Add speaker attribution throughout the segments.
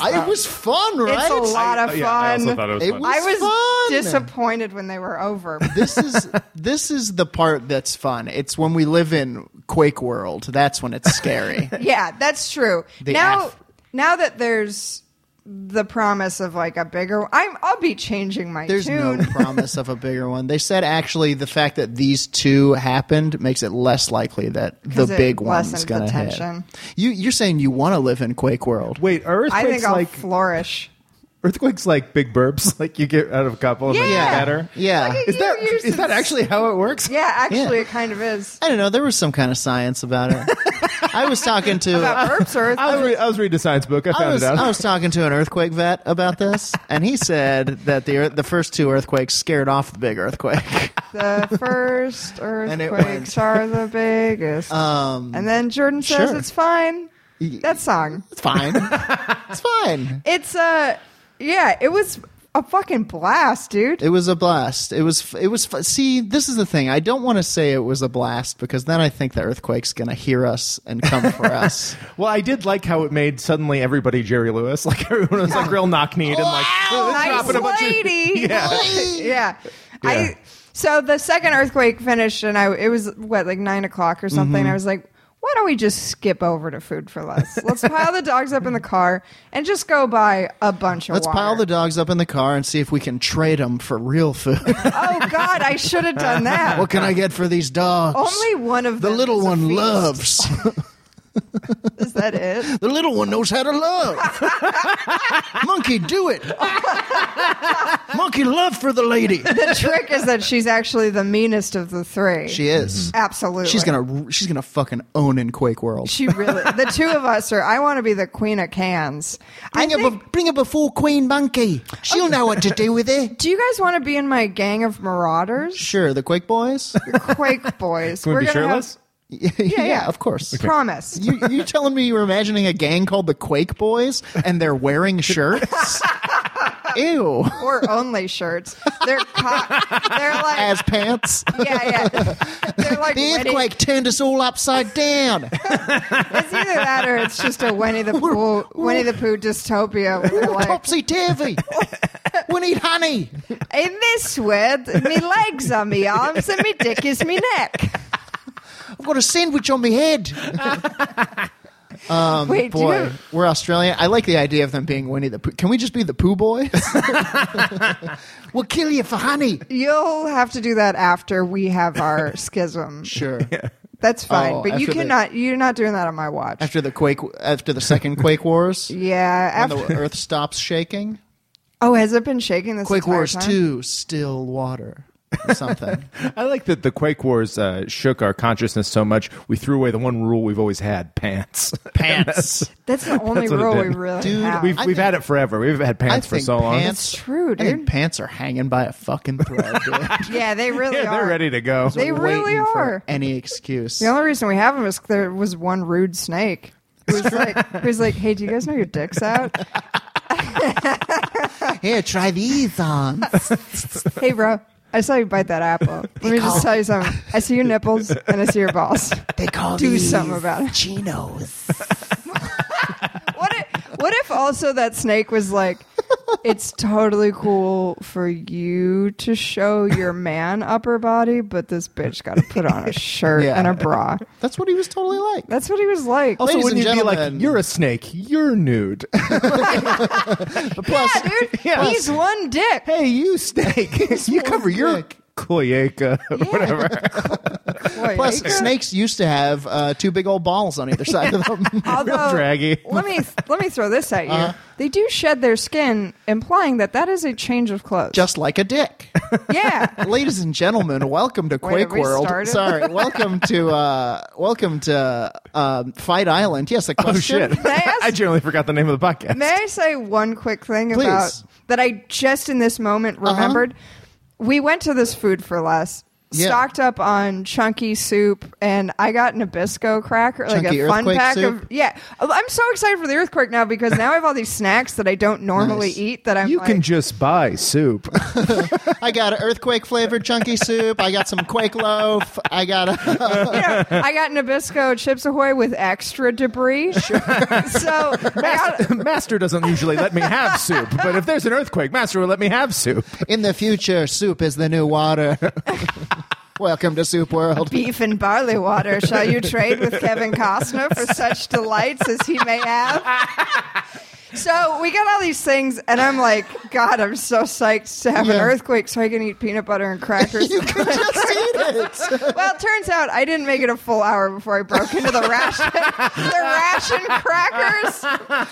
Speaker 1: I, it was fun, right?
Speaker 2: It's a lot of
Speaker 3: Oh,
Speaker 2: fun.
Speaker 3: yeah, I also thought it was
Speaker 1: It
Speaker 3: fun.
Speaker 1: was-
Speaker 2: I was
Speaker 1: fun.
Speaker 2: disappointed when they were over.
Speaker 1: this is this is the part that's fun. It's when we live in Quake World. That's when it's scary.
Speaker 2: yeah, that's true.
Speaker 1: The
Speaker 2: now,
Speaker 1: F.
Speaker 2: now that there's the promise of like a bigger, I'm I'll be changing my
Speaker 1: There's
Speaker 2: tune.
Speaker 1: no promise of a bigger one. They said actually the fact that these two happened makes it less likely that the
Speaker 2: 'Cause it
Speaker 1: big one's
Speaker 2: lessens the
Speaker 1: going to hit.
Speaker 2: tension.
Speaker 1: You you're saying you want to live in Quake World.
Speaker 3: Wait, are
Speaker 2: I think
Speaker 3: earthquakes
Speaker 2: I'll
Speaker 3: like
Speaker 2: flourish.
Speaker 3: earthquakes like big burps? Like you get out of a couple and then
Speaker 2: Yeah.
Speaker 3: it's better.
Speaker 1: Yeah.
Speaker 2: Look at
Speaker 3: Is
Speaker 2: you,
Speaker 3: that
Speaker 2: you're
Speaker 3: is that
Speaker 2: since-
Speaker 3: actually how it works?
Speaker 2: Yeah, actually,
Speaker 1: Yeah.
Speaker 2: it kind of is.
Speaker 1: I don't know. There was some kind of science about it. I was talking to
Speaker 2: About burps or
Speaker 3: I was, re- I was reading a science book. I found
Speaker 1: I was,
Speaker 3: it out.
Speaker 1: I was talking to an earthquake vet about this, and he said that the ear- the first two earthquakes scared off the big earthquake.
Speaker 2: the first
Speaker 1: it
Speaker 2: earthquakes
Speaker 1: went-
Speaker 2: are the biggest.
Speaker 1: Um,
Speaker 2: and then Jordan says
Speaker 1: sure.
Speaker 2: it's fine. That song.
Speaker 1: it's fine. it's fine.
Speaker 2: It's uh, yeah, it was a fucking blast, dude.
Speaker 1: It was a blast. It was. f- It was. f- See, this is the thing. I don't want to say it was a blast because then I think the earthquake's going to hear us and come for us.
Speaker 3: well, I did like how it made suddenly everybody Jerry Lewis. Like everyone was like real knock kneed and like "Oh, let's drop
Speaker 2: nice
Speaker 3: it a bunch of-"
Speaker 2: lady.
Speaker 3: yeah.
Speaker 2: yeah. I so the second earthquake finished, and I it was what like nine o'clock or something.
Speaker 1: Mm-hmm.
Speaker 2: I was like, why don't we just skip over to food for less? Let's pile the dogs up in the car and just go buy a bunch of.
Speaker 1: Let's
Speaker 2: water.
Speaker 1: pile the dogs up in the car and see if we can trade them for real food.
Speaker 2: Oh God, I should have done that.
Speaker 1: what can I get for these dogs?
Speaker 2: Only one of
Speaker 1: the
Speaker 2: them
Speaker 1: little
Speaker 2: is a
Speaker 1: one
Speaker 2: feast.
Speaker 1: loves.
Speaker 2: Is that it?
Speaker 1: The little one knows how to love. Monkey, do it. Monkey, love for the lady.
Speaker 2: The trick is that she's actually the meanest of the three.
Speaker 1: She is.
Speaker 2: absolutely.
Speaker 1: She's gonna. She's gonna fucking own in Quake World.
Speaker 2: She really. The two of us are. I want to be the queen of cans. I
Speaker 1: Bring up,
Speaker 2: think,
Speaker 1: a, bring up a full queen monkey. She'll know what to do with it.
Speaker 2: do you guys want to be in my gang of marauders?
Speaker 1: Sure, the Quake Boys.
Speaker 2: Quake boys.
Speaker 3: Can we be
Speaker 2: gonna
Speaker 3: shirtless?
Speaker 1: yeah, yeah,
Speaker 2: yeah.
Speaker 1: of course.
Speaker 2: Have, promise.
Speaker 1: You, you're telling me you were imagining a gang called the Quake Boys and they're wearing shirts? Ew.
Speaker 2: or only shirts. They're co- they're like
Speaker 1: As pants.
Speaker 2: yeah yeah. They're like
Speaker 1: The
Speaker 2: Winnie-
Speaker 1: earthquake turned us all upside down.
Speaker 2: It's either that or it's just a Winnie the Pooh Winnie the Pooh dystopia. Where they're like
Speaker 1: Topsy turvy. we need honey.
Speaker 2: in this world, me legs are me arms and me dick is me neck.
Speaker 1: I've got a sandwich on my head.
Speaker 2: Wait, do you
Speaker 1: Um, Boy,
Speaker 2: have-
Speaker 1: we're Australian. I like the idea of them being Winnie the Pooh. Can we just be the Pooh Boys? we'll kill you for honey.
Speaker 2: you'll have to do that after we have our schism.
Speaker 1: Sure.
Speaker 2: That's fine,
Speaker 1: Oh,
Speaker 2: but
Speaker 1: after
Speaker 2: you
Speaker 1: the-
Speaker 2: cannot. You're not doing that on my watch.
Speaker 1: After the quake, after the second Quake Wars,
Speaker 2: yeah.
Speaker 1: when
Speaker 2: After,
Speaker 1: the Earth stops shaking,
Speaker 2: oh, has it been shaking this
Speaker 1: Quake
Speaker 2: entire
Speaker 1: Wars
Speaker 2: time?
Speaker 1: Two, still water. or something.
Speaker 3: I like that the Quake Wars uh, shook our consciousness so much we threw away the one rule we've always had: pants.
Speaker 1: Pants.
Speaker 2: That's the only
Speaker 3: That's what it
Speaker 2: rule we
Speaker 3: did.
Speaker 2: really
Speaker 1: Dude,
Speaker 2: have.
Speaker 3: We've
Speaker 1: I
Speaker 3: we've
Speaker 1: think-
Speaker 3: had it forever. We've had pants
Speaker 1: I
Speaker 3: for
Speaker 1: think
Speaker 3: so long.
Speaker 1: pants.
Speaker 2: That's true,
Speaker 1: I think
Speaker 2: dude.
Speaker 1: pants are hanging by a fucking thread. Dude.
Speaker 2: yeah, they really
Speaker 3: yeah,
Speaker 2: are.
Speaker 3: they're ready to go.
Speaker 2: They
Speaker 1: They're
Speaker 2: really
Speaker 1: waiting for
Speaker 2: are.
Speaker 1: any excuse.
Speaker 2: The only reason we have them is 'cause there was one rude snake who was like, who was like, "Hey, do you guys know your dick's out?
Speaker 1: Here, try these on.
Speaker 2: Hey, bro." I saw you bite that apple. Let me just tell you something. I see your nipples and I see your balls.
Speaker 1: They call
Speaker 2: Do something about it.
Speaker 1: chinos.
Speaker 2: What if, what if also that snake was like, it's totally cool for you to show your man upper body, but this bitch got to put on a shirt
Speaker 1: Yeah.
Speaker 2: and a bra.
Speaker 1: That's what he was totally like.
Speaker 2: That's what he was like.
Speaker 3: Also,
Speaker 1: Ladies and
Speaker 3: wouldn't you be like,
Speaker 1: gentlemen.
Speaker 3: "You're a snake. You're nude."
Speaker 2: yeah, dude.
Speaker 3: Yeah.
Speaker 2: He's one dick.
Speaker 3: hey, you snake. you cover your
Speaker 1: snake.
Speaker 3: cloaca.
Speaker 2: Whatever.
Speaker 1: Plus, snakes used to have uh, two big old balls on either side of them.
Speaker 2: Although,
Speaker 3: draggy.
Speaker 2: let me let me throw this at you.
Speaker 1: Uh-huh.
Speaker 2: they do shed their skin, implying that that is a change of clothes.
Speaker 1: Just like a dick.
Speaker 2: yeah.
Speaker 1: Ladies and gentlemen, welcome to
Speaker 2: Wait,
Speaker 1: Quake
Speaker 2: have we
Speaker 1: World.
Speaker 2: started?
Speaker 1: Sorry, welcome to uh, welcome to um, Fight Island. Yes, a
Speaker 3: Oh
Speaker 1: question.
Speaker 3: shit!
Speaker 2: I ask-
Speaker 3: I generally forgot the name of the podcast.
Speaker 2: May I say one quick thing
Speaker 1: Please. Uh-huh.
Speaker 2: about that I just in this moment remembered? We went to this food for less.
Speaker 1: Yeah.
Speaker 2: Stocked up on chunky soup, and I got Nabisco cracker, like
Speaker 1: Chunky
Speaker 2: a fun
Speaker 1: earthquake
Speaker 2: pack
Speaker 1: soup?
Speaker 2: of yeah. I'm so excited for the earthquake now because now I have all these snacks that I don't normally
Speaker 1: Nice.
Speaker 2: eat. That I'm
Speaker 3: you
Speaker 2: like,
Speaker 3: can just buy soup.
Speaker 1: I got an earthquake flavored chunky soup. I got some Quake loaf. I got a
Speaker 2: you know, I got Nabisco Chips Ahoy with extra debris. So I got,
Speaker 3: Master doesn't usually let me have soup, but if there's an earthquake, Master will let me have soup.
Speaker 1: in the future. Soup is the new water. welcome to Soup World.
Speaker 2: beef and barley water. Shall you trade with Kevin Costner for such delights as he may have? So we got all these things, and I'm like, God, I'm so psyched to have an
Speaker 1: Yeah.
Speaker 2: earthquake so I can eat peanut butter and crackers.
Speaker 1: You can just eat it.
Speaker 2: well, it turns out I didn't make it a full hour before I broke into the ration, the ration crackers.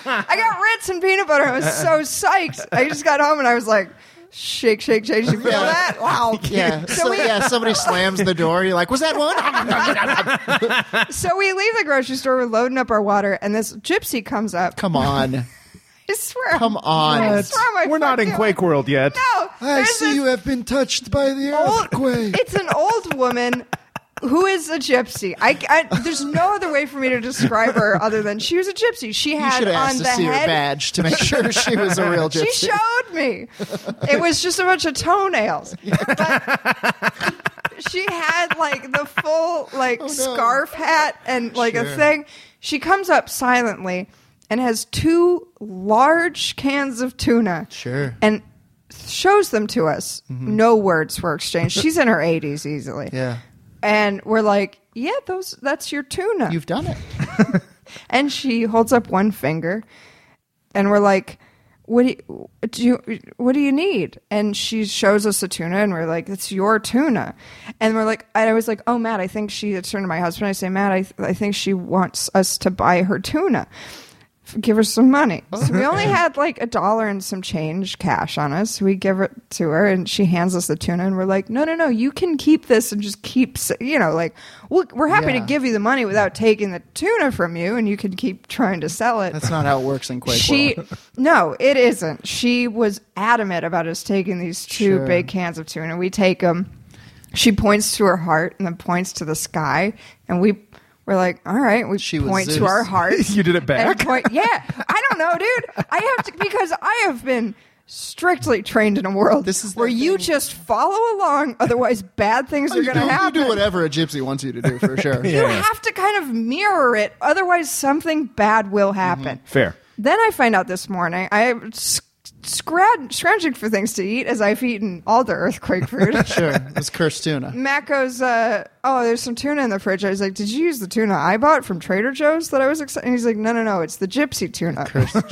Speaker 2: I got Ritz and peanut butter. I was so psyched. I just got home and I was like, shake, shake, shake. You feel
Speaker 1: Yeah.
Speaker 2: that? Wow.
Speaker 1: Yeah.
Speaker 2: So
Speaker 1: So,
Speaker 2: we-
Speaker 1: yeah, somebody slams the door. You're like, was that one?
Speaker 2: So we leave the grocery store. We're loading up our water, and this gypsy comes up.
Speaker 1: Come on.
Speaker 2: I swear.
Speaker 1: Come on.
Speaker 2: I swear on Oh, my
Speaker 3: We're not in
Speaker 2: fucking-
Speaker 3: Quake World yet.
Speaker 2: No.
Speaker 1: I
Speaker 2: there's
Speaker 1: see
Speaker 2: this
Speaker 1: you have been touched by the
Speaker 2: old-
Speaker 1: earthquake.
Speaker 2: It's an old woman. Who is a gypsy? I, I- there's no other way for me to describe her other than she was a gypsy. She
Speaker 1: You
Speaker 2: had
Speaker 1: should have
Speaker 2: on
Speaker 1: asked
Speaker 2: the
Speaker 1: to see her
Speaker 2: head
Speaker 1: badge to make sure she was a real gypsy.
Speaker 2: She showed me. It was just a bunch of toenails. But she had like the full
Speaker 1: Oh,
Speaker 2: like scarf hat and like a thing. She comes up silently and has two large cans of tuna.
Speaker 1: Sure.
Speaker 2: And shows them to us. No words were exchanged. She's in her 80s easily.
Speaker 1: Mm-hmm. Yeah.
Speaker 2: And we're like, "Yeah, those that's your tuna."
Speaker 1: You've done it.
Speaker 2: And she holds up one finger, and we're like, "What do you, do you what do you need?" And she shows us the tuna, and we're like, "It's your tuna," and we're like, and I was like, "Oh, Matt, I think she." I turned to my husband. I say, "Matt, I I think she wants us to buy her tuna." Give her some money. So we only had like a dollar and some change cash on us. We give it to her and she hands us the tuna and we're like, no, no, no, you can keep this and just keep, s- you know, like, we'll- we're happy
Speaker 1: Yeah.
Speaker 2: to give you the money without taking the tuna from you and you can keep trying to sell it.
Speaker 1: That's not how it works in Quake
Speaker 2: she
Speaker 1: World.
Speaker 2: no it isn't she was adamant about us taking these two
Speaker 1: Sure.
Speaker 2: big cans of tuna we take them she points to her heart and then points to the sky and we we're like all right we
Speaker 1: She was
Speaker 2: point to
Speaker 1: Zeus.
Speaker 2: our hearts
Speaker 3: You did it
Speaker 2: and
Speaker 3: back.
Speaker 2: point- yeah i don't know dude i have to because i have been strictly trained in a world
Speaker 1: This is the
Speaker 2: where you
Speaker 1: thing- Oh,
Speaker 2: just follow along otherwise bad things are
Speaker 1: You
Speaker 2: going to
Speaker 1: do-
Speaker 2: happen
Speaker 1: You do whatever a gypsy wants you to do for sure.
Speaker 2: you have to kind of mirror it otherwise something bad
Speaker 1: Mm-hmm.
Speaker 2: will happen
Speaker 3: Fair.
Speaker 2: then I find out this morning I sc- scroung- scrounging for things to eat as I've eaten all the earthquake food.
Speaker 1: Sure. It was cursed tuna.
Speaker 2: Matt goes, uh, "Oh, there's some tuna in the fridge." I was like, "Did you use the tuna I bought from Trader Joe's that I was excited?" And he's like, "No, no, no, it's the gypsy tuna."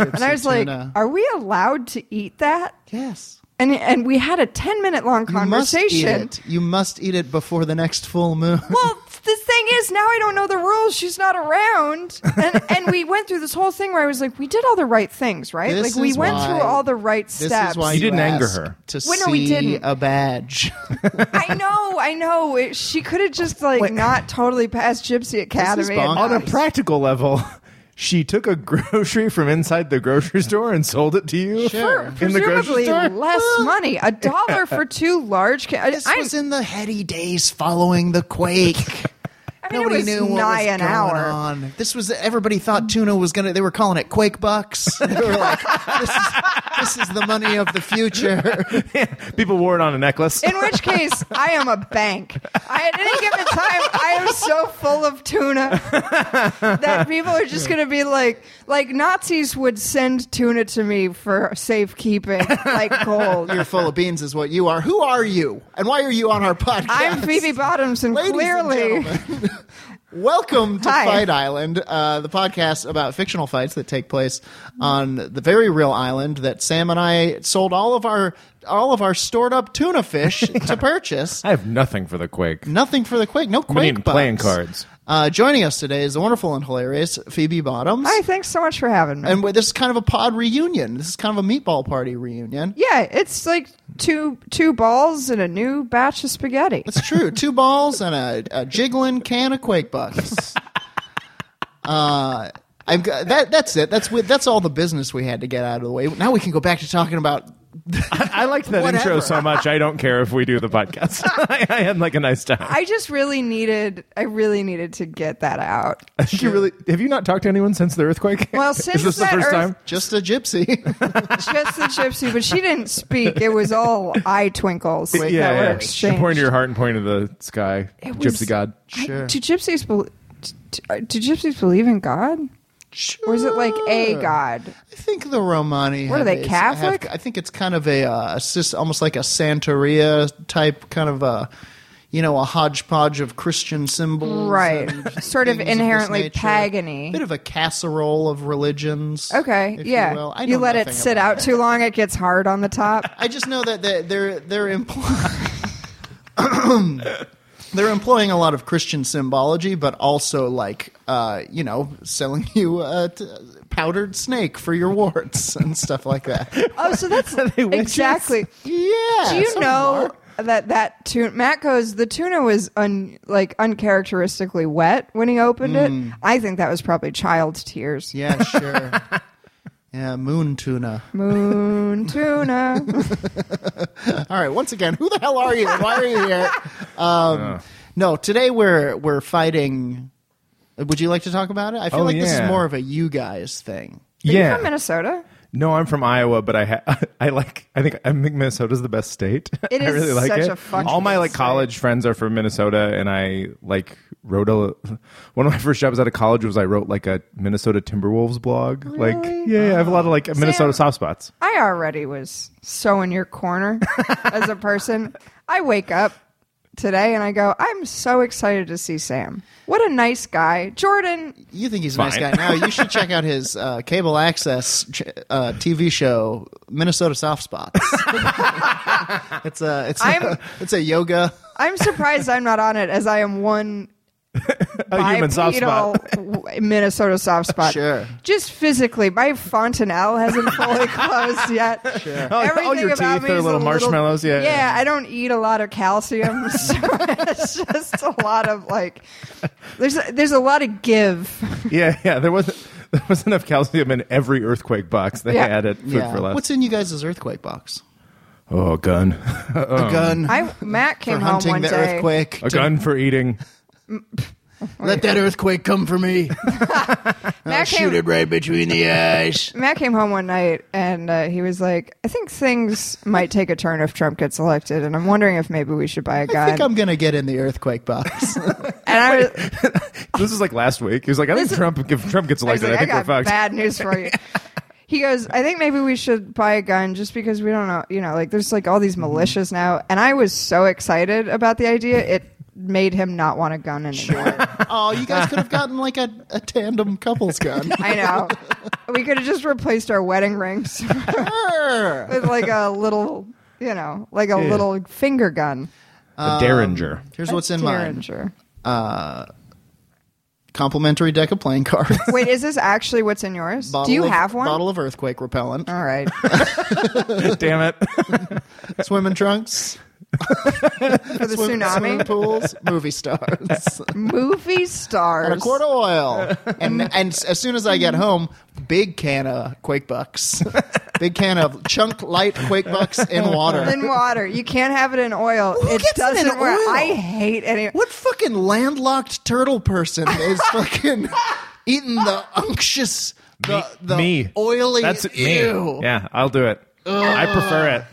Speaker 2: and I was
Speaker 1: tuna.
Speaker 2: like, "Are we allowed to eat that?"
Speaker 1: Yes.
Speaker 2: And and we had a ten minute long
Speaker 1: You must eat
Speaker 2: conversation.
Speaker 1: it. You must eat it before the next full moon.
Speaker 2: Well, this, they thing is, now I don't know the rules. She's not around, and and we went through this whole thing where I was like, we did all the right things, right?
Speaker 1: This
Speaker 2: like we
Speaker 1: is
Speaker 2: went
Speaker 1: why-
Speaker 2: through all the right
Speaker 1: This
Speaker 2: steps.
Speaker 1: is why
Speaker 3: You didn't anger
Speaker 1: ask
Speaker 3: her.
Speaker 1: to
Speaker 2: Well, no,
Speaker 1: see
Speaker 2: we didn't.
Speaker 1: a badge.
Speaker 2: I know, I know. It, she could have just like not totally passed Gypsy Academy. and-
Speaker 1: bonkers.
Speaker 3: on a practical level, she took a grocery from inside the grocery store and sold it to you
Speaker 1: Sure.
Speaker 3: in the grocery
Speaker 2: presumably
Speaker 3: store.
Speaker 2: less money. A dollar for two large. Ca- I,
Speaker 1: this
Speaker 2: I'm-
Speaker 1: was in the heady days following the quake.
Speaker 2: I mean,
Speaker 1: Nobody
Speaker 2: it was
Speaker 1: knew what was
Speaker 2: nigh an
Speaker 1: going
Speaker 2: hour.
Speaker 1: on. This was everybody thought tuna was gonna. They were calling it Quake Bucks. they were like, this is, "This is the money of the future."
Speaker 3: People wore it on a necklace.
Speaker 2: In which case, I am a bank. I, at any given time, I am so full of tuna that people are just going to be like, like Nazis would send tuna to me for safekeeping, like gold.
Speaker 1: You're full of beans, is what you are. Who are you, and why are you on our podcast?
Speaker 2: I'm Phoebe Bottoms, and
Speaker 1: Ladies
Speaker 2: clearly,
Speaker 1: and gentlemen, welcome to
Speaker 2: Hi.
Speaker 1: Fight Island, uh, the podcast about fictional fights that take place on the very real island that Sam and I sold all of our all of our stored up tuna fish to purchase.
Speaker 3: I have nothing for the quake.
Speaker 1: Nothing for the quake. No
Speaker 3: We
Speaker 1: quake.
Speaker 3: need playing
Speaker 1: bucks.
Speaker 3: cards.
Speaker 1: Uh, joining us today is the wonderful and hilarious Phoebe Bottoms.
Speaker 2: hi, thanks so much for having me.
Speaker 1: and we- this is kind of a pod reunion. This is kind of a meatball party reunion.
Speaker 2: yeah, it's like two two balls and a new batch of spaghetti.
Speaker 1: It's true. Two balls and a, a jiggling can of Quake Bucks. uh, I've got, that. That's it. That's wi- that's all the business we had to get out of the way. Now we can go back to talking about.
Speaker 3: I liked that intro
Speaker 1: Whatever.
Speaker 3: so much. I don't care if we do the podcast. I, I had like a nice time.
Speaker 2: I just really needed, I really needed to get that out.
Speaker 3: I think you really have you not talked to anyone since the earthquake?
Speaker 2: Well,
Speaker 3: is
Speaker 2: since
Speaker 3: this the
Speaker 2: that
Speaker 3: first
Speaker 2: earth-
Speaker 3: time?
Speaker 1: Just a gypsy.
Speaker 2: just the gypsy, but she didn't speak. It was all eye twinkles that were
Speaker 3: You
Speaker 2: exchanged.
Speaker 3: point to your heart and point to the sky.
Speaker 2: It
Speaker 3: Gypsy
Speaker 2: was-
Speaker 3: God.
Speaker 2: I-
Speaker 1: Sure.
Speaker 2: do gypsies believe? Do gypsies believe in God, or is it like a
Speaker 1: Sure.
Speaker 2: God?
Speaker 1: I think the Romani.
Speaker 2: What are
Speaker 1: have
Speaker 2: they,
Speaker 1: a-
Speaker 2: Catholic?
Speaker 1: have- I think it's kind of a, uh, a sis- almost like a Santeria type, kind of a, you know, a hodgepodge of Christian symbols,
Speaker 2: Right.
Speaker 1: and
Speaker 2: Sort of
Speaker 1: things this
Speaker 2: inherently
Speaker 1: nature.
Speaker 2: pagany.
Speaker 1: bit of a casserole of religions.
Speaker 2: Okay,
Speaker 1: if
Speaker 2: yeah.
Speaker 1: You, will. I
Speaker 2: you
Speaker 1: know
Speaker 2: let it
Speaker 1: nothing
Speaker 2: sit
Speaker 1: about
Speaker 2: out too long; it gets hard on the top.
Speaker 1: I just know that they- they're they're employing they're employing a lot of Christian symbology, but also like uh, you know selling you a t- powdered snake for your warts and stuff like that.
Speaker 2: Oh, so that's
Speaker 3: witches?
Speaker 2: exactly.
Speaker 1: Yeah.
Speaker 2: Do you
Speaker 1: some
Speaker 2: know
Speaker 1: are.
Speaker 2: that that tuna? Matt goes. The tuna was un like uncharacteristically wet when he opened it. I think that was probably child's tears.
Speaker 1: Yeah, sure. yeah, moon tuna.
Speaker 2: Moon tuna.
Speaker 1: All right, once again, who the hell are you? Why are you here? Um, No, today we're we're fighting. Would you like to talk about it? I feel
Speaker 3: Oh,
Speaker 1: like this is
Speaker 3: yeah.
Speaker 1: more of a you guys thing.
Speaker 2: You from Minnesota?
Speaker 3: No, I'm from Iowa, but I ha- I like I think I think Minnesota's the best state.
Speaker 2: It
Speaker 3: I
Speaker 2: is
Speaker 3: really like
Speaker 2: such
Speaker 3: it.
Speaker 2: a fucking
Speaker 3: All my like
Speaker 2: state.
Speaker 3: college friends are from Minnesota, and I like wrote a one of my first jobs out of college was I wrote like a Minnesota Timberwolves blog. Like yeah, yeah, I have a lot of like Minnesota soft spots.
Speaker 2: I already was so in your corner as a person. I wake up today and I go, I'm so excited to see Sam. What a nice guy. Jordan,
Speaker 1: You think he's a nice guy.
Speaker 3: Fine.
Speaker 1: Now you should check out his uh, cable access ch- uh, TV show, Minnesota Soft Spots. it's a it's
Speaker 2: I'm-
Speaker 1: a, it's a yoga.
Speaker 2: I'm surprised I'm not on it as I am one
Speaker 3: A human soft
Speaker 2: bipedal
Speaker 3: spot.
Speaker 2: w- Minnesota soft spot.
Speaker 1: Sure.
Speaker 2: Just physically, my fontanelle hasn't fully closed yet. Sure.
Speaker 3: Oh, like, all your teeth are little marshmallows. Yeah,
Speaker 2: Yeah, I don't eat a lot of calcium, so it's just a lot of like. There's a, there's a lot of give.
Speaker 3: yeah, yeah. There wasn't there was enough calcium in every earthquake box they
Speaker 2: Yeah.
Speaker 3: had at Food for Less.
Speaker 1: What's in you guys' earthquake box?
Speaker 3: oh, a gun,
Speaker 1: a gun
Speaker 2: I Matt
Speaker 1: for
Speaker 2: came home
Speaker 1: hunting
Speaker 2: one
Speaker 1: the
Speaker 2: day.
Speaker 1: earthquake.
Speaker 3: a gun for eating.
Speaker 1: Let that earthquake come for me. Oh,
Speaker 2: Matt came,
Speaker 1: right between the eyes.
Speaker 2: Matt came home one night and uh, he was like, "I think things might take a turn if Trump gets elected, and I'm wondering if maybe we should buy a
Speaker 1: I
Speaker 2: gun."
Speaker 1: think I'm gonna get in the earthquake box.
Speaker 2: and I was,
Speaker 3: This is like last week. He was like, I think
Speaker 2: This is-
Speaker 3: Trump if Trump gets
Speaker 2: I was like,
Speaker 3: elected, I
Speaker 2: "I
Speaker 3: think we're
Speaker 2: got
Speaker 3: fucked.
Speaker 2: bad news for you." He goes, "I think maybe we should buy a gun just because we don't know, you know, like there's like all these
Speaker 3: Mm-hmm.
Speaker 2: militias now." And I was so excited about the idea; it made him not want a gun anymore.
Speaker 1: oh, you guys could have gotten like a, a tandem couples gun.
Speaker 2: I know. we could have just replaced our wedding rings
Speaker 1: Sure.
Speaker 2: with like a little, you know, like a little finger gun.
Speaker 3: A derringer.
Speaker 1: Here's what's in mine.
Speaker 2: Derringer.
Speaker 1: complimentary deck of playing cards.
Speaker 2: Wait, is this actually what's in yours? Do you
Speaker 1: of,
Speaker 2: have one?
Speaker 1: Bottle of earthquake repellent.
Speaker 2: All right.
Speaker 3: Damn it.
Speaker 1: Swimming trunks.
Speaker 2: For the
Speaker 1: swim- Swimming
Speaker 2: tsunami.
Speaker 1: pools. Movie stars.
Speaker 2: Movie stars.
Speaker 1: and a quart of oil. And and s- as soon as I get home, big can of Quake Bucks. big can of chunk light Quake Bucks in water.
Speaker 2: in water. You can't have it in oil.
Speaker 1: Who
Speaker 2: it
Speaker 1: gets it in
Speaker 2: doesn't work.
Speaker 1: oil?
Speaker 2: I hate any.
Speaker 1: What fucking landlocked turtle person is fucking eating the unctuous the, the
Speaker 3: me.
Speaker 1: oily
Speaker 3: That's
Speaker 1: ew.
Speaker 3: me. Yeah, I'll do it. I prefer it.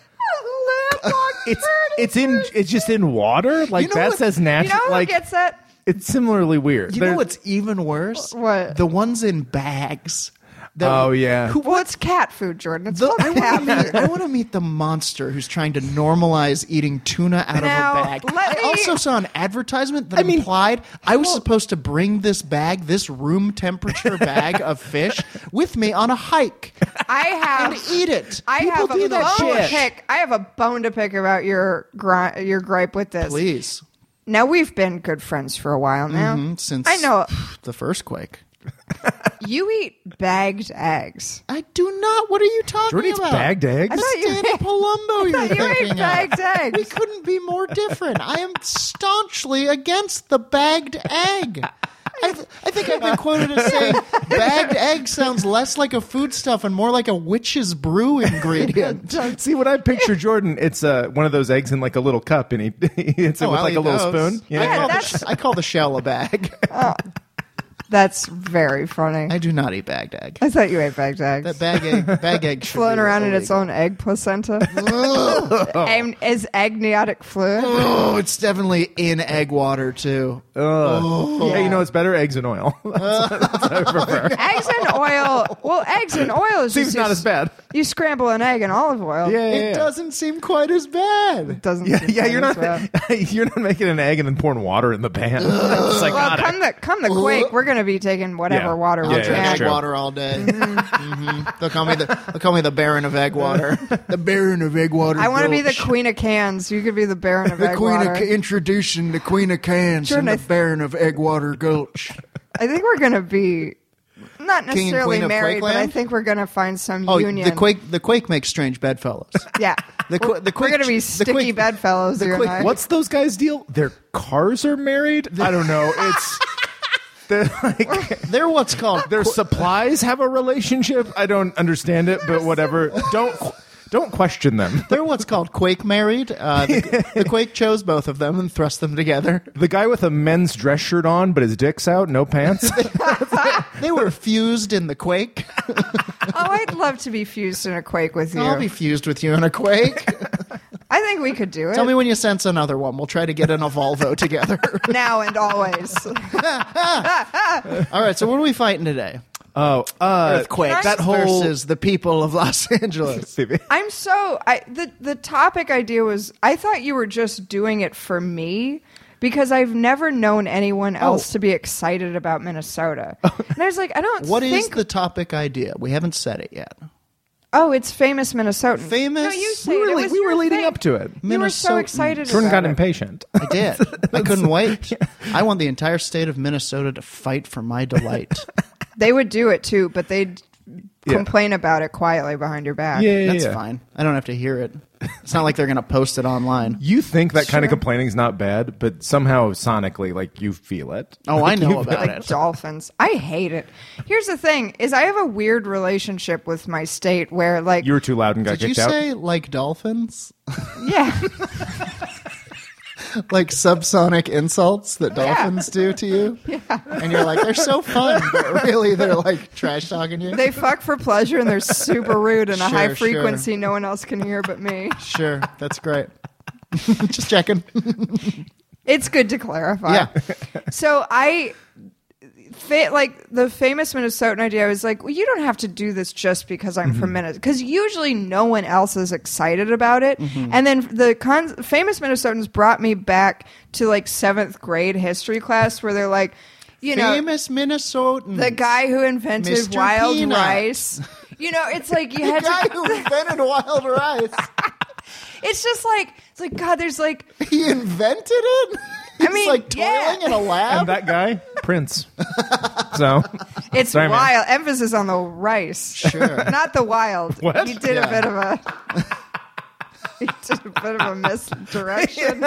Speaker 3: It's it's in it's just in water. Like
Speaker 1: You know
Speaker 3: that
Speaker 1: what-
Speaker 3: says
Speaker 2: You know
Speaker 3: natural.
Speaker 2: who
Speaker 3: like
Speaker 2: gets that?
Speaker 3: it's similarly weird.
Speaker 1: You
Speaker 3: There-
Speaker 1: know what's even worse?
Speaker 2: What?
Speaker 1: The ones in bags. The-
Speaker 3: Oh yeah.
Speaker 1: Who
Speaker 2: Well, it's cat food, Jordan. It's
Speaker 1: the,
Speaker 2: called
Speaker 1: I
Speaker 2: cat
Speaker 1: want to
Speaker 2: food.
Speaker 1: meet, I want to meet the monster who's trying to normalize eating tuna out
Speaker 2: Now,
Speaker 1: of a bag.
Speaker 2: let
Speaker 1: I
Speaker 2: me-
Speaker 1: also saw an advertisement that
Speaker 3: I mean-
Speaker 1: implied I was supposed to bring this bag, this room temperature bag of fish, with me on a hike
Speaker 2: I have.
Speaker 1: and eat it.
Speaker 2: I
Speaker 1: People
Speaker 2: have a
Speaker 1: do that
Speaker 2: bone to
Speaker 1: shit.
Speaker 2: pick. I have a bone to pick about your gri- your gripe with this.
Speaker 1: Please,
Speaker 2: Now we've been good friends for a while now.
Speaker 1: Mm, since
Speaker 2: I know
Speaker 1: the first quake.
Speaker 2: you eat bagged eggs.
Speaker 1: I do not. What are you talking
Speaker 3: Jordan eats
Speaker 1: about?
Speaker 3: bagged eggs? I
Speaker 1: That's
Speaker 2: thought you-
Speaker 1: Danny Palumbo. you're
Speaker 2: thought you ate
Speaker 1: thinking of.
Speaker 2: bagged eggs.
Speaker 1: We couldn't be more different. I am staunchly against the bagged egg. I, th- I think I've been quoted as saying bagged egg sounds less like a foodstuff and more like a witch's brew ingredient.
Speaker 3: See what I picture, Jordan. It's uh, one of those eggs in like a little cup, and he it's it
Speaker 1: Oh,
Speaker 3: with
Speaker 1: I'll
Speaker 3: like a
Speaker 1: eat
Speaker 3: little
Speaker 1: those.
Speaker 3: spoon. You
Speaker 1: I,
Speaker 3: know?
Speaker 2: Yeah,
Speaker 1: call the,
Speaker 2: that's-
Speaker 1: sh- I call the shell a bag.
Speaker 2: That's very funny.
Speaker 1: I do not eat bagged egg.
Speaker 2: I thought you ate bagged eggs.
Speaker 1: That bag egg, bag egg should
Speaker 2: floating
Speaker 1: be
Speaker 2: around in its
Speaker 1: illegal.
Speaker 2: own egg placenta. and is agnotic fluid.
Speaker 1: Oh, it's definitely in egg water too.
Speaker 3: Oh, Yeah, you know it's better eggs and oil.
Speaker 2: eggs and oil. Well, eggs and oil is
Speaker 3: Seems
Speaker 2: just
Speaker 3: not
Speaker 2: you,
Speaker 3: as bad.
Speaker 2: You scramble an egg in olive oil.
Speaker 3: Yeah, yeah,
Speaker 1: It
Speaker 3: yeah.
Speaker 1: doesn't seem quite as bad.
Speaker 2: doesn't.
Speaker 3: Yeah,
Speaker 2: seem
Speaker 3: yeah,
Speaker 2: bad
Speaker 3: you're
Speaker 2: as
Speaker 3: not
Speaker 2: well.
Speaker 3: you're not making an egg and then pouring water in the pan. It's like
Speaker 2: Well,
Speaker 3: not
Speaker 2: come the come the quake, we're gonna be taking whatever
Speaker 3: Yeah.
Speaker 2: water
Speaker 3: I'll
Speaker 2: we
Speaker 3: Yeah,
Speaker 1: Drink
Speaker 3: that's
Speaker 1: egg
Speaker 2: can.
Speaker 3: true.
Speaker 1: water all day.
Speaker 2: Mm-hmm.
Speaker 1: Mhm. They'll call me the they'll call me the Baron of egg water. the Baron of egg water.
Speaker 2: I want to be the
Speaker 1: Gulch.
Speaker 2: queen of cans. You could be the baron of
Speaker 1: The
Speaker 2: egg
Speaker 1: queen
Speaker 2: water.
Speaker 1: of introducing the queen of cans and
Speaker 2: Jordan,
Speaker 1: the
Speaker 2: I th-
Speaker 1: Baron of egg water gulch.
Speaker 2: I think we're gonna be not
Speaker 1: and
Speaker 2: necessarily
Speaker 1: queen of
Speaker 2: married, but I
Speaker 1: Quakeland?
Speaker 2: think we're gonna find some
Speaker 1: Oh,
Speaker 2: union.
Speaker 1: the quake the quake makes strange bedfellows.
Speaker 2: Yeah,
Speaker 1: The qu-
Speaker 2: we're,
Speaker 1: the
Speaker 2: we're
Speaker 1: quake-
Speaker 2: gonna be
Speaker 1: the
Speaker 2: sticky
Speaker 1: quake-
Speaker 2: bedfellows.
Speaker 1: the
Speaker 2: you and
Speaker 1: quake-
Speaker 2: I.
Speaker 3: What's those guys' deal? Their cars are married. I don't know. It's they're like
Speaker 1: They're what's called
Speaker 3: their
Speaker 1: qu-
Speaker 3: supplies have a relationship. I don't understand it, but whatever. Don't don't question them.
Speaker 1: they're what's called quake married. Uh, the, the quake chose both of them and thrust them together.
Speaker 3: The guy with a men's dress shirt on, but his dick's out, no pants.
Speaker 1: They were fused in the quake.
Speaker 2: Oh, I'd love to be fused in a quake with you.
Speaker 1: I'll be fused with you in a quake.
Speaker 2: I think we could do it.
Speaker 1: Tell me when you sense another one. We'll try to get an a Volvo together.
Speaker 2: now and always.
Speaker 1: All right, so what are we fighting today?
Speaker 3: oh, uh,
Speaker 1: Earthquakes
Speaker 3: that whole
Speaker 1: versus the people of Los Angeles.
Speaker 2: I'm so I the the topic idea was I thought you were just doing it for me because I've never known anyone else to be excited about Minnesota. and I was like, I don't
Speaker 1: What is
Speaker 2: think
Speaker 1: the topic idea? We haven't said it yet.
Speaker 2: Oh, it's famous Minnesotans.
Speaker 1: Famous-
Speaker 2: No, you say
Speaker 3: We were
Speaker 2: it. It
Speaker 3: le-
Speaker 2: was
Speaker 3: we were
Speaker 2: your
Speaker 3: leading
Speaker 2: thing.
Speaker 3: up to it.
Speaker 2: You were so
Speaker 1: Minnesotans.
Speaker 2: excited.
Speaker 3: Jordan
Speaker 2: about
Speaker 3: got
Speaker 2: it.
Speaker 3: impatient.
Speaker 1: I did. I couldn't wait. I want the entire state of Minnesota to fight for my delight.
Speaker 2: They would do it too, but they'd
Speaker 3: Yeah.
Speaker 2: complain about it quietly behind your back.
Speaker 3: Yeah, yeah,
Speaker 1: That's
Speaker 3: yeah.
Speaker 1: fine. I don't have to hear it. It's not like they're going to post it online.
Speaker 3: You think that kind of complaining is not bad, but somehow sonically, like you feel it.
Speaker 1: Oh, I know about
Speaker 2: like
Speaker 1: it.
Speaker 2: dolphins. I hate it. Here's the thing: is I have a weird relationship with my state where, like,
Speaker 3: You were too loud and got
Speaker 1: Did you
Speaker 3: kicked out.
Speaker 1: say like dolphins?
Speaker 2: yeah,
Speaker 1: Like subsonic insults
Speaker 2: Oh,
Speaker 1: that dolphins do to you? Yeah. And you're like, they're so fun, but really they're like trash talking you?
Speaker 2: they fuck for pleasure and they're super rude in a
Speaker 1: Sure,
Speaker 2: high
Speaker 1: sure.
Speaker 2: frequency no one else can hear but me.
Speaker 1: Sure, that's great. Just checking.
Speaker 2: It's good to clarify.
Speaker 1: Yeah.
Speaker 2: So I. Fa- like the famous Minnesotan idea, I was like, well, you don't have to do this just because I'm
Speaker 1: Mm-hmm.
Speaker 2: from Minnesota. Because usually no one else is excited about it.
Speaker 1: Mm-hmm.
Speaker 2: And then the con- famous Minnesotans brought me back to like seventh grade history class where they're like, you know,
Speaker 1: Famous Minnesotan.
Speaker 2: the guy who invented
Speaker 1: Mr.
Speaker 2: wild
Speaker 1: Peanut.
Speaker 2: rice. You know, it's like you
Speaker 1: the
Speaker 2: had
Speaker 1: guy
Speaker 2: to.
Speaker 1: who invented wild rice.
Speaker 2: It's just like it's like God. There's like
Speaker 1: He invented it.
Speaker 2: I
Speaker 1: He's
Speaker 2: mean,
Speaker 1: like toiling
Speaker 2: yeah.
Speaker 1: in a lab.
Speaker 3: And that guy, Prince. So
Speaker 2: It's
Speaker 3: Sorry, man.
Speaker 2: wild. Emphasis on the rice. Sure. Not the wild.
Speaker 3: What?
Speaker 2: You did a bit of a. you did a bit of a misdirection.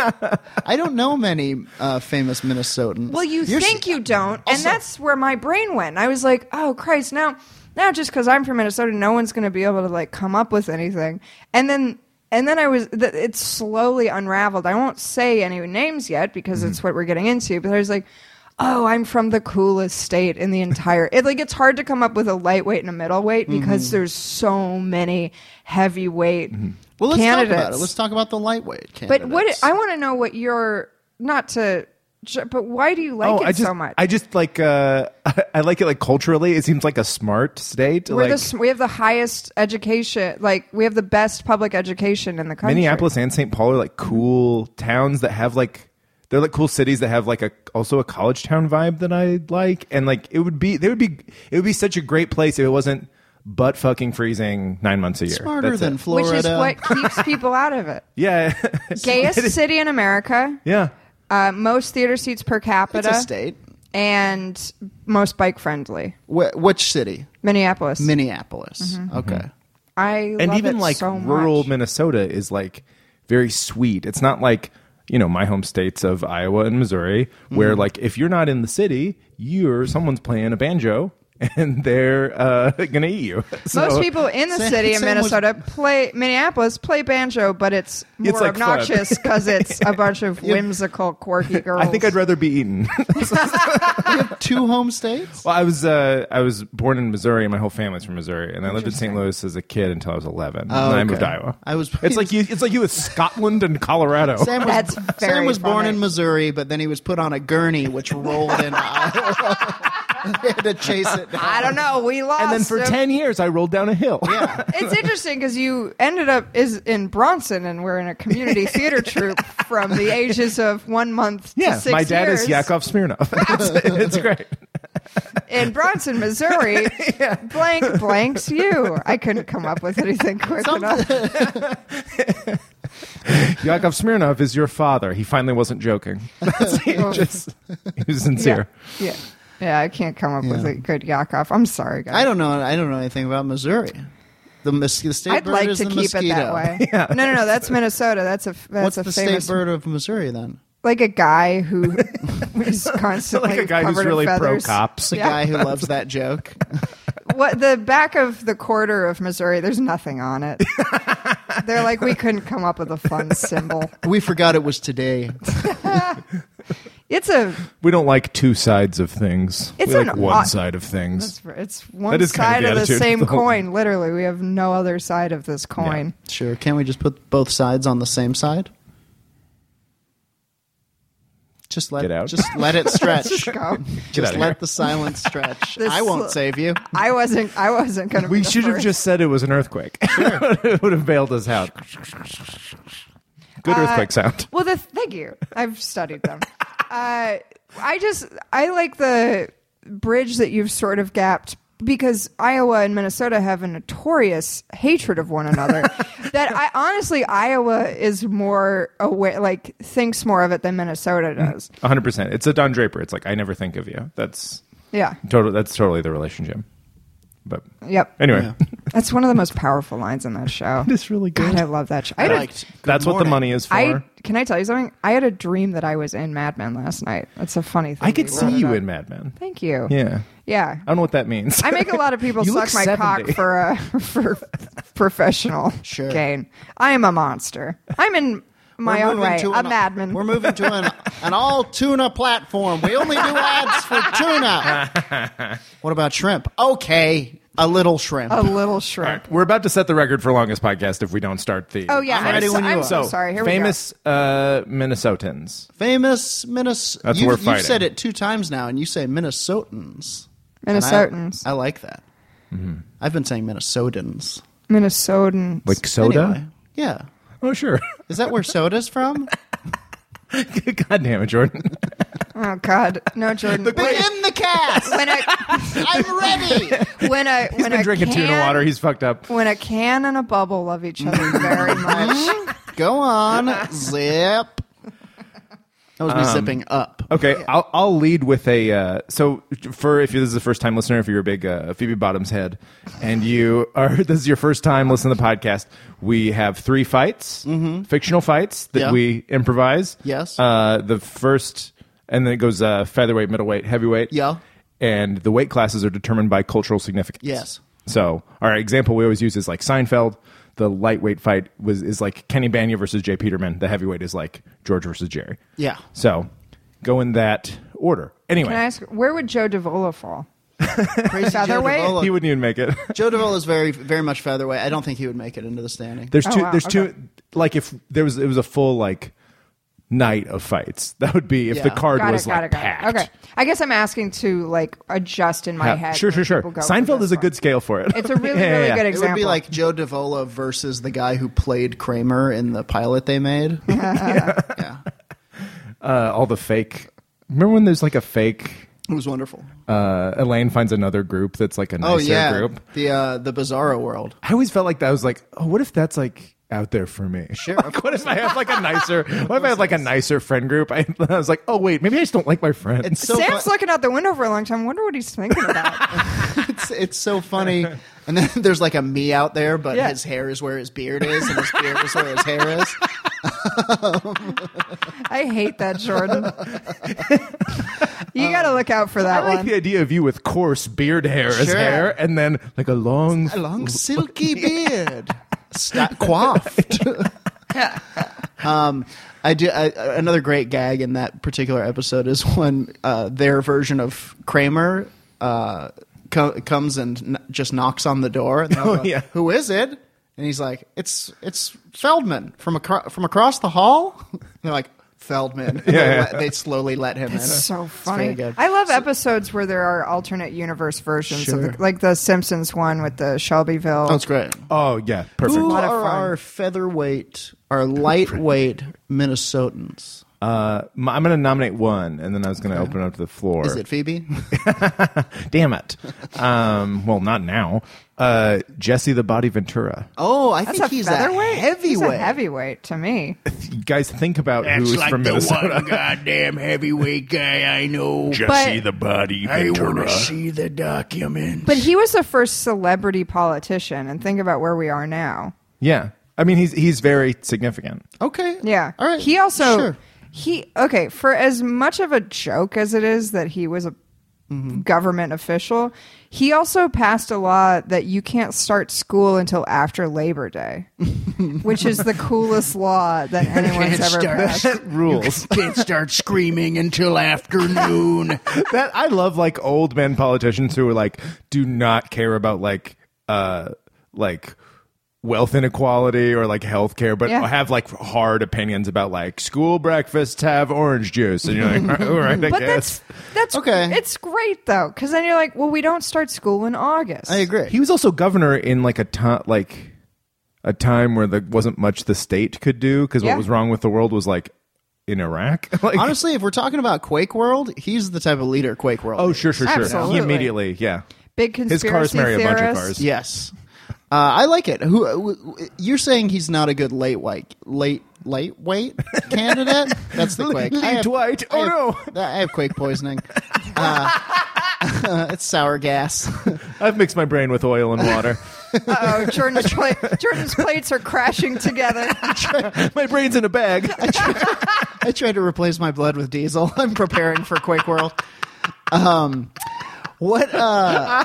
Speaker 1: I don't know many uh, famous Minnesotans.
Speaker 2: Well, you
Speaker 1: You're s-
Speaker 2: think you don't, and
Speaker 1: also-
Speaker 2: that's where my brain went. I was like, "Oh Christ!" Now, now just because I'm from Minnesota, no one's going to be able to like come up with anything. And then, and then I was. Th- it slowly unraveled. I won't say any names yet because
Speaker 1: Mm-hmm.
Speaker 2: it's what we're getting into. But I was like, "Oh, I'm from the coolest state in the entire." It like it's hard to come up with a lightweight and a middleweight because
Speaker 1: Mm-hmm.
Speaker 2: there's so many heavyweight.
Speaker 1: Well, let's talk about it.
Speaker 2: candidates.
Speaker 1: Let's talk about the lightweight.
Speaker 2: But what
Speaker 1: candidates.
Speaker 2: I want to know what your not to. But why do you like it
Speaker 3: oh, I just
Speaker 2: so much?
Speaker 3: I just like uh, I, like it like culturally. It seems like a smart state.
Speaker 2: We're
Speaker 3: like
Speaker 2: the s we have the highest education, like we have the best public education in the country.
Speaker 3: Minneapolis and St. Paul are like cool towns that have like they're like cool cities that have like a also a college town vibe that I like, and like it would be they would be it would be such a great place if it wasn't butt fucking freezing nine months a year.
Speaker 1: smarter
Speaker 3: That's
Speaker 1: than
Speaker 3: it.
Speaker 2: which
Speaker 1: Florida?
Speaker 2: is what keeps people out of it.
Speaker 3: yeah,
Speaker 2: Gayest city in America,
Speaker 3: yeah.
Speaker 2: uh, most theater seats per
Speaker 1: It's
Speaker 2: capita,
Speaker 1: a state.
Speaker 2: and most bike friendly.
Speaker 1: Wh- which city?
Speaker 2: Minneapolis.
Speaker 1: Minneapolis.
Speaker 2: Mm-hmm.
Speaker 1: Okay.
Speaker 3: Mm-hmm.
Speaker 2: I
Speaker 3: and
Speaker 2: love
Speaker 3: even
Speaker 2: it
Speaker 3: like
Speaker 2: so
Speaker 3: rural
Speaker 2: much.
Speaker 3: Minnesota is like very sweet. It's not like you know my home states of Iowa and Missouri, where
Speaker 2: Mm-hmm.
Speaker 3: like if you're not in the city, you're someone's playing a banjo and they're uh, gonna eat you.
Speaker 2: most
Speaker 3: So-
Speaker 2: people in the
Speaker 1: Sam-
Speaker 2: city of
Speaker 1: Sam was-
Speaker 2: Minnesota play Minneapolis play banjo, but it's more
Speaker 3: like fun.
Speaker 2: obnoxious because it's a bunch of whimsical, quirky girls.
Speaker 3: I think I'd rather be eaten.
Speaker 1: Two home states.
Speaker 3: Well, I was uh, I was born in Missouri, and my whole family's from Missouri, and I lived in St. Louis as a kid until I was eleven. and
Speaker 2: Oh,
Speaker 3: then I moved to
Speaker 1: okay.
Speaker 3: Iowa.
Speaker 1: I was-
Speaker 3: It's like you. It's like you with Scotland and Colorado.
Speaker 1: Sam was,
Speaker 2: That's
Speaker 1: Sam
Speaker 2: very
Speaker 1: was born
Speaker 2: funny.
Speaker 1: in Missouri, but then he was put on a gurney, which rolled in Iowa. they had to chase it down.
Speaker 2: I don't know. We lost.
Speaker 3: and then for
Speaker 2: him.
Speaker 3: ten years, I rolled down a hill.
Speaker 2: It's interesting because you ended up is in Bronson, and we're in a community theater troupe from the ages of one month to
Speaker 3: yeah.
Speaker 2: six
Speaker 3: My dad
Speaker 2: years
Speaker 3: is Yakov Smirnov. it's, it's great.
Speaker 2: in Bronson, Missouri. Blank blanks you. I couldn't come up with anything quick enough.
Speaker 3: Yakov Smirnov is your father. He finally wasn't joking. he, just, he was sincere.
Speaker 2: Yeah, yeah, I can't come up with
Speaker 1: Yeah.
Speaker 2: a good Yakov. I'm sorry, guys.
Speaker 1: I don't know. I don't know anything about Missouri. The, mis- the state
Speaker 2: I'd
Speaker 1: bird
Speaker 2: like
Speaker 1: is
Speaker 2: to
Speaker 1: the
Speaker 2: keep
Speaker 1: mosquito.
Speaker 2: it that way. No, no, no. That's Minnesota. That's a that's
Speaker 1: What's
Speaker 2: a
Speaker 1: the
Speaker 2: famous
Speaker 1: state bird of Missouri then?
Speaker 2: like a guy who is constantly
Speaker 3: Like a guy who's
Speaker 2: covered in
Speaker 3: really pro
Speaker 2: feathers.
Speaker 3: cops.
Speaker 1: It's a
Speaker 2: Yeah.
Speaker 1: guy who loves that joke.
Speaker 2: what the back of the quarter of Missouri, there's nothing on it. They're like, we couldn't come up with a fun symbol.
Speaker 1: We forgot it was today.
Speaker 2: It's a
Speaker 3: We don't like two sides of things.
Speaker 2: It's
Speaker 3: we like
Speaker 2: an
Speaker 3: one
Speaker 2: odd-
Speaker 3: side of things.
Speaker 2: it's, it's one
Speaker 3: That is
Speaker 2: side
Speaker 3: kind of the
Speaker 2: of the
Speaker 3: attitude of
Speaker 2: same
Speaker 3: the whole-
Speaker 2: coin. Literally, we have no other side of this coin.
Speaker 1: Sure. Can't we just put both sides on the same side? Just let
Speaker 3: Get out.
Speaker 1: Just let it stretch.
Speaker 2: Just go.
Speaker 3: out
Speaker 1: just
Speaker 3: of
Speaker 1: let
Speaker 3: here.
Speaker 1: the silence stretch.
Speaker 2: This-
Speaker 1: I won't save you.
Speaker 2: I wasn't. I wasn't going to.
Speaker 3: We should have just said it was an earthquake. it would have bailed us out. Good
Speaker 2: Uh,
Speaker 3: earthquake sound.
Speaker 2: Well, the, thank you. I've studied them. uh, I just I like the bridge that you've sort of gapped because Iowa and Minnesota have a notorious hatred of one another. that I honestly Iowa is more aware, like thinks more of it than Minnesota
Speaker 3: Mm.
Speaker 2: does.
Speaker 3: 100%. It's a Don Draper. It's like I never think of you. That's
Speaker 2: Yeah.
Speaker 3: total that's totally the relationship. But
Speaker 2: Yep.
Speaker 3: anyway,
Speaker 2: That's one of the most powerful lines in that show.
Speaker 3: it's really
Speaker 2: God,
Speaker 3: good.
Speaker 2: I love that show.
Speaker 1: I
Speaker 2: I, had a-
Speaker 1: liked. Good
Speaker 3: That's what the
Speaker 1: morning.
Speaker 3: money is for.
Speaker 2: I
Speaker 3: I,
Speaker 2: can I tell you something? I had a dream that I was in Mad Men last night. That's a funny thing. we
Speaker 3: could
Speaker 2: brought
Speaker 3: see
Speaker 2: it
Speaker 3: you
Speaker 2: up.
Speaker 3: in Mad Men.
Speaker 2: Thank you.
Speaker 3: Yeah.
Speaker 2: Yeah.
Speaker 3: I don't know what that means.
Speaker 2: I make a lot of people
Speaker 3: You
Speaker 2: suck
Speaker 3: look
Speaker 2: my
Speaker 3: 70.
Speaker 2: cock for a for professional
Speaker 1: Sure.
Speaker 2: gain. I am a monster. I'm in my
Speaker 1: We're
Speaker 2: own
Speaker 1: moving
Speaker 2: way
Speaker 1: to
Speaker 2: a
Speaker 1: an-
Speaker 2: madman.
Speaker 1: We're moving to an, an all tuna platform. We only do ads for tuna. What about shrimp? Okay, a little shrimp.
Speaker 2: a little shrimp.
Speaker 3: We're about to set the record for longest podcast if we don't start the
Speaker 2: Oh yeah,
Speaker 1: I'm
Speaker 2: I'm,
Speaker 1: ready
Speaker 2: so,
Speaker 1: when you
Speaker 2: I'm
Speaker 1: are.
Speaker 2: so
Speaker 3: So,
Speaker 2: sorry. Here
Speaker 3: famous uh, Minnesotans.
Speaker 1: Famous Minnesota.
Speaker 3: That's
Speaker 1: you,
Speaker 3: what we're
Speaker 1: You've
Speaker 3: fighting.
Speaker 1: said it two times now, and you say Minnesotans.
Speaker 2: we go.
Speaker 1: And I-
Speaker 2: Minnesotans,
Speaker 1: I, like that.
Speaker 3: Mm-hmm.
Speaker 1: I've been saying Minnesotans.
Speaker 2: Minnesotans.
Speaker 3: Like soda?
Speaker 1: Anyway, yeah.
Speaker 3: Oh sure.
Speaker 1: Is that where soda's from?
Speaker 3: God damn it, Jordan.
Speaker 2: oh god, no Jordan.
Speaker 1: Begin the cast.
Speaker 2: when a
Speaker 1: I'm ready.
Speaker 2: when a when
Speaker 3: been
Speaker 2: a
Speaker 3: drinking
Speaker 2: can,
Speaker 3: tuna water. He's fucked up.
Speaker 2: when a can and a bubble love each other very much.
Speaker 1: Go on. Zip. That was me
Speaker 3: Um,
Speaker 1: zipping up.
Speaker 3: Okay, I'll, I'll lead with a uh, so for if you this is a first time listener, if you're a big uh, Phoebe Bottoms head, and you are this is your first time listening to the podcast, we have three fights, fictional fights that
Speaker 1: Mm-hmm. Yeah.
Speaker 3: we improvise.
Speaker 1: Yes.
Speaker 3: uh, the first, and then it goes uh, featherweight, middleweight, heavyweight.
Speaker 1: Yeah.
Speaker 3: and the weight classes are determined by cultural significance.
Speaker 1: Yes.
Speaker 3: So our example we always use is like Seinfeld. The lightweight fight was is like Kenny Banya versus Jay Peterman. The heavyweight is like George versus Jerry.
Speaker 1: Yeah.
Speaker 3: So go in that order. Anyway,
Speaker 2: Can I ask where would Joe Davola fall?
Speaker 1: Crazy Joe
Speaker 2: Featherweight?
Speaker 1: Davola.
Speaker 3: he wouldn't even make it.
Speaker 1: Joe Davola is very, very much featherweight. I don't think he would make it into the standing.
Speaker 3: There's
Speaker 2: Oh,
Speaker 3: two.
Speaker 2: wow,
Speaker 3: There's
Speaker 2: okay.
Speaker 3: two. Like if there was, it was a full like night of fights. That would be if the
Speaker 1: Yeah.
Speaker 3: card
Speaker 2: Got
Speaker 3: was
Speaker 2: it, got
Speaker 3: like
Speaker 2: it, got
Speaker 3: packed.
Speaker 2: it. Okay. I guess I'm asking to like adjust in my
Speaker 3: Yeah.
Speaker 2: head.
Speaker 3: Sure,
Speaker 2: where
Speaker 3: sure, sure.
Speaker 2: people go with
Speaker 3: Seinfeld
Speaker 2: this
Speaker 3: is a
Speaker 2: one.
Speaker 3: good scale for it.
Speaker 2: It's a really,
Speaker 3: Yeah, yeah,
Speaker 2: really
Speaker 3: yeah.
Speaker 2: good
Speaker 1: it
Speaker 2: example.
Speaker 1: would be like Joe Davola versus the guy who played Kramer in the pilot they made. yeah.
Speaker 3: Uh, all the fake. Remember when there's like a fake.
Speaker 1: It was wonderful.
Speaker 3: Uh, Elaine finds another group that's like a nicer
Speaker 1: oh yeah,
Speaker 3: group.
Speaker 1: the uh, the Bizarro world.
Speaker 3: I always felt like that I was like, oh, what if that's like out there for me?
Speaker 1: Sure,
Speaker 3: Like,
Speaker 1: of
Speaker 3: what if I have like a nicer? What if I have like a nicer friend group? I, I was like, oh wait, maybe I just don't like my friends.
Speaker 1: It's so
Speaker 2: Sam's
Speaker 1: fu-
Speaker 2: looking out the window for a long time. I wonder what he's thinking about.
Speaker 1: it's, it's so funny. And then there's like a me out there, but
Speaker 3: Yeah.
Speaker 1: his hair is where his beard is, and his beard is where his hair is.
Speaker 2: I hate that, Jordan. you got to look out for that
Speaker 3: I like
Speaker 2: one.
Speaker 3: the idea of you with coarse beard hair as
Speaker 1: Sure.
Speaker 3: hair, and then like a long.
Speaker 1: A long silky beard, Sta- coiffed. um, I do I, I- another great gag in that particular episode is when uh, their version of Kramer uh, co- comes and n- just knocks on the door. And they're
Speaker 3: Oh,
Speaker 1: like,
Speaker 3: yeah.
Speaker 1: who is it? And he's like, it's it's Feldman from acro- from across the hall. And they're like. Feldman. They
Speaker 3: yeah.
Speaker 1: let- They slowly let him in.
Speaker 2: It's so
Speaker 1: It's
Speaker 2: funny.
Speaker 1: very good.
Speaker 2: I love episodes where there are alternate universe versions
Speaker 1: Sure.
Speaker 2: of the, like the Simpsons one with the Shelbyville.
Speaker 1: That's great.
Speaker 3: Oh yeah, perfect.
Speaker 1: Who
Speaker 2: lot
Speaker 1: are
Speaker 2: of fun.
Speaker 1: our featherweight, our lightweight Minnesotans?
Speaker 3: Uh, my, I'm going to nominate one, and then I was going to open up to the floor.
Speaker 1: Is it Phoebe?
Speaker 3: Damn it. Um, well, not now. Uh, Jesse the Body Ventura.
Speaker 1: Oh, I
Speaker 2: That's
Speaker 1: think
Speaker 2: a
Speaker 1: he's
Speaker 2: featherweight.
Speaker 1: a heavyweight.
Speaker 2: He's a heavyweight to me.
Speaker 3: You guys, think about who's from Minnesota.
Speaker 4: goddamn heavyweight guy I know.
Speaker 2: Jesse But- the
Speaker 3: Body
Speaker 4: see the document.
Speaker 2: But he was the first celebrity politician, and think about where we are now.
Speaker 3: Yeah, I mean he's he's very significant.
Speaker 1: Okay.
Speaker 2: Yeah.
Speaker 1: All right.
Speaker 2: He also
Speaker 1: Sure.
Speaker 2: he okay for as much of a joke as it is that he was a government official, he also passed a law that you can't start school until after Labor Day, which is the coolest law that anyone's
Speaker 4: Can't
Speaker 2: ever
Speaker 4: start.
Speaker 2: passed.
Speaker 3: Rules
Speaker 4: Can't start screaming until afternoon.
Speaker 3: that I love, like old men politicians who are like do not care about like uh like wealth inequality or like health care, but
Speaker 2: Yeah.
Speaker 3: have like hard opinions about like school breakfast have orange juice, and you're like, all right, I
Speaker 2: But
Speaker 3: guess.
Speaker 2: that's that's
Speaker 1: Okay.
Speaker 2: It's great though, because then you're like, well, we don't start school in August.
Speaker 1: I agree.
Speaker 3: He was also governor in like a time like a time where there wasn't much the state could do because
Speaker 2: Yeah.
Speaker 3: what was wrong with the world was like in Iraq. like,
Speaker 1: Honestly, if we're talking about Quake World, he's the type of leader Quake World.
Speaker 3: oh
Speaker 1: is.
Speaker 3: sure, sure, sure.
Speaker 2: Absolutely.
Speaker 3: He immediately, yeah.
Speaker 2: Big
Speaker 3: His
Speaker 2: conspiracy
Speaker 3: cars marry a bunch of
Speaker 2: theorist.
Speaker 3: cars.
Speaker 1: Yes. Uh, I like it. Who who- you're saying he's not a good late white late lightweight candidate? That's the Quake. I
Speaker 3: Late white.
Speaker 1: I
Speaker 3: Oh,
Speaker 1: have- I have Quake poisoning. Uh, it's sour gas.
Speaker 3: I've mixed my brain with oil and water.
Speaker 2: Oh, Jordan's, pla- Jordan's plates are crashing together.
Speaker 3: my brain's in a bag.
Speaker 1: I tried to replace my blood with diesel. I'm preparing for Quake World. Um, what? Uh,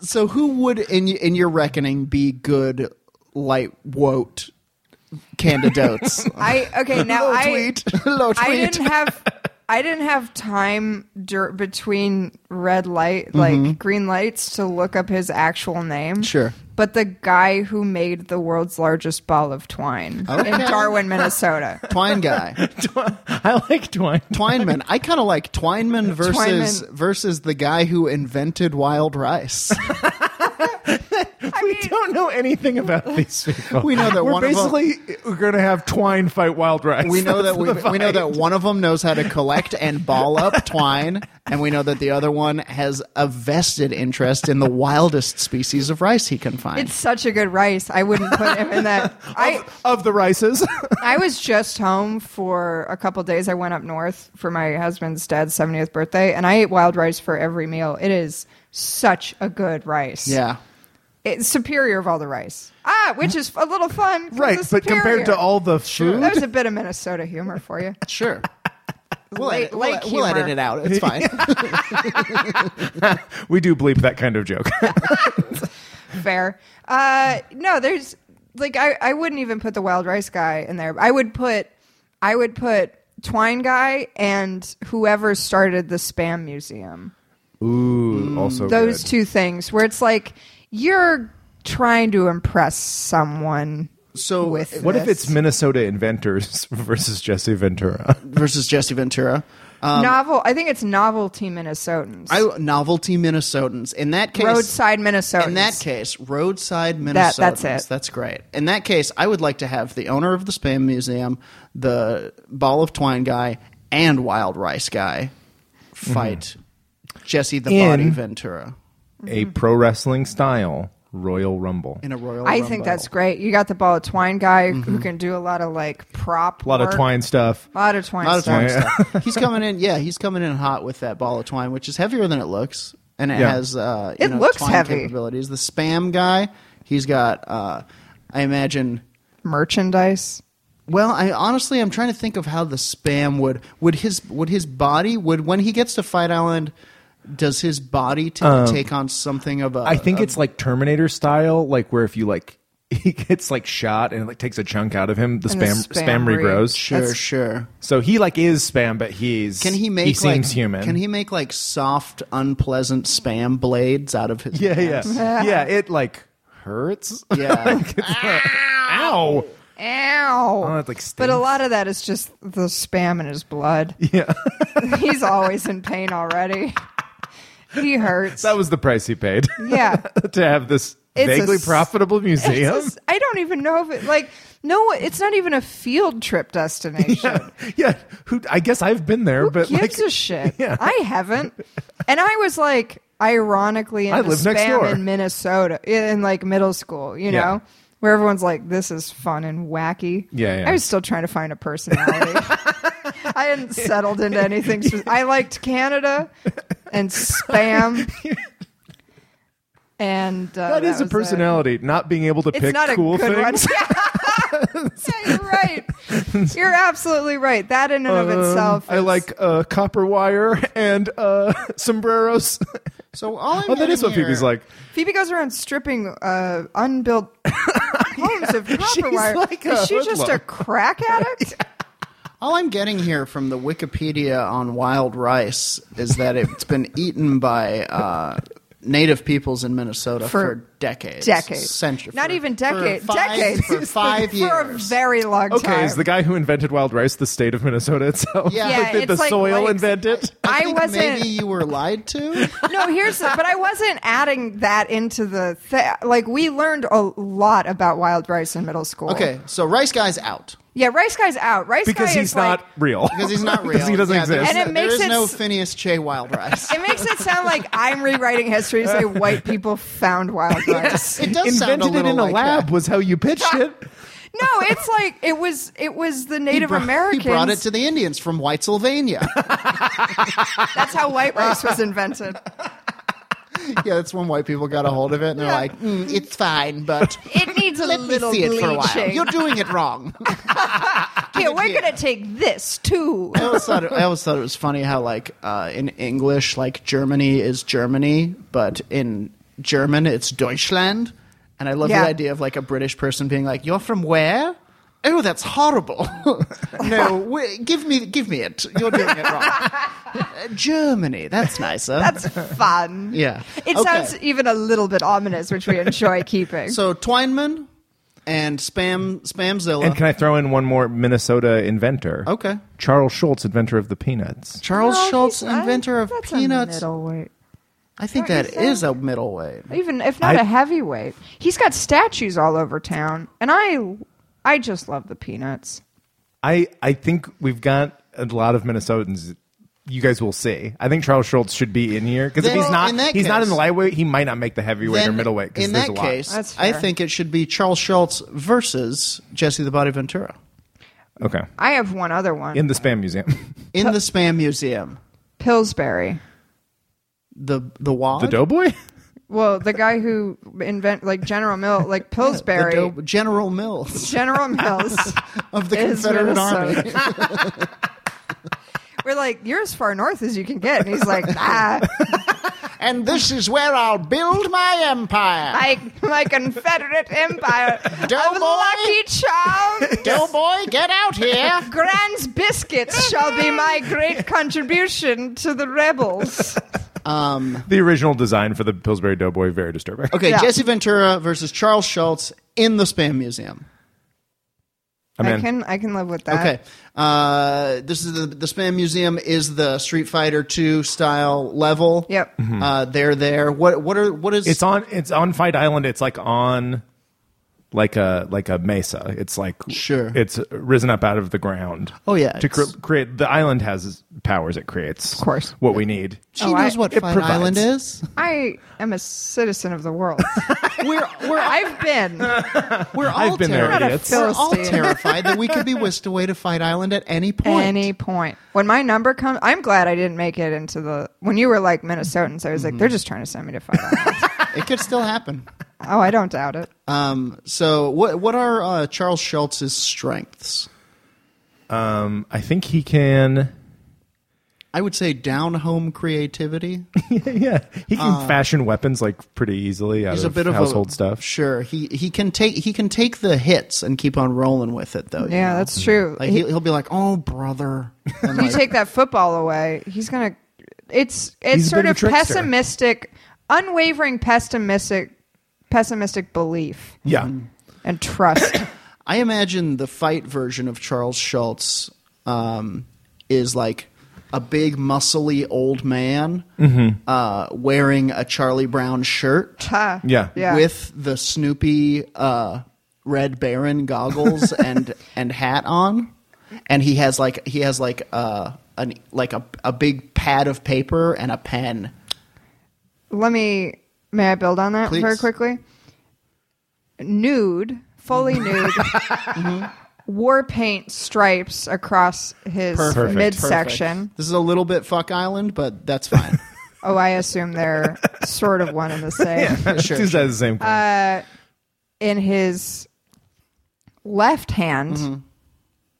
Speaker 1: so who would in y- in your reckoning be good light woat candidates?
Speaker 2: I okay now
Speaker 1: Low
Speaker 2: I
Speaker 1: tweet. Low
Speaker 2: I
Speaker 1: tweet.
Speaker 2: didn't have I didn't have time dur- between red light like green lights to look up his actual name.
Speaker 1: Mm-hmm. Sure.
Speaker 2: But the guy who made the world's largest ball of twine in Darwin, Minnesota.
Speaker 1: Twine guy,
Speaker 3: I like twine.
Speaker 1: Twineman. I kind of like Twineman versus
Speaker 2: Twineman.
Speaker 1: versus the guy who invented wild rice.
Speaker 2: I mean, uh,
Speaker 3: don't know anything about these people.
Speaker 1: We know that
Speaker 3: we're
Speaker 1: one of 'em-
Speaker 3: basically we're going to have Twine fight Wild Rice.
Speaker 1: We know
Speaker 3: That's
Speaker 1: that we,
Speaker 3: the
Speaker 1: we know
Speaker 3: vibe.
Speaker 1: that one of them knows how to collect and ball up twine, and we know that the other one has a vested interest in the wildest species of rice he can find.
Speaker 2: It's such a good rice. I wouldn't put him in that. I
Speaker 3: of the rices.
Speaker 2: I was just home for a couple days. I went up north for my husband's dad's 70th birthday, and I ate wild rice for every meal. It is such a good rice.
Speaker 1: yeah,
Speaker 2: It's superior of all the rice. Ah, which is a little fun. 'cause
Speaker 3: right,
Speaker 2: it's
Speaker 3: but compared to
Speaker 2: superior.
Speaker 3: all the food,
Speaker 2: That was a bit of Minnesota humor for you.
Speaker 1: sure. We'll,
Speaker 2: Lake-
Speaker 1: edit, we'll,
Speaker 2: lake
Speaker 1: we'll
Speaker 2: humor.
Speaker 1: edit it out. It's fine.
Speaker 3: we do bleep that kind of joke.
Speaker 2: Fair. Uh, no, there's like I, I wouldn't even put the wild rice guy in there. I would put I would put Twine guy and whoever started the spam museum.
Speaker 3: Ooh, also
Speaker 2: Those
Speaker 3: good.
Speaker 2: two things where it's like you're trying to impress someone.
Speaker 1: So
Speaker 2: With-
Speaker 3: What if
Speaker 2: Yes.
Speaker 3: it's Minnesota inventors versus Jesse Ventura?
Speaker 1: versus Jesse Ventura.
Speaker 2: Novel I think it's novelty Minnesotans.
Speaker 1: Um, I novelty Minnesotans. In that case,
Speaker 2: Roadside Minnesotans.
Speaker 1: In that case, roadside Minnesotans.
Speaker 2: That- that's it.
Speaker 1: That's great. In that case, I would like to have the owner of the Spam Museum, the Ball of Twine guy, and Wild Rice guy
Speaker 2: Mm-hmm.
Speaker 1: fight Jesse the
Speaker 3: In-
Speaker 1: Body Ventura
Speaker 3: A pro wrestling style Royal Rumble.
Speaker 1: in a royal.
Speaker 2: I think
Speaker 1: rumble.
Speaker 2: that's great. You got the ball of twine guy
Speaker 1: Mm-hmm.
Speaker 2: who can do a lot of like prop.
Speaker 3: A lot of
Speaker 2: work.
Speaker 3: twine stuff.
Speaker 2: A lot of twine.
Speaker 1: A lot of
Speaker 2: stuff.
Speaker 1: twine
Speaker 3: Yeah.
Speaker 1: stuff. He's coming in. Yeah, he's coming in hot with that ball of twine, which is heavier than it looks, and it
Speaker 3: Yeah.
Speaker 1: has uh, you
Speaker 2: It
Speaker 1: know,
Speaker 2: looks
Speaker 1: twine
Speaker 2: heavy.
Speaker 1: capabilities. The Spam guy, he's got. Uh, I imagine
Speaker 2: Merchandise.
Speaker 1: Well, I honestly I'm trying to think of how the spam would would his would his body would when he gets to Fight Island does his body t- take on something of a
Speaker 3: Um, I think it's like Terminator style, like where if you like he gets like shot and it like takes a chunk out of him, the
Speaker 2: And the
Speaker 3: spam
Speaker 2: spam
Speaker 3: spam, regrows.
Speaker 1: sure sure
Speaker 3: So he like is spam, but he's
Speaker 1: can he make
Speaker 3: he seems
Speaker 1: like,
Speaker 3: human.
Speaker 1: can he make like soft unpleasant spam blades out of his
Speaker 3: Yeah,
Speaker 1: hands?
Speaker 3: yeah, yeah. It like hurts.
Speaker 1: yeah
Speaker 3: It's like, Ow!
Speaker 2: Ow.
Speaker 3: Oh, it, like,
Speaker 2: but a
Speaker 3: stings.
Speaker 2: lot of that is just the spam in his blood.
Speaker 3: Yeah,
Speaker 2: He's always in pain already. He hurts.
Speaker 3: that was the price he paid
Speaker 2: yeah.
Speaker 3: to have this
Speaker 2: It's a
Speaker 3: vaguely
Speaker 2: s-
Speaker 3: profitable museum.
Speaker 2: It's just- I don't even know if it like no. It's not even a field trip destination.
Speaker 3: yeah, who? I guess I've been there,
Speaker 2: Who
Speaker 3: but
Speaker 2: gives
Speaker 3: like,
Speaker 2: a shit?
Speaker 3: yeah.
Speaker 2: I haven't. And I was like, ironically, in
Speaker 3: I lived next door.
Speaker 2: in Minnesota in like middle school, you
Speaker 3: Yeah.
Speaker 2: know, where everyone's like, "This is fun and wacky."
Speaker 3: Yeah, yeah.
Speaker 2: I was still trying to find a personality. I hadn't settled into anything. Spe- I liked Canada and spam. And uh,
Speaker 3: that is a
Speaker 2: was it.
Speaker 3: personality. Not being able to pick cool things.
Speaker 2: one. yeah, you're right. You're absolutely right. That in and of itself.
Speaker 3: Um, I
Speaker 2: is-
Speaker 3: like uh, copper wire and uh, sombreros.
Speaker 1: so all I'm
Speaker 3: oh, that
Speaker 1: getting
Speaker 3: is what
Speaker 1: here-
Speaker 3: Phoebe's like.
Speaker 2: Phoebe goes around stripping uh, unbuilt homes of copper
Speaker 3: She's
Speaker 2: wire.
Speaker 3: like
Speaker 2: is
Speaker 3: a
Speaker 2: she just a
Speaker 3: hoodlum.
Speaker 2: crack addict?
Speaker 1: all I'm getting here from the Wikipedia on wild rice is that it's been eaten by uh, native peoples in Minnesota
Speaker 2: For
Speaker 1: for, decades,
Speaker 2: Decades.
Speaker 1: centuries,
Speaker 2: Not even decade. decades.
Speaker 1: for five years,
Speaker 2: For a very long
Speaker 3: Okay,
Speaker 2: time.
Speaker 3: is the guy who invented wild rice the state of Minnesota itself?
Speaker 1: Yeah.
Speaker 3: Like,
Speaker 2: Yeah,
Speaker 3: did the
Speaker 2: it's like
Speaker 3: soil
Speaker 2: rice.
Speaker 3: invent it?
Speaker 2: I
Speaker 1: think
Speaker 2: wasn't.
Speaker 1: Maybe you were lied to.
Speaker 2: no, here's the, but I wasn't adding that into the thi- like we learned a lot about wild rice in middle school.
Speaker 1: Okay, so Rice Guy's out
Speaker 2: yeah, rice guy's out. Rice
Speaker 3: Because
Speaker 2: guy
Speaker 3: he's
Speaker 2: is like-
Speaker 3: not real.
Speaker 1: because he's not real.
Speaker 3: Because he doesn't
Speaker 1: Yeah, there's
Speaker 3: exist.
Speaker 2: And it
Speaker 1: no-
Speaker 2: makes
Speaker 1: there is
Speaker 2: it
Speaker 1: no
Speaker 2: s-
Speaker 1: Phineas Che Wild Rice.
Speaker 2: it makes it sound like I'm rewriting history to say white people found wild rice.
Speaker 1: It does sound a
Speaker 3: Invented it
Speaker 1: little
Speaker 3: in a
Speaker 1: like
Speaker 3: lab was how you pitched it.
Speaker 2: No, it's like it was. It was the
Speaker 1: That. He
Speaker 2: Native
Speaker 1: brought-
Speaker 2: Americans.
Speaker 1: He brought it to the Indians from Whitesylvania.
Speaker 2: That's how white rice was invented.
Speaker 1: yeah, that's when white people got a hold of it and they're like, "Mm, "It's fine, but
Speaker 2: It needs a
Speaker 1: let me
Speaker 2: little
Speaker 1: see it for a while.
Speaker 2: bleaching.
Speaker 1: You're doing it wrong."
Speaker 2: Here,
Speaker 1: it
Speaker 2: we're
Speaker 1: here.
Speaker 2: gonna take this too.
Speaker 1: I always thought it, I always thought it was funny how like uh, in English like Germany is Germany, but in German it's Deutschland. And I love
Speaker 2: Yeah.
Speaker 1: the idea of like a British person being like, "You're from where?" Oh, that's horrible. no, we, give me give me it. You're doing it wrong. Uh, Germany, that's nicer.
Speaker 2: That's fun.
Speaker 1: Yeah.
Speaker 2: It
Speaker 1: Okay.
Speaker 2: sounds even a little bit ominous, which we enjoy keeping.
Speaker 1: so Twineman and Spam Spamzilla.
Speaker 3: And can I throw in one more Minnesota inventor?
Speaker 1: Okay.
Speaker 3: Charles Schultz, inventor of the peanuts.
Speaker 1: Charles
Speaker 2: No,
Speaker 1: Schultz,
Speaker 2: he's- I-
Speaker 1: inventor of
Speaker 2: that's a
Speaker 1: peanuts.
Speaker 2: middleweight.
Speaker 1: I think
Speaker 2: Don't
Speaker 1: that
Speaker 2: you
Speaker 1: is
Speaker 2: think?
Speaker 1: a middleweight.
Speaker 2: even if not
Speaker 3: I-
Speaker 2: a heavyweight. He's got statues all over town, and I, I just love the peanuts.
Speaker 3: I I think we've got a lot of Minnesotans. You guys will see. I think Charles Schultz should be in here because if
Speaker 1: Then-
Speaker 3: he's not,
Speaker 1: in
Speaker 3: he's
Speaker 1: that
Speaker 3: not in the
Speaker 1: case-
Speaker 3: lightweight. He might not make the heavyweight or
Speaker 1: Then,
Speaker 3: middleweight. 'cause
Speaker 1: in
Speaker 3: there's
Speaker 1: that
Speaker 3: a lot.
Speaker 1: case,
Speaker 2: That's
Speaker 1: I
Speaker 2: fair.
Speaker 1: think it should be Charles Schultz versus Jesse the Body Ventura
Speaker 3: okay,
Speaker 2: I have one other one.
Speaker 3: in the spam museum,
Speaker 1: in the Spam Museum.
Speaker 2: Pillsbury.
Speaker 1: The the wad,
Speaker 3: the Doughboy.
Speaker 2: Well, the guy who invent like General Mills, like
Speaker 1: The
Speaker 2: Pillsbury,
Speaker 1: dope- General Mills
Speaker 2: General Mills
Speaker 1: of the
Speaker 2: is
Speaker 1: Confederate Army.
Speaker 2: Minnesota. We're like, you're as far north as you can get, and he's like, ah,
Speaker 1: and this is where I'll build my empire.
Speaker 2: my my Confederate Empire of
Speaker 1: Doughboy?
Speaker 2: lucky charms.
Speaker 1: Doughboy, get out here!
Speaker 2: Grand's biscuits shall be my great contribution to the rebels.
Speaker 3: the original design for the Pillsbury Doughboy very disturbing.
Speaker 1: Okay,
Speaker 2: Yeah.
Speaker 1: Jesse Ventura versus Charles Schultz in the Spam Museum.
Speaker 3: I'm
Speaker 2: I
Speaker 3: in.
Speaker 2: can I can live with that.
Speaker 1: Okay, uh, this is the the Spam Museum is the Street Fighter Two style level.
Speaker 2: Yep.
Speaker 1: Uh, they're there. What what are what is
Speaker 3: It's on. It's on Fight Island. It's like on, like a like a mesa. It's like
Speaker 1: Sure.
Speaker 3: It's risen up out of the ground.
Speaker 1: Oh, yeah,
Speaker 3: To cre-
Speaker 1: it's-
Speaker 3: create the island has powers it creates. Of
Speaker 2: course.
Speaker 3: what we need.
Speaker 1: She
Speaker 2: Oh,
Speaker 1: knows
Speaker 2: I-
Speaker 1: what
Speaker 3: it
Speaker 1: Fight
Speaker 3: provides.
Speaker 1: Island is.
Speaker 2: I am a citizen of the world.
Speaker 1: We're we're
Speaker 2: I've been.
Speaker 1: we're all
Speaker 3: I've been there,
Speaker 1: terrified.
Speaker 3: idiots.
Speaker 1: We're all
Speaker 2: Philistine.
Speaker 1: terrified that we could be whisked away to Fight Island at any point.
Speaker 2: Any point. When my number comes, I'm glad I didn't make it into the. When you were like Minnesotans, I was like, they're just trying to send me to fight. Island."
Speaker 1: It could still happen.
Speaker 2: oh, I don't doubt it.
Speaker 1: Um, so what what are uh, Charles Schultz's strengths?
Speaker 3: I think he can.
Speaker 1: I would say down home creativity.
Speaker 3: yeah, he can fashion weapons like pretty easily out
Speaker 1: Uh, He's
Speaker 3: of
Speaker 1: a bit of
Speaker 3: household
Speaker 1: a,
Speaker 3: stuff.
Speaker 1: Sure, he he can take he can take the hits and keep on rolling with it though. you
Speaker 2: Yeah,
Speaker 1: know?
Speaker 2: that's true.
Speaker 1: like
Speaker 2: He-
Speaker 1: he, he'll be like, "Oh, brother," and
Speaker 2: you
Speaker 1: like,
Speaker 2: take that football away, he's gonna. It's it's
Speaker 3: He's a
Speaker 2: sort
Speaker 3: bit
Speaker 2: of,
Speaker 3: of a trickster.
Speaker 2: pessimistic, unwavering pessimistic, pessimistic belief
Speaker 1: Mm-hmm.
Speaker 3: Yeah,
Speaker 2: and trust.
Speaker 1: I imagine the fight version of Charles Schultz um, is like a big, muscly old man
Speaker 3: Mm-hmm.
Speaker 1: uh, wearing a Charlie Brown shirt
Speaker 2: Huh.
Speaker 3: Yeah.
Speaker 2: yeah.
Speaker 1: with the Snoopy uh, Red Baron goggles and and hat on, and he has like he has like uh, an like a a big pad of paper and a pen.
Speaker 2: let me may I build on that
Speaker 1: Please.
Speaker 2: very quickly? Nude, fully nude, Mm-hmm. war paint stripes across his
Speaker 3: Perfect.
Speaker 2: midsection.
Speaker 1: This is a little bit fuck island, but that's fine.
Speaker 2: Oh, I assume they're sort of one and the same.
Speaker 3: Two sides of the same coin.
Speaker 1: Uh,
Speaker 2: In his left hand,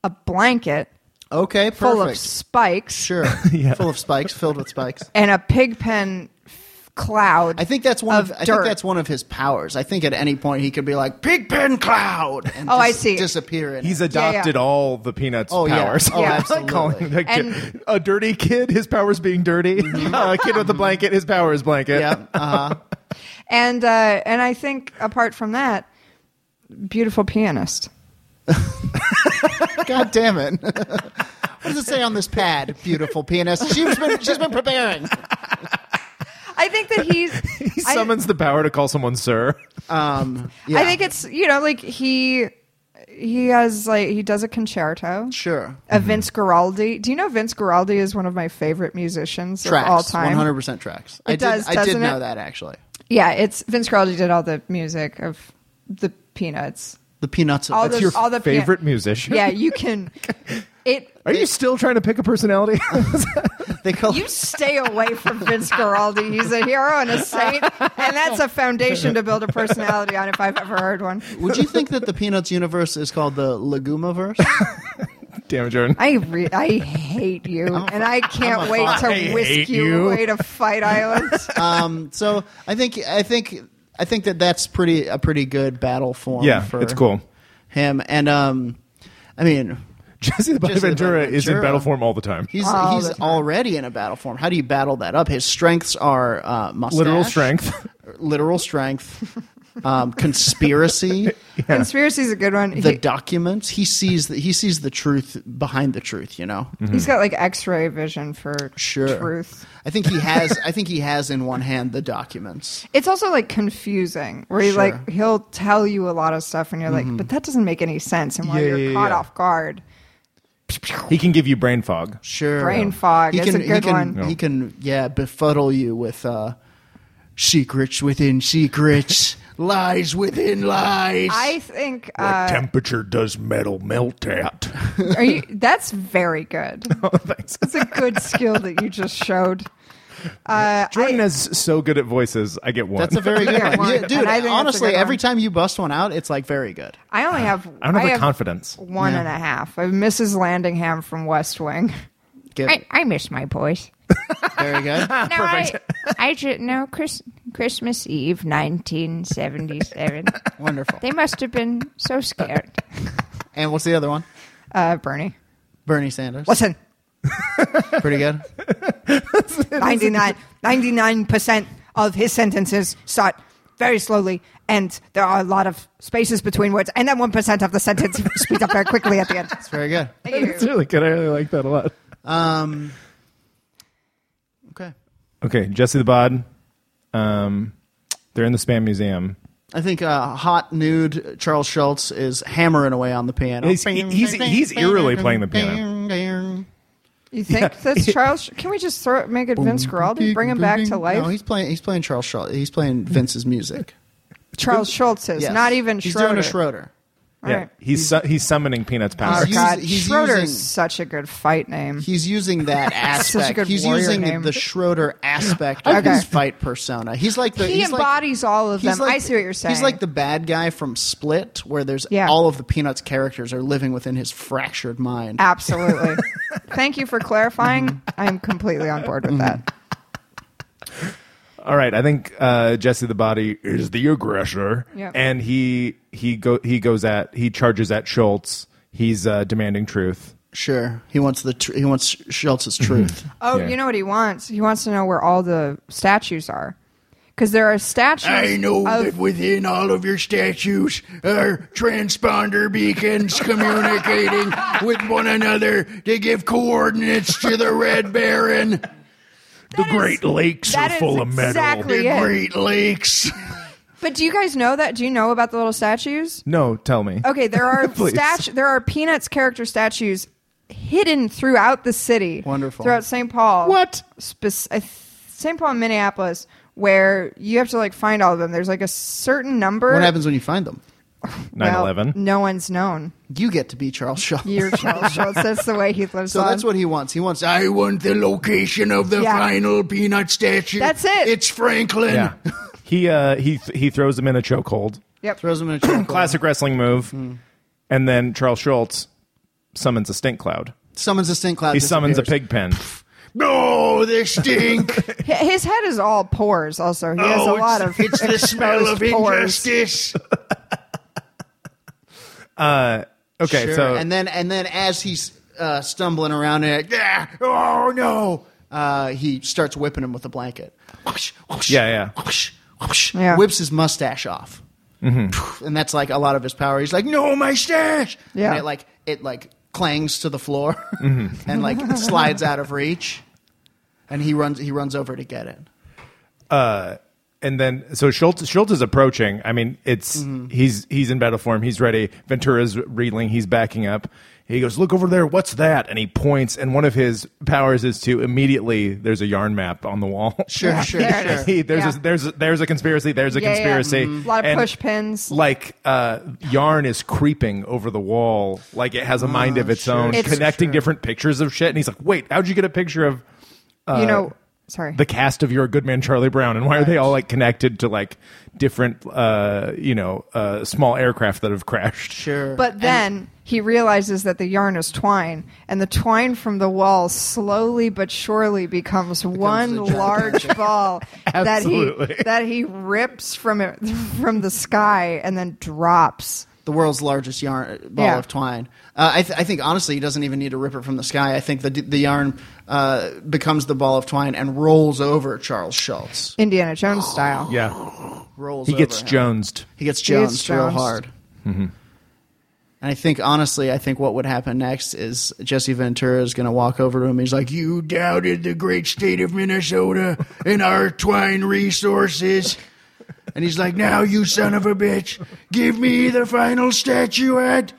Speaker 2: a blanket
Speaker 1: Okay, perfect.
Speaker 2: full of spikes
Speaker 1: sure, full of spikes, filled with spikes.
Speaker 2: and a pig pen f- cloud.
Speaker 1: I think that's one of,
Speaker 2: Of
Speaker 1: I
Speaker 2: dirt.
Speaker 1: think that's one of his powers. I think at any point he could be like Pigpen Cloud and
Speaker 2: Oh, I
Speaker 1: dis-
Speaker 2: see.
Speaker 1: disappear in
Speaker 3: He's
Speaker 1: it.
Speaker 3: adopted
Speaker 2: yeah.
Speaker 3: all the peanuts
Speaker 1: Oh, yeah.
Speaker 3: powers.
Speaker 1: Oh,
Speaker 2: Yeah.
Speaker 3: Like calling
Speaker 1: absolutely.
Speaker 3: that kid-
Speaker 2: And-
Speaker 3: a dirty kid, his powers being dirty. a kid with a blanket, his powers blanket.
Speaker 1: Mm-hmm. yeah. Uh-huh.
Speaker 2: and uh, and I think apart from that, beautiful pianist.
Speaker 1: God damn it. what does it say on this pad, beautiful pianist? She's been she's been preparing.
Speaker 2: I think that he's
Speaker 3: He summons the power to call someone sir.
Speaker 1: Yeah.
Speaker 2: I think it's you know like he he has like he does a concerto.
Speaker 1: sure.
Speaker 2: A Vince Guaraldi. Do you know Vince Guaraldi is one of my favorite musicians
Speaker 1: Tracks.
Speaker 2: of all time?
Speaker 1: 100% tracks. I did
Speaker 2: does,
Speaker 1: I did
Speaker 2: doesn't
Speaker 1: know
Speaker 2: it?
Speaker 1: that actually.
Speaker 2: Yeah, it's Vince Guaraldi did all the music of the Peanuts.
Speaker 1: The peanuts of
Speaker 2: All
Speaker 1: that's
Speaker 2: those-
Speaker 3: Your
Speaker 2: all the Pea-
Speaker 3: favorite musician.
Speaker 2: Yeah, you can. It.
Speaker 3: Are you still trying to pick a personality?
Speaker 1: they call
Speaker 2: You stay away from Vince Guaraldi. He's a hero and a saint, and that's a foundation to build a personality on. If I've ever heard one,
Speaker 1: Would you think that the Peanuts universe is called the Legumiverse?
Speaker 3: Damn it, Jordan.
Speaker 2: I re- I hate you, and I can't wait
Speaker 3: I
Speaker 2: to whisk
Speaker 3: hate
Speaker 2: you,
Speaker 3: you.
Speaker 2: away to Fight Island.
Speaker 1: um, so I think I think I think that that's pretty a pretty good battle form.
Speaker 3: Yeah,
Speaker 1: for
Speaker 3: it's cool.
Speaker 1: Him and um, I mean
Speaker 3: Jesse the Body
Speaker 1: Jesse the
Speaker 3: Ventura
Speaker 1: Body
Speaker 3: is in
Speaker 1: Ventura.
Speaker 3: battle form all the time.
Speaker 1: he's
Speaker 2: All
Speaker 1: he's
Speaker 2: the time.
Speaker 1: already in a battle form. How do you battle that up? His strengths are uh, mustache,
Speaker 3: Literal strength.
Speaker 1: literal strength, um, conspiracy.
Speaker 2: Conspiracy's a good one.
Speaker 1: the
Speaker 2: He,
Speaker 1: documents he sees that he sees the truth behind the truth you know
Speaker 3: Mm-hmm.
Speaker 2: He's got like X-ray vision for
Speaker 1: Sure.
Speaker 2: truth.
Speaker 1: i think he has i think he has in one hand the documents
Speaker 2: It's also like confusing, where he
Speaker 1: Sure.
Speaker 2: like he'll tell you a lot of stuff, and you're like, but that doesn't make any sense. And while
Speaker 3: Mm-hmm. Yeah,
Speaker 2: you're
Speaker 3: yeah,
Speaker 2: caught
Speaker 3: yeah.
Speaker 2: off guard,
Speaker 3: He can give you brain fog.
Speaker 1: sure
Speaker 2: Brain fog. It's a
Speaker 1: he
Speaker 2: good
Speaker 1: can,
Speaker 2: one.
Speaker 1: he can yeah befuddle you with uh secrets within secrets
Speaker 4: lies within lies.
Speaker 2: I think uh,
Speaker 3: temperature does metal melt at?
Speaker 2: are you, that's very good.
Speaker 3: Oh, Thanks.
Speaker 2: It's a good skill that you just showed. Uh,
Speaker 3: Jordan
Speaker 2: I-
Speaker 3: is so good at voices. I get one.
Speaker 1: that's a very good
Speaker 2: Yeah,
Speaker 1: one.
Speaker 2: one.
Speaker 1: Yeah,
Speaker 2: And
Speaker 1: dude
Speaker 2: I think that's a
Speaker 1: honestly
Speaker 2: good
Speaker 1: every
Speaker 2: one.
Speaker 1: time you bust one out it's like very good
Speaker 2: I only have.
Speaker 3: I don't have the
Speaker 2: have
Speaker 3: confidence.
Speaker 2: One and a half. I have Mrs. Landingham from West Wing.
Speaker 1: Good.
Speaker 5: I, I miss my boys.
Speaker 1: very good
Speaker 5: No, I, I just no Chris, Christmas Eve, nineteen seventy-seven.
Speaker 1: wonderful
Speaker 5: they must have been so scared.
Speaker 1: and what's the other one
Speaker 2: Uh, Bernie,
Speaker 1: bernie sanders
Speaker 2: listen,
Speaker 1: pretty good
Speaker 2: 99 percent of his sentences start very slowly, and there are a lot of spaces between words, and then one percent of the sentence speeds up very quickly at the end.
Speaker 1: it's very good
Speaker 3: It's really good. I really like that a lot.
Speaker 1: um okay
Speaker 3: Okay, Jesse the Bod. Um, they're in the Spam Museum.
Speaker 1: I think uh, hot nude Charles Schultz is hammering away on the piano.
Speaker 3: He's- he's- he's eerily playing the
Speaker 1: piano.
Speaker 2: You think that's Charles? Can we just throw make it Vince Guaraldi, bring him back to life?
Speaker 1: No, he's playing. He's playing Charles Schultz. He's playing Vince's music.
Speaker 2: Charles Schultz is
Speaker 1: Yes.
Speaker 2: not even
Speaker 1: He's
Speaker 2: Schroeder.
Speaker 1: doing a Schroeder.
Speaker 2: All
Speaker 3: yeah,
Speaker 2: right.
Speaker 3: he's su- he's summoning Peanuts power.
Speaker 2: Oh,
Speaker 1: He's
Speaker 2: God,
Speaker 1: using- he's
Speaker 2: Schroeder's
Speaker 1: using-
Speaker 2: such a good fight name.
Speaker 1: He's using that
Speaker 2: Such a
Speaker 1: aspect.
Speaker 2: good
Speaker 1: he's
Speaker 2: warrior
Speaker 1: using
Speaker 2: name.
Speaker 1: the Schroeder aspect of
Speaker 2: Okay.
Speaker 1: his fight persona. He's like the
Speaker 2: he
Speaker 1: he's like-
Speaker 2: embodies all of
Speaker 1: he's
Speaker 2: them.
Speaker 1: like-
Speaker 2: I see what you're saying.
Speaker 1: He's like the bad guy from Split, where there's
Speaker 2: Yeah.
Speaker 1: all of the Peanuts characters are living within his fractured mind.
Speaker 2: absolutely. Thank you for clarifying. I'm completely on board with that.
Speaker 3: All right, I think uh, Jesse the Body is the aggressor,
Speaker 2: Yeah.
Speaker 3: and he he go he goes at he charges at Schultz. He's uh, demanding truth.
Speaker 1: Sure, he wants the tr- he wants Schultz's
Speaker 3: Mm-hmm.
Speaker 1: truth.
Speaker 2: Oh,
Speaker 3: Yeah.
Speaker 2: you know what he wants? He wants to know where all the statues are, because there are statues.
Speaker 4: I know
Speaker 2: of-
Speaker 4: that within all of your statues are transponder beacons communicating with one another to give coordinates to the Red Baron.
Speaker 2: that is-
Speaker 4: Lakes
Speaker 2: that is Exactly
Speaker 4: The
Speaker 2: it.
Speaker 4: Great Lakes.
Speaker 2: But do you guys know that? Do you know about the little statues?
Speaker 3: No, tell me.
Speaker 2: Okay, there are
Speaker 3: Please.
Speaker 2: statu- there are Peanuts character statues hidden throughout the city.
Speaker 1: Wonderful.
Speaker 2: Throughout St. Paul.
Speaker 3: What?
Speaker 2: Spec- I th- St. Paul and Minneapolis where you have to like find all of them. There's like a certain number.
Speaker 1: what happens when you find them?
Speaker 3: Nine
Speaker 2: Well,
Speaker 3: eleven.
Speaker 2: No one's known.
Speaker 1: You get to be Charles Schultz.
Speaker 2: You're Charles Schultz. That's the way he lives
Speaker 1: So
Speaker 2: on.
Speaker 1: that's what he wants. He wants.
Speaker 4: I want the location of the
Speaker 2: Yeah.
Speaker 4: final peanut statue.
Speaker 2: That's it.
Speaker 4: It's Franklin.
Speaker 3: Yeah, he uh, he th- he throws him in a chokehold.
Speaker 2: yep.
Speaker 1: throws him in a chokehold.
Speaker 3: Classic wrestling move, and then Charles Schultz summons a stink cloud.
Speaker 1: Summons a stink cloud.
Speaker 3: He summons a
Speaker 1: disappears.
Speaker 3: pig pen.
Speaker 4: No, the stink.
Speaker 2: Hi- His head is all pores. Also, he has a
Speaker 4: Oh,
Speaker 2: lot of
Speaker 4: it's, it's the smell of
Speaker 2: exposed pores.
Speaker 4: injustice.
Speaker 3: Uh, Okay,
Speaker 1: Sure.
Speaker 3: so
Speaker 1: and then and then as he's uh, stumbling around in it,
Speaker 4: Yeah. Oh no.
Speaker 1: uh, he starts whipping him with a blanket. Whoosh, whoosh,
Speaker 3: Yeah, yeah.
Speaker 1: Whoosh, whoosh,
Speaker 2: Yeah.
Speaker 1: Whips his mustache off,
Speaker 3: Mm-hmm.
Speaker 1: and that's like a lot of his power. He's like, "No, my stash!"
Speaker 2: Yeah.
Speaker 1: and it like it like clangs to the floor
Speaker 3: Mm-hmm.
Speaker 1: and like slides out of reach, and he runs he runs over to get it.
Speaker 3: and then so Schultz Schultz is approaching. I mean, it's he's he's in battle form. He's ready. Ventura's reeling. He's backing up. He goes, "Look over there. What's that?" And he points. And one of his powers is to immediately. There's a yarn map on the wall.
Speaker 1: Sure, sure,
Speaker 2: there it
Speaker 1: sure.
Speaker 2: is.
Speaker 3: He- there's
Speaker 2: Yeah.
Speaker 3: a, there's a, there's a conspiracy. There's a
Speaker 2: Yeah, yeah.
Speaker 3: conspiracy.
Speaker 2: Mhm. Lot of
Speaker 3: And,
Speaker 2: push pins.
Speaker 3: Like uh, yarn is creeping over the wall, like it has a mind
Speaker 1: Ah,
Speaker 3: of its own,
Speaker 2: It's-
Speaker 3: connecting different pictures of shit. And he's like, "Wait, how'd you get a picture of uh,
Speaker 2: you know, sorry.
Speaker 3: the cast of your good man charlie brown and why are they all like connected to like different uh you know uh small aircraft that have crashed
Speaker 1: Sure.
Speaker 2: But then he realizes that the yarn is twine, and the twine from the wall slowly but surely becomes, one
Speaker 1: a giant
Speaker 2: large ball that he
Speaker 3: Absolutely.
Speaker 2: that he rips from it from the sky and then drops.
Speaker 1: the world's largest yarn ball
Speaker 2: Yeah.
Speaker 1: of twine. Uh, I, th- I think honestly, he doesn't even need to rip it from the sky. I think the the yarn uh, becomes the ball of twine and rolls over Charles Schultz.
Speaker 2: Indiana Jones style.
Speaker 3: yeah
Speaker 1: Rolls.
Speaker 3: he gets Mm-hmm.
Speaker 1: over him.
Speaker 3: jonesed
Speaker 1: He gets
Speaker 2: He gets
Speaker 1: Jones real
Speaker 2: jounced.
Speaker 1: hard. And I think honestly, I think what would happen next is Jesse Ventura is going to walk over to him. He's like,
Speaker 4: You doubted the great state of Minnesota and our twine resources.
Speaker 1: and he's like,
Speaker 4: Now, you son of a bitch, give me the final statuette.